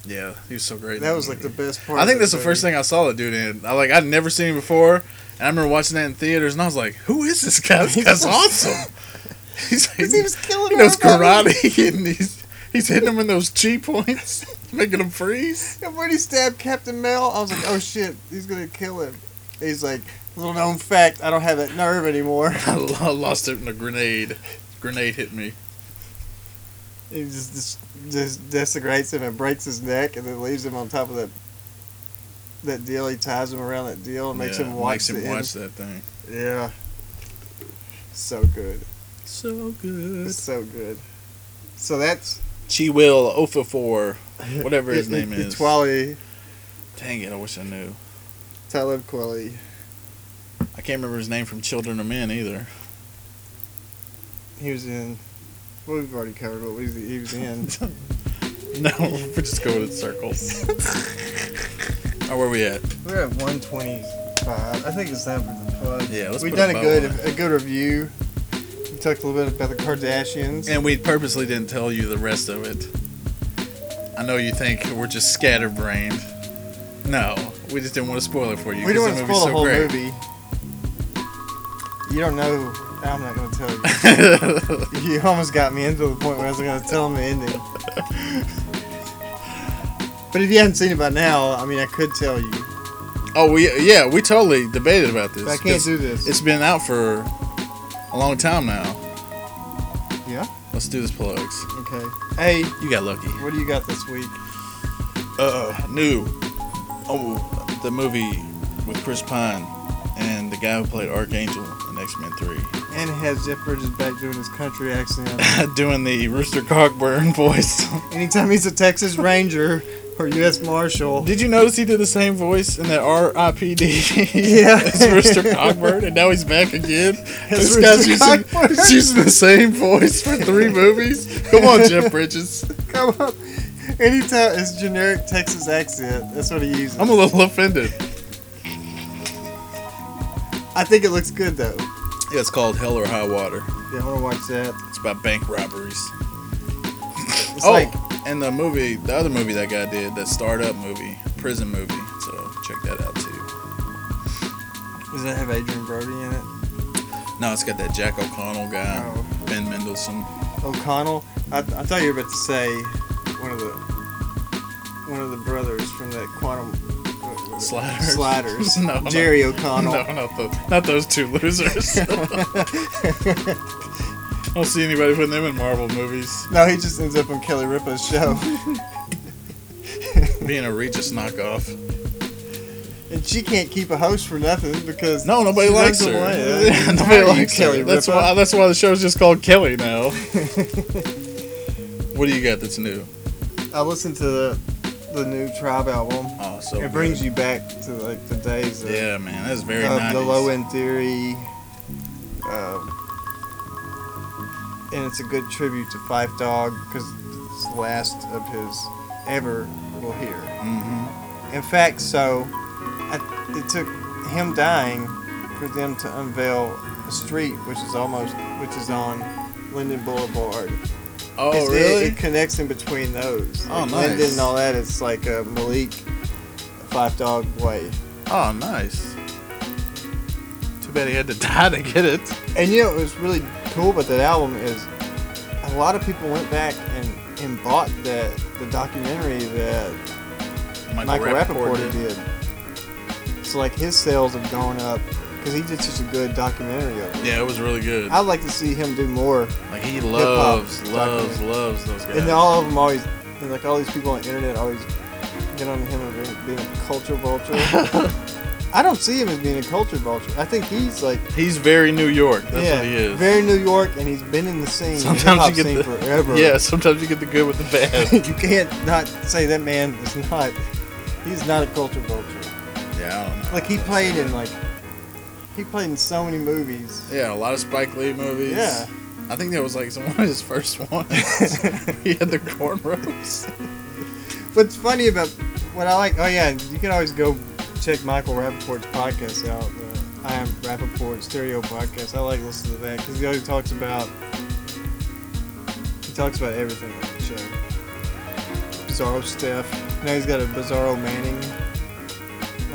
Speaker 7: Yeah, he was so great. in
Speaker 8: That was like
Speaker 7: movie.
Speaker 8: the best part.
Speaker 7: I think
Speaker 8: of
Speaker 7: that's the first
Speaker 8: movie.
Speaker 7: thing I saw the dude in. I like I'd never seen him before, and I remember watching that in theaters, and I was like, "Who is this guy? This guy's awesome." He's like,
Speaker 8: 'Cause he was killing.
Speaker 7: he knows
Speaker 8: everybody.
Speaker 7: karate, and he's he's hitting him in those chi points, making him freeze.
Speaker 8: And when he stabbed Captain Mel, I was like, oh shit, he's gonna kill him. He's like, little known fact, I don't have that nerve anymore.
Speaker 7: I lo- I lost it in a grenade. Grenade hit me.
Speaker 8: He just, just just desecrates him and breaks his neck, and then leaves him on top of that that deal. He ties him around that deal and makes
Speaker 7: Yeah,
Speaker 8: him watch
Speaker 7: makes
Speaker 8: the
Speaker 7: him
Speaker 8: end.
Speaker 7: watch that thing.
Speaker 8: Yeah. So good.
Speaker 7: So good.
Speaker 8: So good. So that's
Speaker 7: Chi Will oh Ofafor, whatever his name is.
Speaker 8: Twali
Speaker 7: Dang it! I wish I knew.
Speaker 8: Talib Kweli.
Speaker 7: I can't remember his name from Children of Men either.
Speaker 8: He was in. Well, we've already covered what was he was in.
Speaker 7: No, we're just going in circles. oh, where we at?
Speaker 8: We're at 125. I think it's time for the plug.
Speaker 7: Yeah, let's
Speaker 8: We've
Speaker 7: put
Speaker 8: done
Speaker 7: a
Speaker 8: a
Speaker 7: bow
Speaker 8: good
Speaker 7: on
Speaker 8: a good review. We talked a little bit about the Kardashians.
Speaker 7: And we purposely didn't tell you the rest of it. I know you think we're just scatterbrained. No, we just didn't want to spoil it for you.
Speaker 8: we don't
Speaker 7: 'cause
Speaker 8: want to
Speaker 7: the movie's
Speaker 8: spoil the
Speaker 7: so
Speaker 8: whole
Speaker 7: great.
Speaker 8: movie. You don't know. I'm not going to tell you. You almost got me into the point where I was going to tell them the ending. But if you hadn't seen it by now, I mean, I could tell you.
Speaker 7: oh, we yeah, we totally debated about this.
Speaker 8: But I
Speaker 7: 'cause
Speaker 8: can't do this.
Speaker 7: It's been out for a long time now.
Speaker 8: Yeah?
Speaker 7: Let's do this plugs.
Speaker 8: Okay. Hey,
Speaker 7: You got lucky.
Speaker 8: what do you got this week?
Speaker 7: uh new oh the movie with Chris Pine and the guy who played Archangel in X Men Three
Speaker 8: And it has Jeff Bridges back doing his country accent.
Speaker 7: doing the Rooster Cogburn voice.
Speaker 8: Anytime he's a Texas Ranger or U.S. Marshal,
Speaker 7: Did you notice he did the same voice in that R.I.P.D.
Speaker 8: Yeah.
Speaker 7: as Rooster Cogburn, and now he's back again. This
Speaker 8: As
Speaker 7: guy's
Speaker 8: Rooster
Speaker 7: using,
Speaker 8: Cogburn.
Speaker 7: he's using the same voice for three movies. Come on, Jeff Bridges.
Speaker 8: come up. Anytime it's generic Texas accent, that's what he uses.
Speaker 7: I'm a little offended.
Speaker 8: I think it looks good though.
Speaker 7: Yeah, it's called Hell or High Water.
Speaker 8: Yeah, I want to watch that.
Speaker 7: It's about bank robberies.
Speaker 8: It's
Speaker 7: oh,
Speaker 8: like
Speaker 7: and the movie, the other movie that guy did, that startup movie, prison movie. So check that out too.
Speaker 8: does that have Adrian Brody in it?
Speaker 7: No, it's got that Jack O'Connell guy,
Speaker 8: Oh.
Speaker 7: Ben Mendelsohn.
Speaker 8: O'Connell. I, I thought you were about to say one of the one of the brothers from that Quantum what- what-
Speaker 7: Sliders.
Speaker 8: Sliders.
Speaker 7: No, no.
Speaker 8: Jerry O'Connell.
Speaker 7: No, not those, not those two losers. I don't see anybody putting them in Marvel movies.
Speaker 8: No, he just ends up on Kelly Ripa's show,
Speaker 7: Being a Regis knockoff.
Speaker 8: and she can't keep a host for nothing because
Speaker 7: No, nobody
Speaker 8: she
Speaker 7: likes her.
Speaker 8: runs away.
Speaker 7: Yeah,
Speaker 8: Why
Speaker 7: nobody
Speaker 8: are you
Speaker 7: likes her.
Speaker 8: Kelly
Speaker 7: That's
Speaker 8: Ripa?
Speaker 7: why. That's why the show's just called Kelly now. what do you got that's new?
Speaker 8: I listened to the, the new Tribe album.
Speaker 7: Oh, so
Speaker 8: it brings you back to like the days of,
Speaker 7: good. Yeah, man, that's very
Speaker 8: of
Speaker 7: nice.
Speaker 8: Um, the Low End Theory, um, and it's a good tribute to Fife Dog because it's the last of his ever we'll hear.
Speaker 7: Mm-hmm.
Speaker 8: In fact, so I, it took him dying for them to unveil a street, which is almost which is on Linden Boulevard.
Speaker 7: Oh,
Speaker 8: It's- it-
Speaker 7: really?
Speaker 8: It, connects in between those.
Speaker 7: Oh,
Speaker 8: Like,
Speaker 7: nice.
Speaker 8: Linden and all that. It's like a Malik Five Dog Way.
Speaker 7: Oh, nice. Too bad he had to die to get it.
Speaker 8: And you know what's really cool about that album is a lot of people went back and, and bought the the documentary that Michael Rappaport did. So like his sales have gone up because he did such a good documentary of it.
Speaker 7: Yeah, it was really good.
Speaker 8: I'd like to see him do more.
Speaker 7: Like he loves,
Speaker 8: Hip-hop
Speaker 7: loves,
Speaker 8: documentary.
Speaker 7: loves those guys.
Speaker 8: And all of them always, and like all these people on the internet always get on him as being, being a culture vulture. I don't see him as being a culture vulture. I think he's like,
Speaker 7: He's very New York. That's
Speaker 8: yeah,
Speaker 7: what he is.
Speaker 8: very New York, and he's been in the scene, the
Speaker 7: sometimes
Speaker 8: hip-hop
Speaker 7: you
Speaker 8: scene
Speaker 7: get the
Speaker 8: forever.
Speaker 7: yeah. Sometimes you get the good with the bad.
Speaker 8: you can't not say that man is not. He's not a culture vulture.
Speaker 7: yeah, I don't know.
Speaker 8: Like he played in like, he played in so many movies.
Speaker 7: Yeah, a lot of Spike Lee movies.
Speaker 8: Yeah.
Speaker 7: I think that was like some one of his first ones. he had the cornrows.
Speaker 8: Oh, What's funny about what I like? Oh yeah, you can always go check Michael Rappaport's podcast out. The I am Rappaport Stereo Podcast. I like listening to that because he always talks about he talks about everything on the show. Bizarro stuff. Now he's got a Bizarro Manning.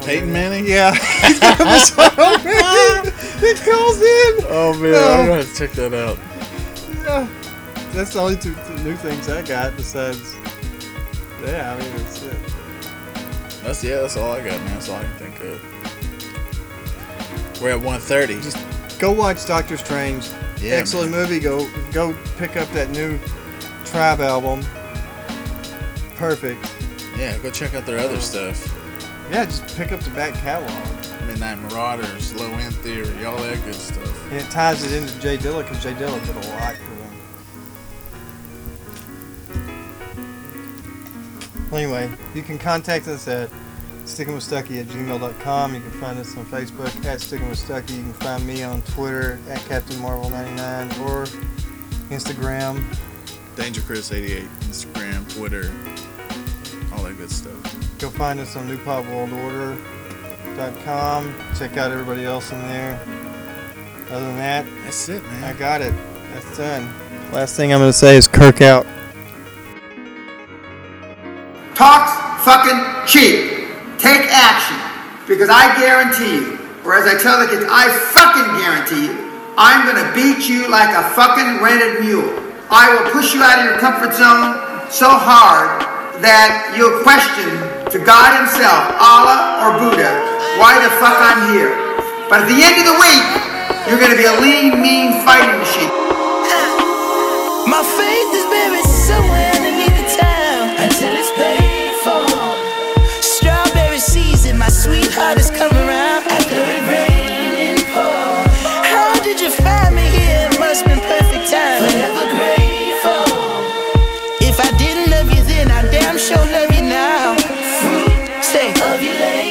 Speaker 7: Peyton Manning?
Speaker 8: Yeah, he's got a Bizarro Manning. It calls in.
Speaker 7: Oh man,
Speaker 8: No.
Speaker 7: I'm gonna check that out.
Speaker 8: Yeah. That's the only two two new things I got besides. Yeah, I mean that's it.
Speaker 7: That's yeah, that's all I got, man. That's all I can think of. We're at 130.
Speaker 8: Just- Go watch Doctor Strange.
Speaker 7: Yeah,
Speaker 8: Excellent movie. Go go pick up that new Tribe album. Perfect.
Speaker 7: yeah, go check out their other stuff.
Speaker 8: Yeah, just pick up the back catalog.
Speaker 7: Midnight Marauders, Low End Theory, all that good stuff.
Speaker 8: And it ties it into Jay Dilla because Jay Dilla did a lot for them. Well, anyway, you can contact us at stickingwithstucky at gmail.com. You can find us on Facebook at Sticking with Stucky. You can find me on Twitter at Captain Marvel 99 or Instagram
Speaker 7: Danger Chris 88, Instagram, Twitter, all that good stuff.
Speaker 8: Go find us on newpopworldorder.com. Check out everybody else in there. Other than that,
Speaker 7: That's it, man.
Speaker 8: I got it. That's done. Last thing I'm going to say is Kirk out.
Speaker 6: Talk's fucking cheap. Take action. Because I guarantee you, or as I tell the kids, I fucking guarantee you, I'm gonna beat you like a fucking rented mule. I will push you out of your comfort zone so hard that you'll question to God Himself, Allah or Buddha, why the fuck I'm here. But at the end of the week, you're gonna be a lean, mean fighting machine.
Speaker 9: My faith is buried somewhere underneath the town until it's paid for. Strawberry season, my sweetheart has come around after it rained and poured. How did you find me here? It must been perfect time. Forever grateful. If I didn't love you then, I damn sure love you now. Say,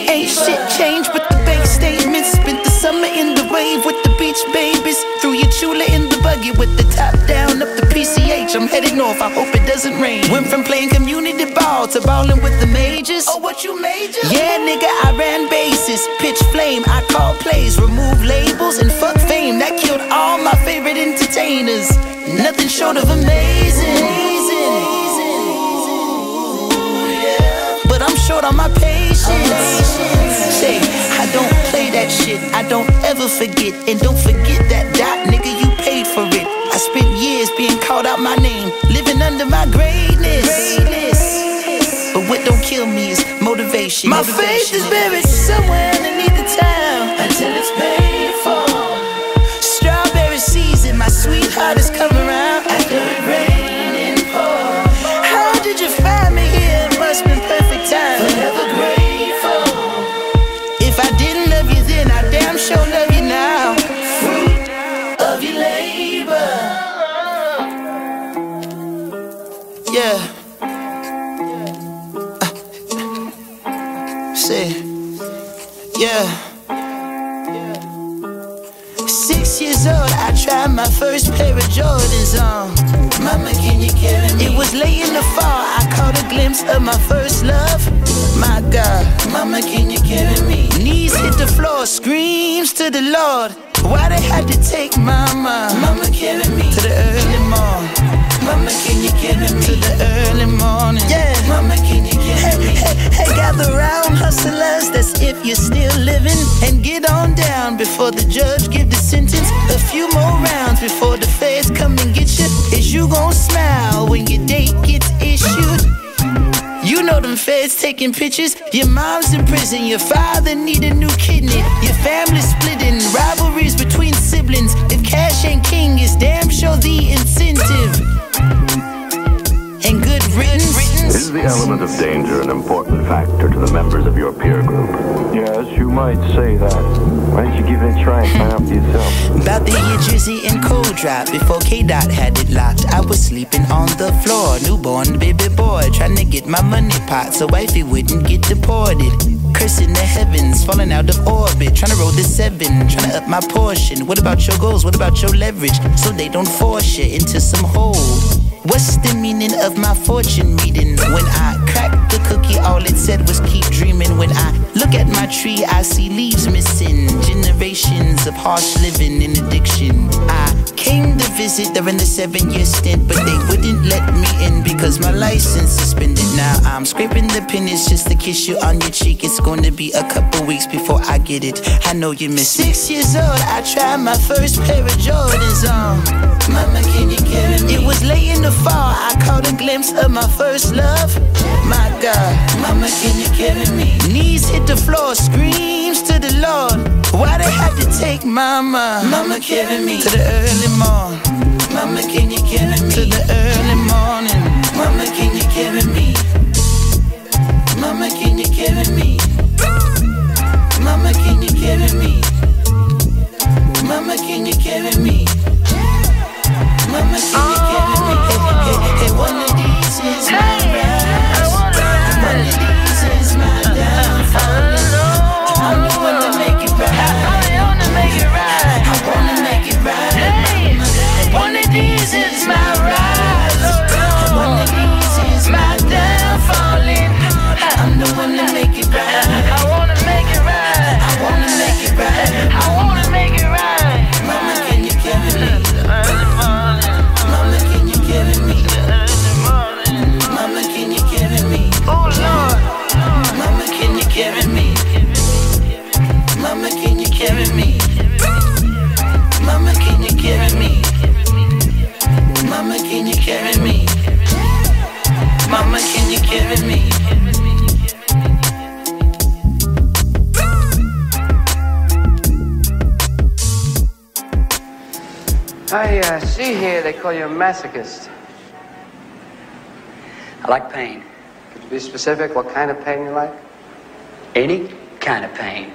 Speaker 9: ain't shit changed but the bank statements. Spent the summer in the wave with the beach babies. Threw your chula in the buggy with the top down up the PCH. I'm headed north, I hope it doesn't rain. Went from playing community ball to balling with the majors. Oh, what you major? Yeah, nigga, I ran bases. Pitch flame, I call plays, remove labels, and fuck fame. That killed all my favorite entertainers. Nothing short of amazing but I'm short on my patience. Say, I don't play that shit, I don't ever forget. And don't forget that dot, nigga, you paid for it. I spent years being called out my name, living under my greatness. But what don't kill me is motivation. My faith is buried somewhere underneath the town until it's paid for. Strawberry season, my sweetheart has come around after it rained and poured. How did you find me here? It must been perfect time. Forever grateful. If I didn't love you then, I damn sure love you now. Fruit of your labor. Yeah. Uh, Say, yeah. Six years old, I tried my first pair of Jordans on. Mama, can you carry me? It was late in the fall, I caught a glimpse of my first love. My God, Mama, can you carry me? Knees hit the floor, screams to the Lord. Why they had to take Mama? Mama, carry me to the early morn. Mama, can you carry me to the early morning? Yeah, Mama, can you carry me? Hey, hey, hey, gather round, hustlers. That's if you're still living, and get on down before the judge give the sentence. A few more rounds before the feds come and get you. Is you gon' smile when your date gets issued? You know them feds taking pictures. Your mom's in prison. Your father need a new kidney. Your family splitting. Rivalries between siblings. If cash ain't king, it's damn sure the incentive. And good riddance.
Speaker 10: Is the element of danger an important factor to the members of your peer group? Yes, you might say that. Why don't you give it a try and find out for yourself?
Speaker 9: About the year Drizzy and Cold Drop before K Dot had it locked. I was sleeping on the floor, newborn baby boy. board, trying to get my money pot so wifey wouldn't get deported. Cursing the heavens, falling out of orbit, trying to roll the seven, trying to up my portion. What about your goals? What about your leverage? So they don't force you into some hole. What's the meaning of my fortune reading? When I cracked the cookie, all it said was keep dreaming. When I look at my tree, I see leaves missing. Generations of harsh living and addiction. I came to visit during the seven year stint, but they wouldn't let me in because my license suspended. Now I'm scraping the pennies just to kiss you on your cheek. It's gonna be a couple weeks before I get it. I know you miss me. Six years old, I tried my first pair of Jordans on. Mama, can you carry me? It was late in the fall. I caught a glimpse of my first love. My God, Mama, can you carry me? Knees hit the floor, screams to the Lord. Why they had to take Mama? Mama, carry me to the early morn. Mama, can you carry me to the early morning? Mama, can you carry me? Mama, can you carry me? Mama, can you carry me? Mama, can you carry me? Mama, can you carry me? Hey, hey, hey, one of these is my rise. One of these is my downfall. I'm the one to make it right. I wanna make it right. One of these is my rise. One of these is my downfall. I'm the one to make it right. I wanna make it right. I wanna make it right. I wanna make it right. Mama, can you carry me? Mama, can you carry me? Mama, can you carry me? Oh Lord. Mama, can you carry me? Mama, can you carry me? Mama, can you carry me? Mama, can you carry me? Mama, can you carry me?
Speaker 11: I uh, see here they call you a masochist. I like pain. Could you be specific what kind of pain you like? Any kind of pain.